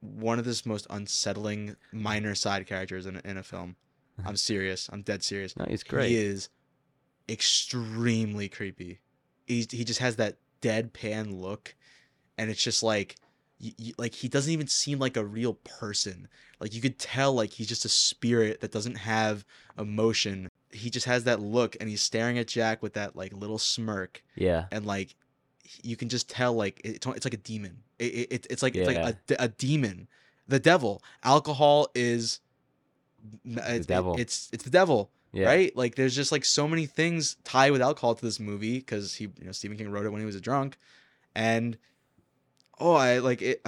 one of his most unsettling minor side characters in a, in a film. I'm serious. I'm dead serious. No, he's great. He is extremely creepy. He he just has that deadpan look, and it's just like, y y like he doesn't even seem like a real person. Like you could tell, like he's just a spirit that doesn't have emotion. He just has that look, and he's staring at Jack with that like little smirk, Yeah, and like he- you can just tell, like it- it's al- it's like a demon. It, it, it- it's like it's like Yeah. a, de- a demon, the devil. Alcohol is. it's- it- devil. it's it's the devil yeah. right? Like there's just like so many things tied with alcohol to this movie because he, you know, Stephen King wrote it when he was a drunk, and oh, I like it.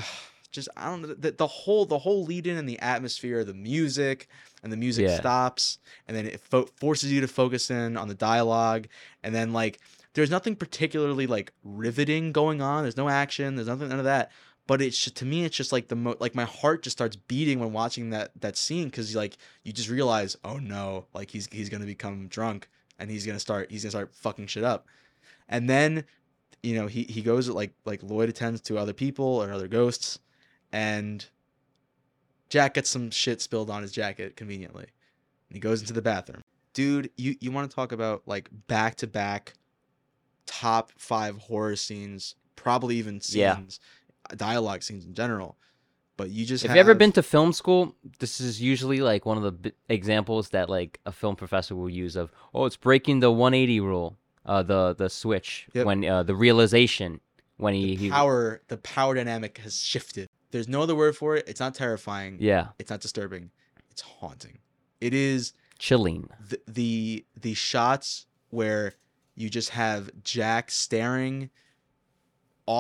Just I don't know the, the whole the whole lead in and the atmosphere, the music, and the music Yeah. stops, and then it fo- forces you to focus in on the dialogue, and then like there's nothing particularly like riveting going on. There's no action. There's nothing none of that. But it's just, to me, it's just like the mo- like my heart just starts beating when watching that that scene because like you just realize, oh no, like he's he's gonna become drunk and he's gonna start he's gonna start fucking shit up. And then, you know, he he goes like like Lloyd attends to other people or other ghosts, and Jack gets some shit spilled on his jacket conveniently. And he goes into the bathroom. Dude, you you want to talk about like back to back top five horror scenes, probably even Yeah. scenes, uh, dialogue scenes in general. But you just If you ever have- been to film school, this is usually like one of the b- examples that like a film professor will use of, oh, it's breaking the 180 rule, uh, the the switch Yep. when uh, the realization when he, the he power the power dynamic has shifted There's no other word for it. It's not terrifying. Yeah. It's not disturbing. It's haunting. It is Chilling. the the, the shots where you just have Jack staring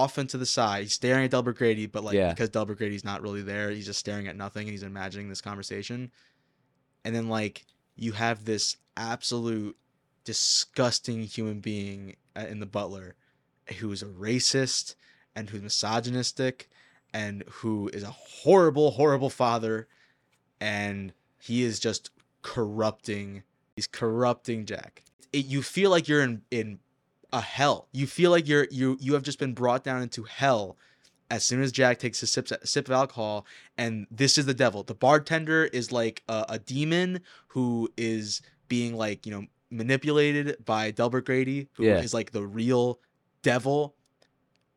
off into the side, he's staring at Delbert Grady, but like Yeah. because Delbert Grady's not really there, he's just staring at nothing and he's imagining this conversation. And then like you have this absolute disgusting human being uh, in the butler who is a racist and who's misogynistic and who is a horrible horrible father and he is just corrupting he's corrupting jack it, you feel like you're in in a hell you feel like you're you you have just been brought down into hell as soon as jack takes a sip, sip of alcohol and this is the devil the bartender is like a, a demon who is being like you know manipulated by delbert grady who is Yeah. like the real devil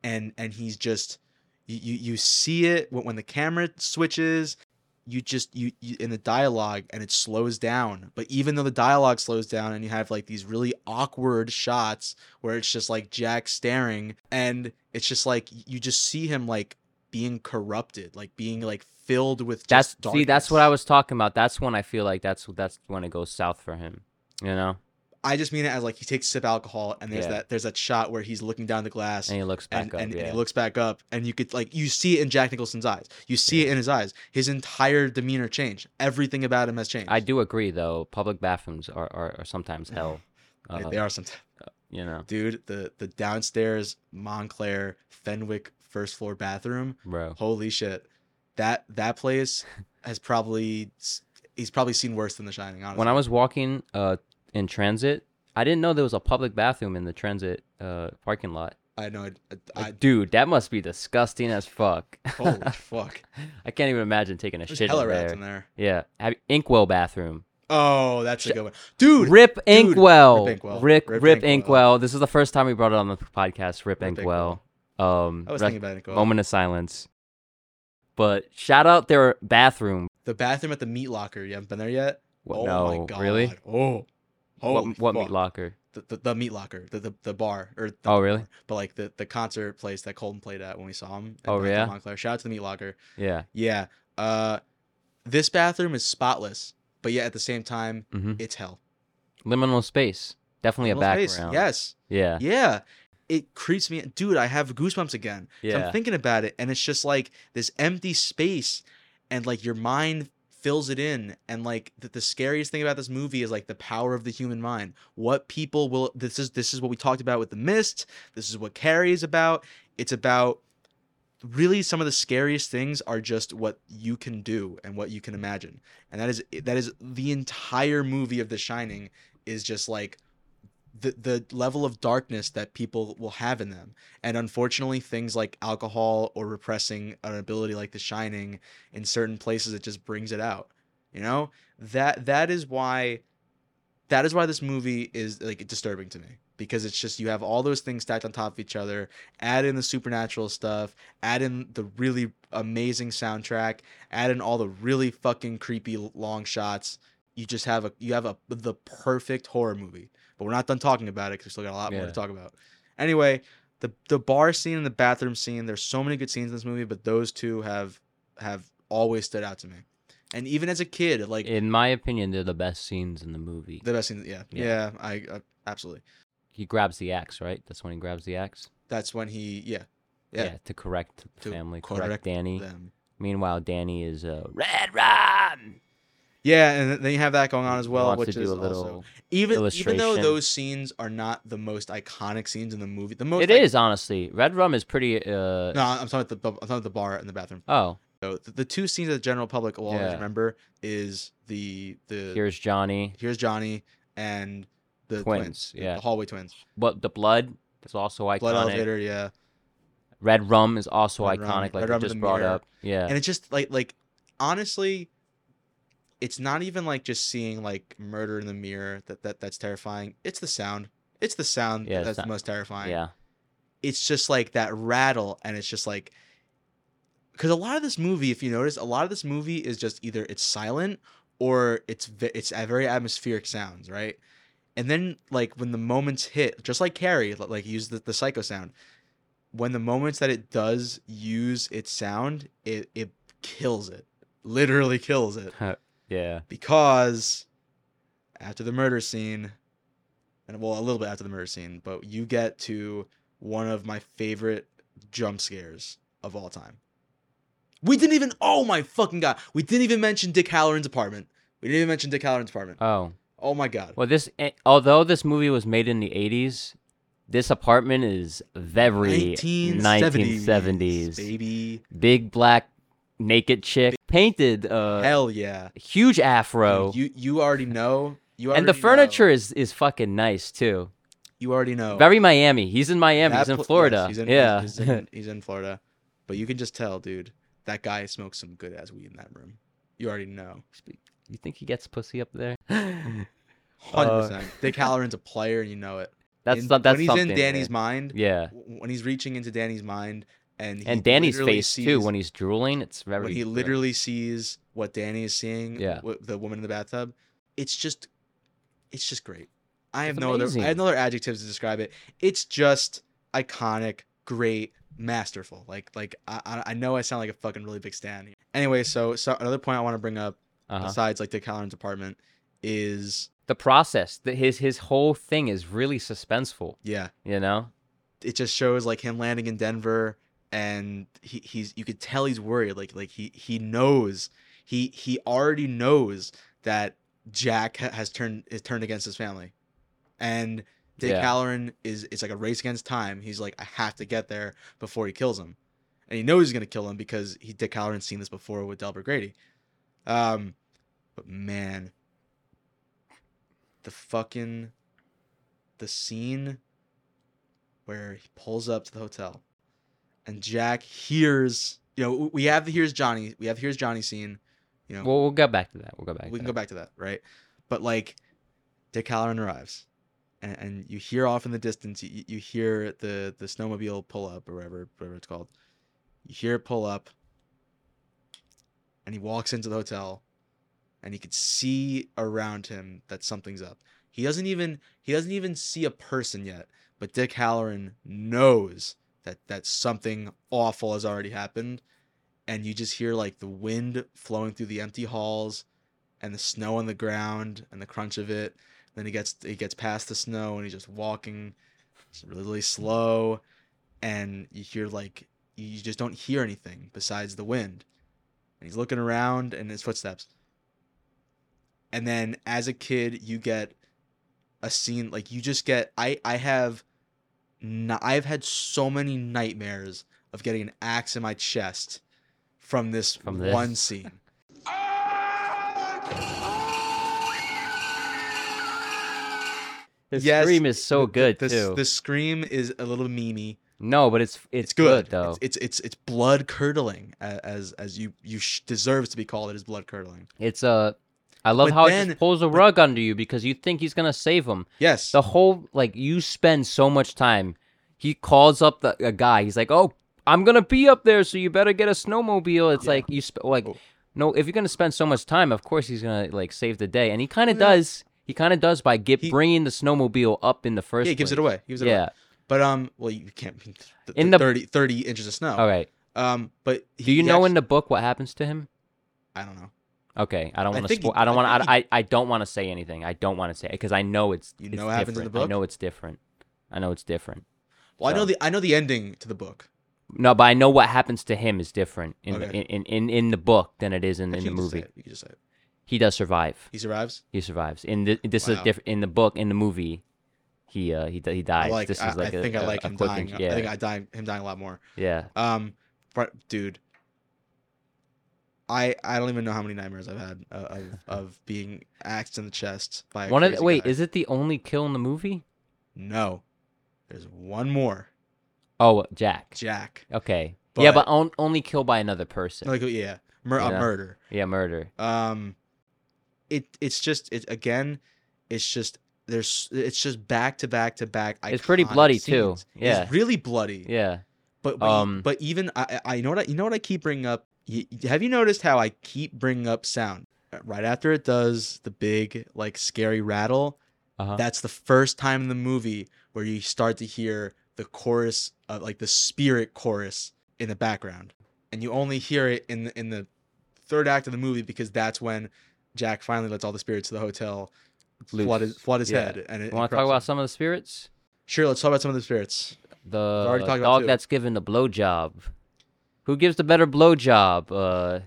and and he's just you you, you see it when, when the camera switches you just you, you in the dialogue and it slows down but even though the dialogue slows down and you have like these really awkward shots where it's just like jack staring and it's just like you just see him like being corrupted like being like filled with That's just see, that's what I darkness. was talking about. That's when I feel like that's that's when it goes south for him. You know, I just mean it as like he takes a sip of alcohol and there's Yeah. that there's that shot where he's looking down the glass and he looks back and, up. and, yeah. and he looks back up and you could like you see it in Jack Nicholson's eyes. You see it in his eyes. His entire demeanor changed. Everything about him has changed. I do agree though. Public bathrooms are are, are sometimes hell. They- Uh, they are sometimes you know, dude, the the downstairs Montclair Fenwick first floor bathroom. bro. Holy shit. That that place has probably he's probably seen worse than The Shining, honestly. When I was walking uh in transit, I didn't know there was a public bathroom in the transit uh parking lot. I know I, I, Like, dude, that must be disgusting as fuck. holy fuck. I can't even imagine taking a There's shit hella in rats there. in there. Yeah, Have- inkwell bathroom. Oh, that's a good one. Dude, Rip Inkwell. Rip Inkwell. Rick Rip Rip, Inkwell. Inkwell. This is the first time we brought it on the podcast. Rip, Rip Inkwell. Um, I rest- was thinking about it. Nicole. moment of silence. But shout out their bathroom. The bathroom at the meat locker. You haven't been there yet? What, oh no, my god. really? Oh. Holy what what fuck. meat locker? The, the, the meat locker. The, the the bar or the, Oh, really? but like the, the concert place that Colton played at when we saw him. at Oh, Downtown yeah? Montclair. Shout out to the meat locker. Yeah. Yeah. Uh this bathroom is spotless, but yet at the same time, hmm it's hell. Liminal space. Definitely a Little background. space. Yes. Yeah. Yeah. It creeps me. Dude, I have goosebumps again. 'Cause I'm Yeah. thinking about it, and it's just like this empty space, and like your mind fills it in. And like the, the scariest thing about this movie is like the power of the human mind. What people will this is this is what we talked about with the mist. This is what Carrie is about. It's about really some of the scariest things are just what you can do and what you can imagine. And that is that is the entire movie of The Shining is just like the the level of darkness that people will have in them. And unfortunately, things like alcohol or repressing an ability like The Shining in certain places it just brings it out. You know? That that is why that is why this movie is like disturbing to me because it's just you have all those things stacked on top of each other, add in the supernatural stuff, add in the really amazing soundtrack, add in all the really fucking creepy l- long shots. You just have a you have a the perfect horror movie. But we're not done talking about it because we still got a lot more to Yeah. talk about. Anyway, the the bar scene and the bathroom scene. There's so many good scenes in this movie, but those two have have always stood out to me. And even as a kid, like In my opinion, they're the best scenes in the movie. the best scene. Yeah, yeah, Yeah. I, I absolutely. he grabs the axe, right? That's when he grabs the axe. That's when he yeah Yeah. to correct the To family, correct correct Danny. them. Meanwhile, Danny is uh, red rum. Yeah, and then you have that going on as He well, wants which to is do a also little. even even though illustration. those scenes are not the most iconic scenes in the movie. The most It is honestly red rum is pretty. Uh, no, I'm talking about the I'm talking about the bar and the bathroom. Oh, So the, the two scenes that the general public will always Yeah. remember is the the here's Johnny. here's Johnny and the twins, Twins, yeah. the hallway twins, But the blood is also iconic. blood elevator, yeah. Red rum is also Red iconic, Rum, like Red we Rum in the just brought mirror. up. Yeah, and it's just like like honestly it's not even like just seeing like murder in the mirror that, that that's terrifying it's the sound it's the sound Yeah, it's that's the not- most terrifying yeah. it's just like that rattle and it's just like because a lot of this movie if you notice a lot of this movie is just either it's silent or it's ve- it's a very atmospheric sounds right and then like when the moments hit just like carrie li- like use the, the psycho sound when the moments that it does use its sound, it it kills it. Literally kills it. yeah. because after the murder scene and well a little bit after the murder scene but you get to one of my favorite jump scares of all time we didn't even oh my fucking god we didn't even mention dick halloran's apartment we didn't even mention dick halloran's apartment Oh. oh my god Well, this eh, although this movie was made in the 80s, this apartment is very 1970s. baby Big black naked chick painted uh hell yeah huge afro. you you already know you already and the know. furniture is is fucking nice too. you already know Very Miami. He's in Miami. That he's in pl- yes, Florida. he's in- yeah. he's, he's in, he's in Florida, but you can just tell, dude. That guy smokes some good ass weed in that room. You already know, you think he gets pussy up there? hundred Uh, percent. Dick Halloran's a player, and you know it. That's In- some- that's when he's something. in Danny's mind. yeah. w- When he's reaching into Danny's mind, and he And Danny's literally face too sees- when he's drooling. It's very. when he gross. literally sees what Danny is seeing. Yeah. w- the woman in the bathtub. It's just, it's just great. I have It's no amazing. other. I have no other adjectives to describe it. It's just iconic, great, masterful. Like, like I, I- I know I sound like a fucking really big stan. here. Anyway, so so another point I want to bring up Uh-huh. besides like the Halloran's apartment is the process. The, his his whole thing is really suspenseful. yeah, You know. it just shows like him landing in Denver and he, he's you could tell he's worried like like he he knows he he already knows that Jack ha- has turned is turned against his family and Dick Yeah. Halloran is it's like a race against time he's like I have to get there before he kills him and he knows he's gonna kill him because he Dick Halloran's seen this before with Delbert Grady um but man the fucking the scene where he pulls up to the hotel and Jack hears you know we have the here's Johnny we have here's Johnny scene you know Well, we'll go back to that. We'll go back. we to can that. go back to that right but like Dick Halloran arrives and, and you hear off in the distance you, you hear the the snowmobile pull up or whatever whatever it's called you hear it pull up and he walks into the hotel and he could see around him that something's up he doesn't even he doesn't even see a person yet but dick halloran knows that that something awful has already happened and you just hear like the wind flowing through the empty halls and the snow on the ground and the crunch of it then he gets he gets past the snow and he's just walking it's really, really slow and you hear like you just don't hear anything besides the wind and he's looking around and his footsteps and then as a kid you get a scene like you just get i i have n- i've had so many nightmares of getting an axe in my chest from this From this. one scene His Yes, scream is so good the, the, too. the scream is a little memey no, but it's it's, it's good. though. It's, It's, it's it's it's blood curdling a- as as you you sh- deserves to be called. It is blood curdling. uh, I love But how it then- just pulls a rug under you because you think he's gonna save him. Yes, the whole like you spend so much time he calls up the a guy he's like oh i'm gonna be up there so you better get a snowmobile it's Yeah. like you sp- like Oh. no if you're gonna spend so much time of course he's gonna like save the day and he kind of Yeah. does he kind of does by get, He- bringing the snowmobile up in the yeah, first he gives it place. away. He gives it away. yeah But um, well, you can't the, In in the- the 30, 30 inches of snow. all right Um, but do you know in the book what happens to him I don't know. okay i don't I want to think he- spo- i don't I want think to I, I I don't want to say anything i don't want to say because i know it's You it's know what happens in the different. book? i know it's different i know it's different Well, I know So- the I know the ending to the book. No, but I know what happens to him is different in the, Okay. in, in, in, in the book than it is in, in Actually, the you can just say movie. it. You can just say it. He does survive. He survives. He survives. In the, this is Wow. a diff- in the book in the movie. He uh he di- he I dies. like. this I, is like I a- think I a- like a him quick dying. and- I yeah, think I die him dying a lot more. yeah. Um, fr- dude, I I don't even know how many nightmares I've had of of, of being axed in the chest by a One of crazy the, wait, guy. is it the only kill in the movie? No. There's one more. Oh, Jack. Jack. Okay. yeah, but But- on, only kill by another person. Like yeah. Mur- You a know? murder. yeah, murder. Um it it's just it again, it's just there's it's just back to back to back. It's pretty iconic bloody, too. scenes. Yeah. It's really bloody. Yeah. But but, e- Um, but even I I I know what I, you know what I keep bringing up. Y- have you noticed how I keep bringing up sound Uh, right after it does the big like scary rattle? Uh-huh. That's the first time in the movie where you start to hear the chorus of like the spirit chorus in the background and you only hear it in the, in the third act of the movie because that's when jack finally lets all the spirits of the hotel Loose. flood his, flood his Yeah. head and it Want to corrupts talk about him. some of the spirits? sure let's talk about some of the spirits The already talked about dog two. that's given the blowjob. Who gives the better blowjob? Uh,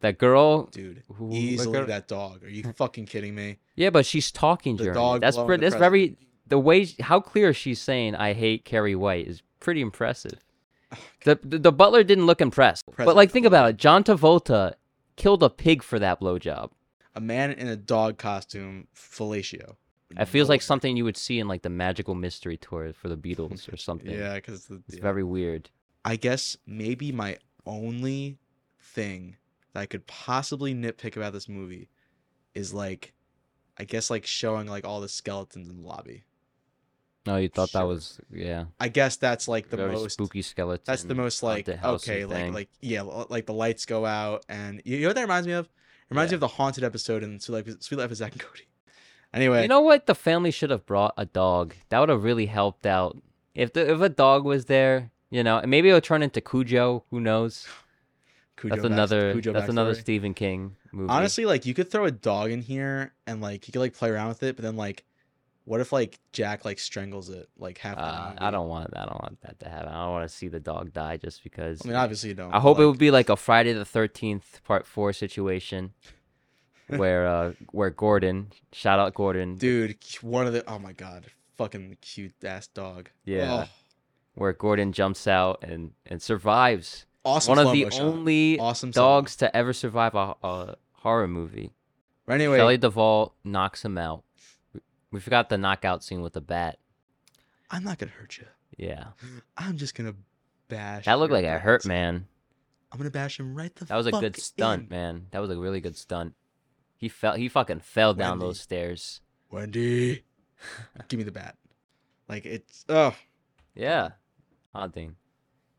that girl. dude Who- easily like a- that dog are you fucking kidding me Yeah, but she's talking The to her. dog That's blowing pre- the that's very the way how clear she's saying I hate Carrie White is pretty impressive. The, the the butler didn't look impressed, but Impressive like think butler. about it. John Travolta killed a pig for that blowjob. a man in a dog costume fellatio It feels like something you would see in like the magical mystery tour for the Beatles or something. yeah because the It's yeah. very weird. I guess maybe my only thing that I could possibly nitpick about this movie is like, I guess like showing like all the skeletons in the lobby. No, you thought that Sure. was yeah. I guess that's like the very most. spooky skeleton. That's the most like haunted housey okay, like thing. like yeah, l- like the lights go out, and you you know what that reminds me of? It reminds me Yeah. of the haunted episode in Sweet Life, Sweet Life of Zack and Cody. Anyway, You know what? The family should have brought a dog. That would have really helped out. If the if a dog was there, you know, and maybe it'll turn into Cujo. Who knows? Cujo that's back- another. Cujo that's another backstory. Stephen King movie. Honestly, like you could throw a dog in here and like you could like play around with it, but then like, what if like Jack like strangles it like half? the uh, movie? I don't want. I don't want that to happen. I don't want to see the dog die just because. I mean, obviously you don't. I but, hope it like, would be like a Friday the Thirteenth Part Four situation, where uh, where Gordon, shout out Gordon, Dude, c- one of the oh my god, fucking cute ass dog. Yeah. Oh, where Gordon jumps out and and survives. Oh, awesome. One of slow the motion. only awesome slow mo. dogs to ever survive a, a horror movie. But anyway, Shelley Duvall knocks him out. We- We forgot the knockout scene with the bat. I'm not gonna hurt you. Yeah, I'm just gonna bash. that looked your like it hurt, brains. man. I'm gonna bash him right the. That was a good fuck stunt, in. man. That was a really good stunt. He fell. He fucking fell down Wendy. those stairs. Wendy, give me the bat. Like it's oh, Yeah, haunting.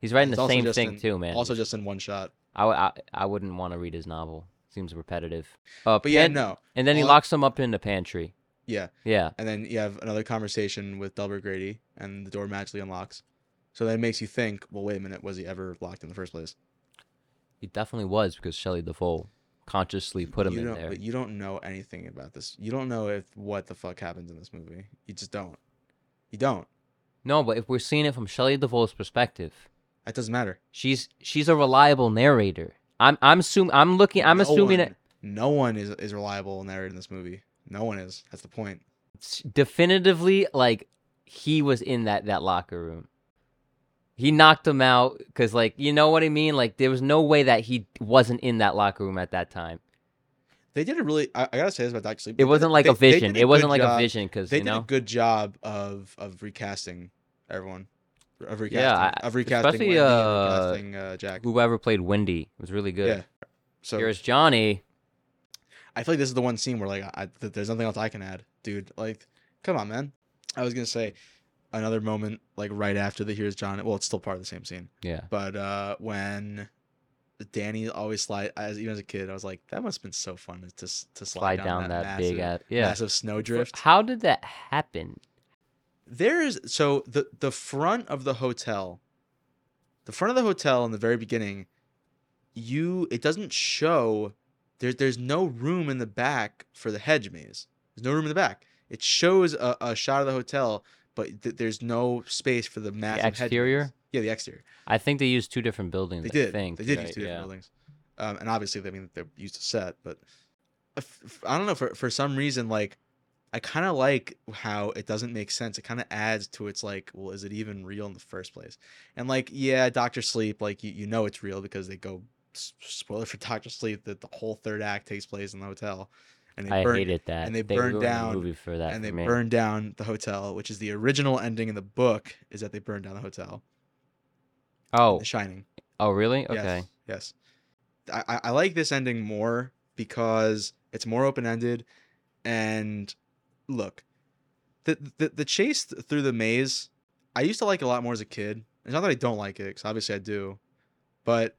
He's writing It's the also same just thing in- too, man. also just in one shot. I, w- I, I wouldn't want to read his novel. Seems repetitive. Uh, But yeah, pan- no, Uh, And then he all- locks him up in the pantry. yeah. Yeah, And then you have another conversation with Delbert Grady, and the door magically unlocks. So that makes you think, well, wait a minute, was he ever locked in the first place? he definitely was because Shelley Duvall consciously put him you in don't, there. But you don't know anything about this. You don't know if what the fuck happens in this movie. You just don't. You don't. No, but if we're seeing it from Shelley Duvall's perspective, That doesn't matter. she's she's a reliable narrator. I'm I'm assuming I'm looking I'm No assuming one- it No one is is reliable in there in this movie. No one is. That's the point. s- definitively like he was in that that locker room. He knocked him out because like you know what I mean. Like there was no way that he wasn't in that locker room at that time. They did a really. I, I gotta say this about Doctor Sleep. they It did- wasn't like a they- they vision. did a It wasn't good like a job- vision because They you did a know. good job of of recasting everyone. Of recasting. I- of recasting. especially, Wendy and uh, recasting uh, Jack. Whoever played Wendy was really good. Yeah. So Here's Johnny. I feel like this is the one scene where like I, th- there's nothing else I can add, dude. Like, come on, man. I was gonna say another moment like right after the here's John. Well, it's still part of the same scene, Yeah. but uh when Danny always slide as even as a kid, I was like, that must have been so fun to s- to Slide slide, down, that, massive, big ass. Yeah. massive snowdrift. How did that happen? There is so the the front of the hotel, the front of the hotel in the very beginning, you it doesn't show there's there's no room in the back for the hedge maze. There's no room in the back. It shows a, a shot of the hotel, but th- there's no space for the massive hedge maze. exterior? Yeah, the exterior. I think they used two different buildings. They I did. think, they did right? use two different yeah. buildings, um, and obviously, I mean, they used a set. But if, if- I don't know for for some reason, like I kind of like how it doesn't make sense. It kind of adds to its like, well, is it even real in the first place? And like, yeah, Doctor Sleep, like you, you know it's real because they go s- spoiler for Doctor Sleep that the whole third act takes place in the hotel, and they I burn hated that. and they burned ruined the down- movie for that. for and they me. burn down the hotel, which is the original ending in the book is that they burn down the hotel. Oh, The Shining. oh, really? Okay. Yes. yes. I, I- I like this ending more because it's more open ended. And look, the, the the chase th- through the maze, I used to like it a lot more as a kid. It's not that I don't like it, because obviously I do, but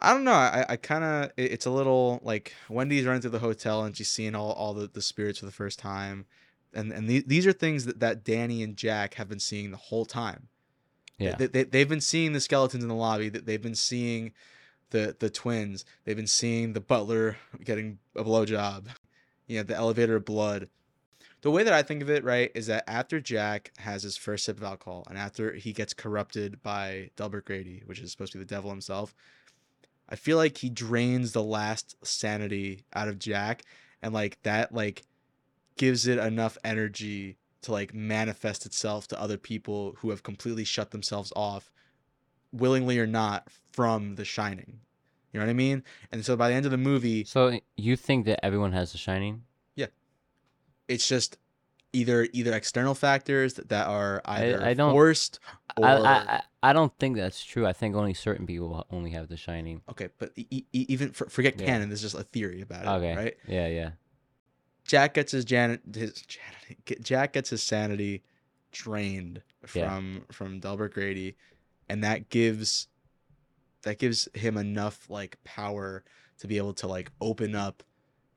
I don't know. I, I kind of it, it's a little like Wendy's running through the hotel and she's seeing all, all the, the spirits for the first time. and and the, these are things that, that Danny and Jack have been seeing the whole time. Yeah. They, they, they've been seeing the skeletons in the lobby. That they've been seeing the the twins. They've been seeing the butler getting a blowjob. You know, the elevator of blood. The way that I think of it, right, is that after Jack has his first sip of alcohol and after he gets corrupted by Delbert Grady, which is supposed to be the devil himself, I feel like he drains the last sanity out of Jack and like that like gives it enough energy to like manifest itself to other people who have completely shut themselves off willingly or not from the shining you know what i mean and so by the end of the movie So you think that everyone has The Shining? it's just either either external factors that, that are I- either I don't- forced or I, I I- I don't think that's true. I think only certain people only have The Shining. okay but e- e- e- even for, forget Yeah. canon there's just a theory about it Okay. right Yeah, yeah. Jack gets his Janet his Janet Jack gets his sanity drained Yeah. from from Delbert Grady, and that gives that gives him enough like power to be able to like open up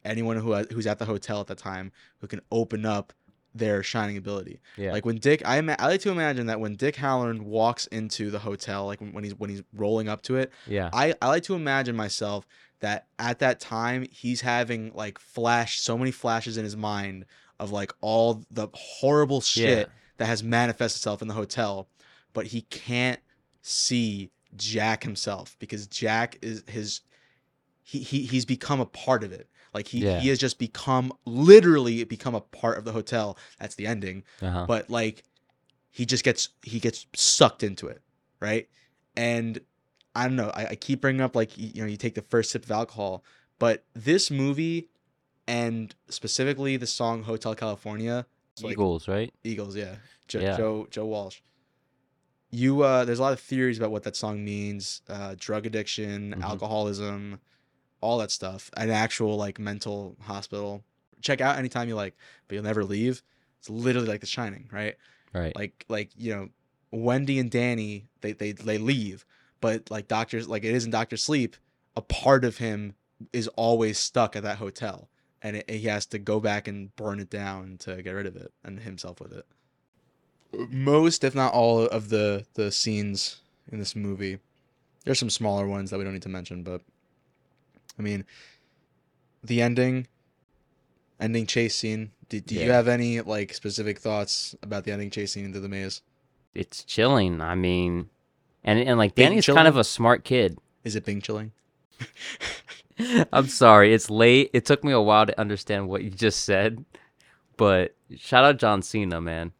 anyone who who's at the hotel at the time who can open up their shining ability. Yeah. Like when Dick, I, ima- I like to imagine that when Dick Halloran walks into the hotel, like when, when he's when he's rolling up to it, yeah. I, I like to imagine myself that at that time he's having like flash so many flashes in his mind of like all the horrible shit that has manifested itself in the hotel but he can't see jack himself because jack is his he, he he's become a part of it like he, Yeah. he has just become literally become a part of the hotel that's the ending Yeah. Uh-huh. but like he just gets he gets sucked into it right and i don't know i, I keep bringing up like y- you know you take the first sip of alcohol but this movie and specifically the song hotel california it's like- Eagles, right? eagles yeah. Jo- Yeah. joe joe walsh you uh there's a lot of theories about what that song means uh drug addiction Mhm. alcoholism all that stuff an actual like mental hospital check out anytime you like but you'll never leave it's literally like the shining right Right. like like you know wendy and danny they they, they leave but like doctors like it isn't dr sleep a part of him is always stuck at that hotel and it, he has to go back and burn it down to get rid of it and himself with it most if not all of the the scenes in this movie there's some smaller ones that we don't need to mention but i mean the ending ending chase scene do, do you Yeah. have any like specific thoughts about the ending chase scene into the maze it's chilling. I mean, and and like Being Danny's kind of chilling? a smart kid. is it being chilling I'm sorry, it's late. It took me a while to understand what you just said, but shout out John Cena, man.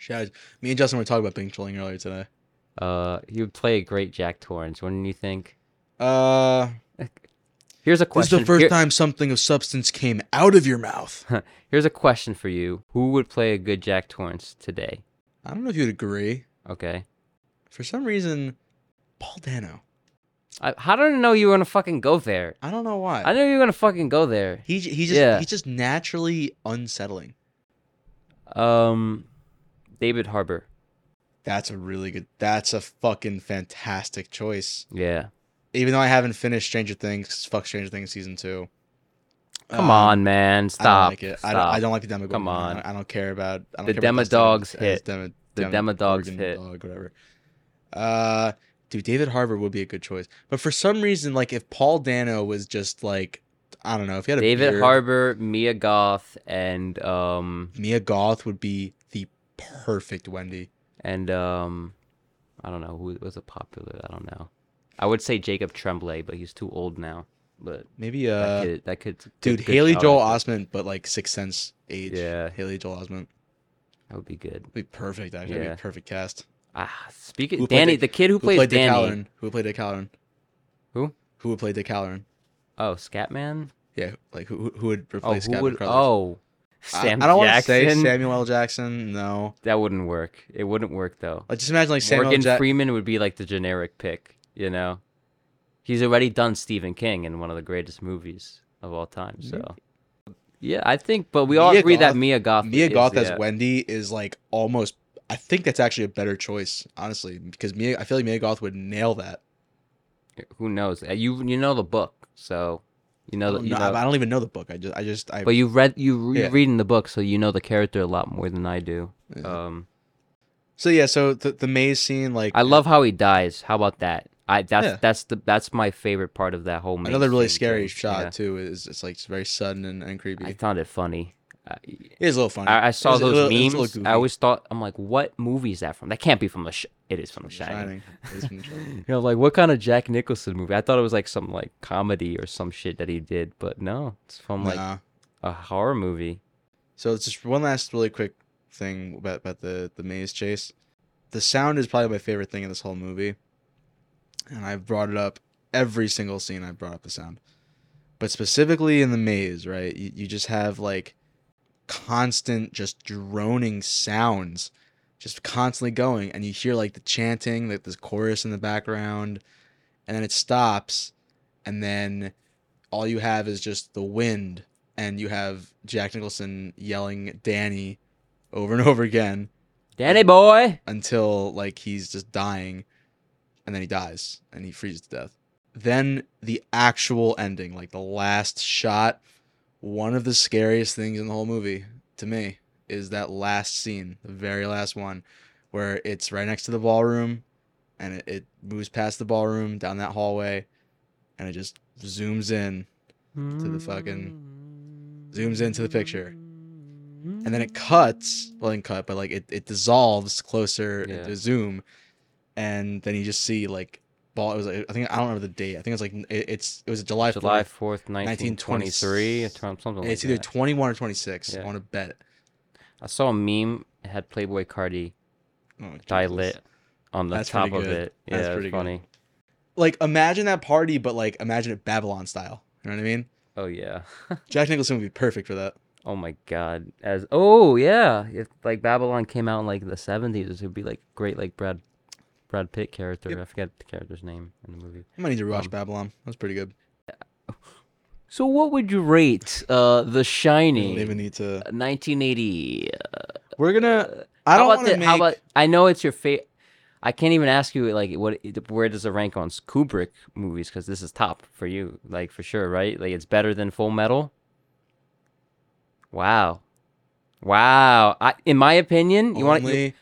Shaz, me and justin were talking about being chilling earlier today Uh, he would play a great Jack Torrance, wouldn't you think? uh Here's a this is question. the first Here- time something of substance came out of your mouth Here's a question for you: Who would play a good Jack Torrance today? i don't know if you'd agree Okay. for some reason paul dano I, how did I know you were gonna fucking go there? i don't know why I knew you were gonna fucking go there. he, j- he just Yeah. he's just naturally unsettling Um, David Harbour. that's a really good that's a fucking fantastic choice Yeah. even though i haven't finished stranger things 'cause fuck stranger things season two Come Um, on, man. Stop. I don't like it. I don't, Stop. I don't like the Demogorgon. Come on. I don't, I don't care about. I don't The care about Demodog's Destiny. It's hit. Demo, The Demo- Demodog's Gorgon hit. Dog, whatever. Uh, dude, David Harbour would be a good choice, but for some reason, like if Paul Dano was just like, I don't know, if he had a David beard, Harbour, Mia Goth, and um Mia Goth would be the perfect Wendy. and um I don't know who was a popular. I don't know. I would say Jacob Tremblay, but he's too old now. But Maybe that uh, kid, that kid's a dude, good Haley shout Joel out. Osment, but like Sixth Sense age. Yeah. Haley Joel Osment That would be good. would be perfect. Actually, That'd be Yeah. a perfect cast. Ah, speaking Who played Danny, Dick- the kid who, Who plays played Dick Danny. Halloran? Who played Dick Halloran? Who? Who would play Dick Halloran? oh, Scatman. Yeah, like who who- who would Oh, replace who Gavin would? Carlos? Oh, I- Sam I, don't want to Jackson. say Samuel L. Jackson. No, That wouldn't work. It wouldn't work though. like just imagine like Samuel Morgan Jackson. Freeman would be like the generic pick, you know. He's already done Stephen King in one of the greatest movies of all time. So, yeah, I think. But we all Mia agree Goth- that Mia Goth. Mia is, uh, Goth as yeah. Wendy is like almost. I think that's actually a better choice, honestly, because Mia. I feel like Mia Goth would nail that. Who knows? Uh, You you know the book, so You know, I that don't you know- know, I don't even know the book. I just, I just, I. but you read you Yeah. you're reading the book, so you know the character a lot more than I do. Yeah. Um, so yeah, so the, the maze scene, like I love how he dies. How about that? I that's Yeah. that's the that's my favorite part of that whole. maze another really scene scary thing. shot Yeah. too. Is it's like it's very sudden and, and creepy. I found it funny. I, it is a little funny. I, I It saw was a those little- it was a memes. little I goofy. always thought, I'm like, what movie is that from? That can't be from The. Sh- it is from The Shining. Shining. It is from The Shining. You know, like what kind of Jack Nicholson movie? I thought it was like some like comedy or some shit that he did, but no, it's from like Nah. a horror movie. So it's just one last really quick thing about, about the, the maze chase. The sound is probably my favorite thing in this whole movie. And I've brought it up every single scene I've brought up the sound. But specifically in the maze, right? You, you just have like constant just droning sounds just constantly going and you hear like the chanting, like this chorus in the background, and then it stops and then all you have is just the wind and you have Jack Nicholson yelling Danny over and over again Danny boy. until like he's just dying and then he dies and he freezes to death. Then the actual ending, like the last shot, one of the scariest things in the whole movie to me is that last scene, the very last one where it's right next to the ballroom and it, it moves past the ballroom down that hallway and it just zooms in To the fucking- zooms into the picture. and then it cuts well not cut but like it, it dissolves closer Yeah. to zoom and then you just see like ball it was like, i think i don't remember the date i think it was like it, it's it was july, Mm. July 4th, fourth, nineteen twenty-three, or 1920 something and like it's either that. 21 or 26 Yeah. i want to bet I saw a meme. It had Playboy Cardi oh, die Jesus. lit on the That's pretty top of good. it. Yeah, That's it's pretty good. funny. like imagine that party but like imagine it babylon style you know what i mean Oh yeah. jack nicholson would be perfect for that Oh my god. As oh yeah, if like Babylon came out in like the seventies, it would be like great like Brad Brad Pitt character. Yep. I forget the character's name in the movie. i might need to rewatch Um, babylon that's pretty good So what would you rate uh The we don't even Shining? Uh, need to Nineteen eighty. we're gonna i how don't about want to the, make how about I know it's your favorite. I can't even ask you like what where does it rank on Kubrick movies because this is top for you like for sure right like it's better than Full Metal. Wow, wow! I, in my opinion, you want only-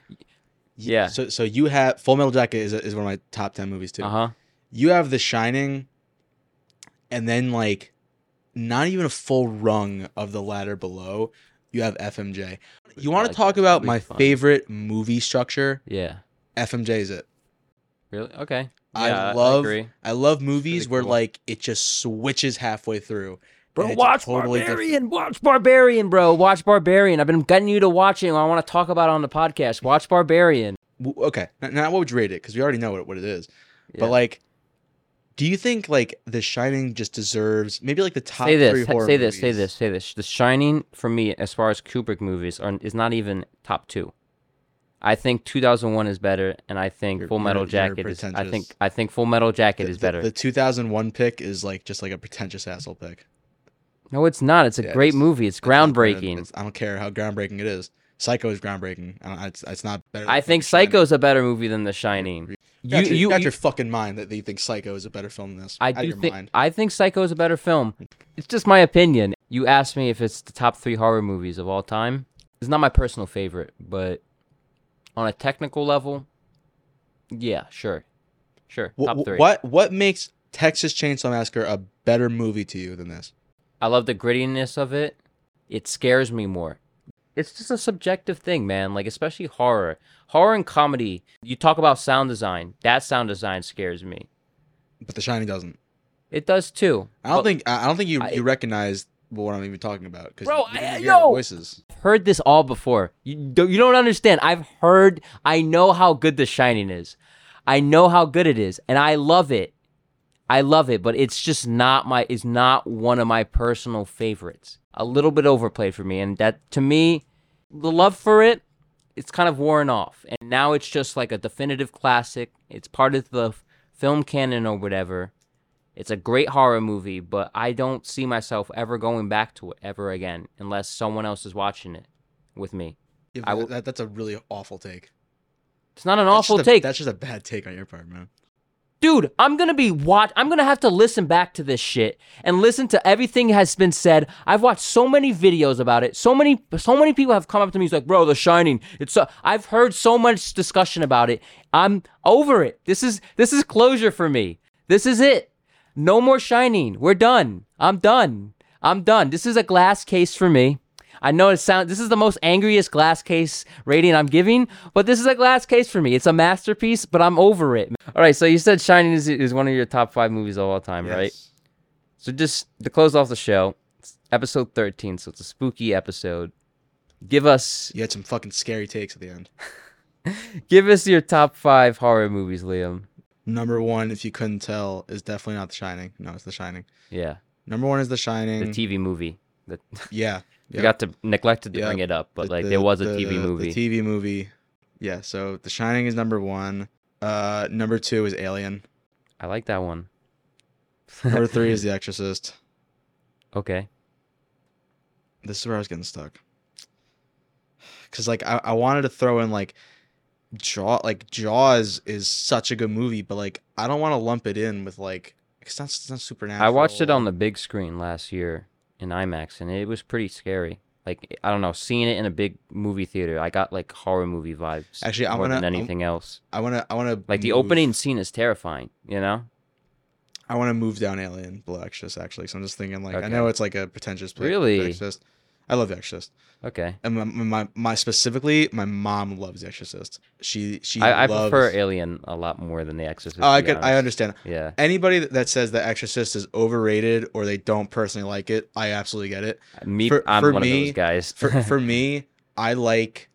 Yeah. so so you have full metal jacket is, is one of my top 10 movies too uh huh. you have The Shining, and then like not even a full rung of the ladder below. You have FMJ. You want to Like, talk about we my find- favorite movie structure? Yeah. FMJ is it. Really? Okay. I Yeah, love- agree. I love movies pretty where cool. like it just switches halfway through. Bro, it's watch totally different. Barbarian. Watch Barbarian, bro. Watch Barbarian. I've been getting you to watch it. and I want to talk about it on the podcast. Watch Barbarian. W- Okay, n- now what would you rate it? Because we already know what, what it is. Yeah. But like, do you think like The Shining just deserves maybe like the top say three this. horror Say this. Say movies? this. Say this. The Shining for me, as far as Kubrick movies, are is not even top two. I think 2001 is better, and I think You're- Full Metal you're- you're Jacket is. I pretentious. think I think Full Metal Jacket The- is the- better. the 2001 pick is like just like a pretentious asshole pick. no, it's not. It's a Yeah, great it's- movie. It's It's not better than- groundbreaking. it's- I don't care how groundbreaking it is. Psycho is groundbreaking. I don't, it's, it's not better. than I think fucking Shining. Psycho's a better movie than The Shining. You, got your, you got you- your fucking mind that you think Psycho is a better film than this. I Out of do your think mind. I think Psycho is a better film. It's just my opinion. You asked me if it's the top three horror movies of all time. It's not my personal favorite, but on a technical level, yeah, sure, sure, Wh- top wh- three. What what makes Texas Chainsaw Massacre a better movie to you than this? I love the grittiness of it. It scares me more. It's just a subjective thing, man. Like especially horror, horror and comedy. You talk about sound design. That sound design scares me. But The Shining doesn't. It does too. I don't but- think I I don't think you, I- you recognize what I'm even talking about because Bro, you, I- can I hear the know. voices. heard this all before. You don't, you don't understand. I've heard. I know how good The Shining is. I know how good it is, and I love it. I love it, but it's just not my. It's not one of my personal favorites. A little bit overplayed for me, and that to me, the love for it, it's kind of worn off, and now it's just like a definitive classic. It's part of the f- film canon or whatever. It's a great horror movie, but I don't see myself ever going back to it ever again unless someone else is watching it with me. Yeah, I will- that, that's a really awful take. It's not an That's awful just a- take. That's just a bad take on your part, man. Dude, I'm gonna be watch. I'm gonna have to listen back to this shit and listen to everything has been said. I've watched so many videos about it. So many, so many people have come up to me. He's like, "Bro, The Shining." It's so. I've heard so much discussion about it. I'm over it. This is this is closure for me. This is it. No more Shining. We're done. I'm done. I'm done. This is a glass case for me. I know it sounds. This is the most angriest glass case rating I'm giving, but this is a glass case for me. It's a masterpiece, but I'm over it. All right. So you said Shining is, is one of your top five movies of all time, right? Yes. So just to close off the show, it's episode 13. So it's a spooky episode. Give us, You had some fucking scary takes at the end. give us your top five horror movies, Liam. Number one, if you couldn't tell, is definitely not The Shining. No, it's The Shining. Yeah, Number one is The the Shining. TV movie. That yeah. we yeah. got to neglected to Yeah. bring it up, but The- like the- there was a the- TV movie. The TV movie. Yeah, so The Shining is number one. Uh, number two is Alien. I like that one. Number three is The Exorcist. okay. This is where I was getting stuck. Cause like I, I wanted to throw in like Jaw like Jaws is such a good movie, but like I don't want to lump it in with like it's not it's not supernatural. I watched it on the big screen last year in IMAX, and it was pretty scary. Like I don't know, seeing it in a big movie theater, I got like horror movie vibes. Actually, I'm more than gonna- I'm- anything else. I wanna I wanna Like the move- opening scene is terrifying. You know? I want to move down Alien below Exorcist actually. So I'm just thinking like I Okay. know it's like a pretentious play. Really? Exorcist. I love The Exorcist. Okay. And my, my my specifically my mom loves The Exorcist. She she I, I loves- prefer Alien a lot more than The Exorcist. Oh, I to be could I honest. understand. Yeah, Anybody that that says The Exorcist is overrated or they don't personally like it, I absolutely get it. me. For- I'm for one of me- those guys. for for me, I like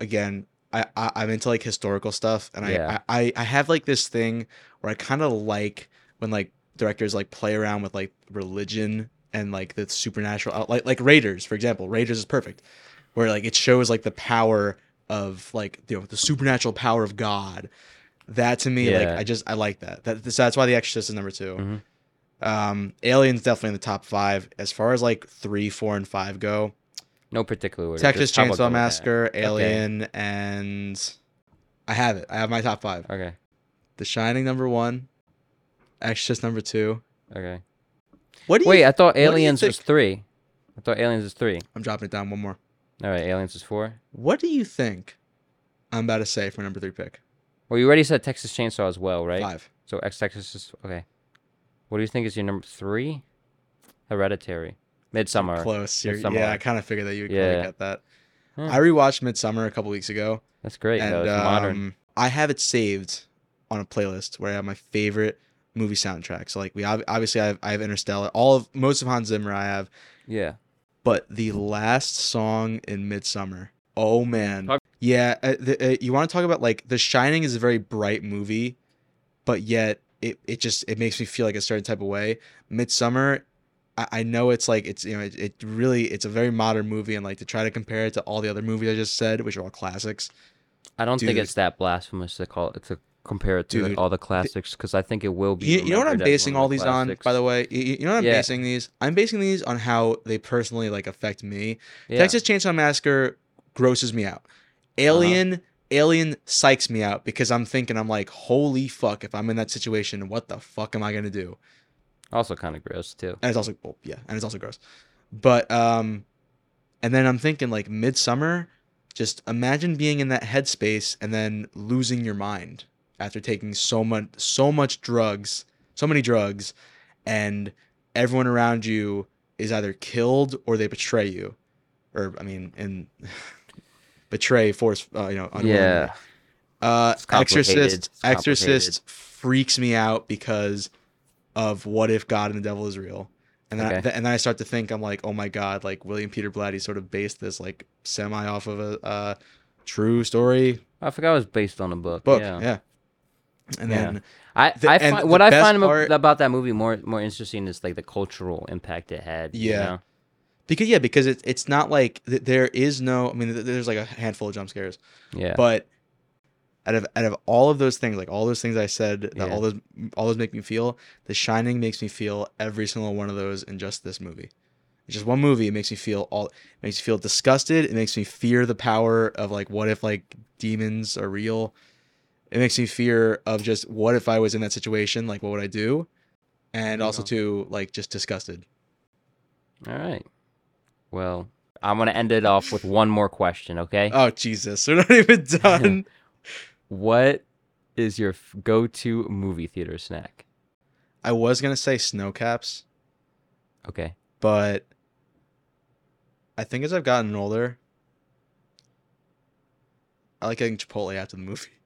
again, I, I I'm into like historical stuff, and I, Yeah. I, I I have like this thing where I kind of like when like directors like play around with like religion and like the supernatural, out- like like Raiders for example. Raiders is perfect, where like it shows like the power of like you know the supernatural power of God. That to me, like Yeah. I just I like that. That so that's why The Exorcist is number 2 Mhm. Um, Aliens definitely in the top five. As far as like three, four, and five go, no particular order. Texas just how about Chainsaw going there. Massacre, Alien, and I have it. I have my top five: Okay. The Shining number one, Exorcist number two. Okay. What do you? Wait, I thought do you Aliens was think- three. I thought Aliens was three. I'm dropping it down one more. All right, Aliens was four. What do you think? I'm about to say for number three pick Well, you already said Texas Chainsaw as well, right? five. So Ex Exorcist. Okay. What do you think is your number three? Hereditary. Midsummer. Close. You're, Midsommar. yeah, I kind of figured that you would Yeah. probably get that. Hmm. I rewatched Midsummer a couple weeks ago, That's great. and though. It's modern. um, I have it saved on a playlist where I have my favorite movie soundtrack. So like we ob- obviously I have, I have Interstellar, all of most of Hans Zimmer I have. Yeah. but the last song in Midsummer. Oh man, Talk- yeah. Uh, the, uh, you want to talk about like The Shining is a very bright movie, but yet it it just it makes me feel like a certain type of way. Midsummer, I, I know it's like it's you know it, it really it's a very modern movie and like to try to compare it to all the other movies I just said, which are all classics. I don't think dude. it's that blasphemous to call to compare it to like, Dude, all the classics because I think it will be. You, you know what I'm remembered as basing one all of these on, classics. by the way. You, you- you know what I'm Yeah. basing these? I'm basing these on how they personally like affect me. Yeah. Texas Chainsaw Massacre grosses me out. Alien, Alien psychs me out because I'm thinking I'm like, holy fuck, if I'm in that situation, what the fuck am I gonna do? Also, kind of gross too. And it's also, well, yeah, and it's also gross. But um, and then I'm thinking like Midsummer. Just imagine being in that headspace and then losing your mind after taking so much, so much drugs, so many drugs, and everyone around you is either killed or they betray you, or I mean, and betray force, uh, you know, unwillingly. Yeah. Uh, It's complicated. Exorcist. It's Exorcist complicated. freaks me out because of what if God and the devil is real, and then I, Okay. th- and then I start to think I'm like, oh my God, like William Peter Blatty sort of based this like semi off of a uh, true story I forgot it was based on a book. book, yeah. Yeah. And Yeah. then I, The- I and find, the what I best find abo- part- about that movie more more interesting is like the cultural impact it had. you Yeah. know? because yeah, because it's it's not like th- there is no. I mean, th- there's like a handful of jump scares, Yeah. but out of out of all of those things, like all those things I said, that Yeah. all those all those make me feel. The Shining makes me feel every single one of those in just this movie. It's just one movie. It makes me feel all. It makes me feel disgusted. It makes me fear the power of like, what if like demons are real? it makes me fear of just what if I was in that situation, like what would I do, and You also know. too like just disgusted. All right. Well, I'm gonna end it off with one more question. Okay. Oh Jesus, we're not even done. what is your f- go-to movie theater snack? I was gonna say snow caps, Okay. but I think as I've gotten older, I like getting Chipotle after the movie.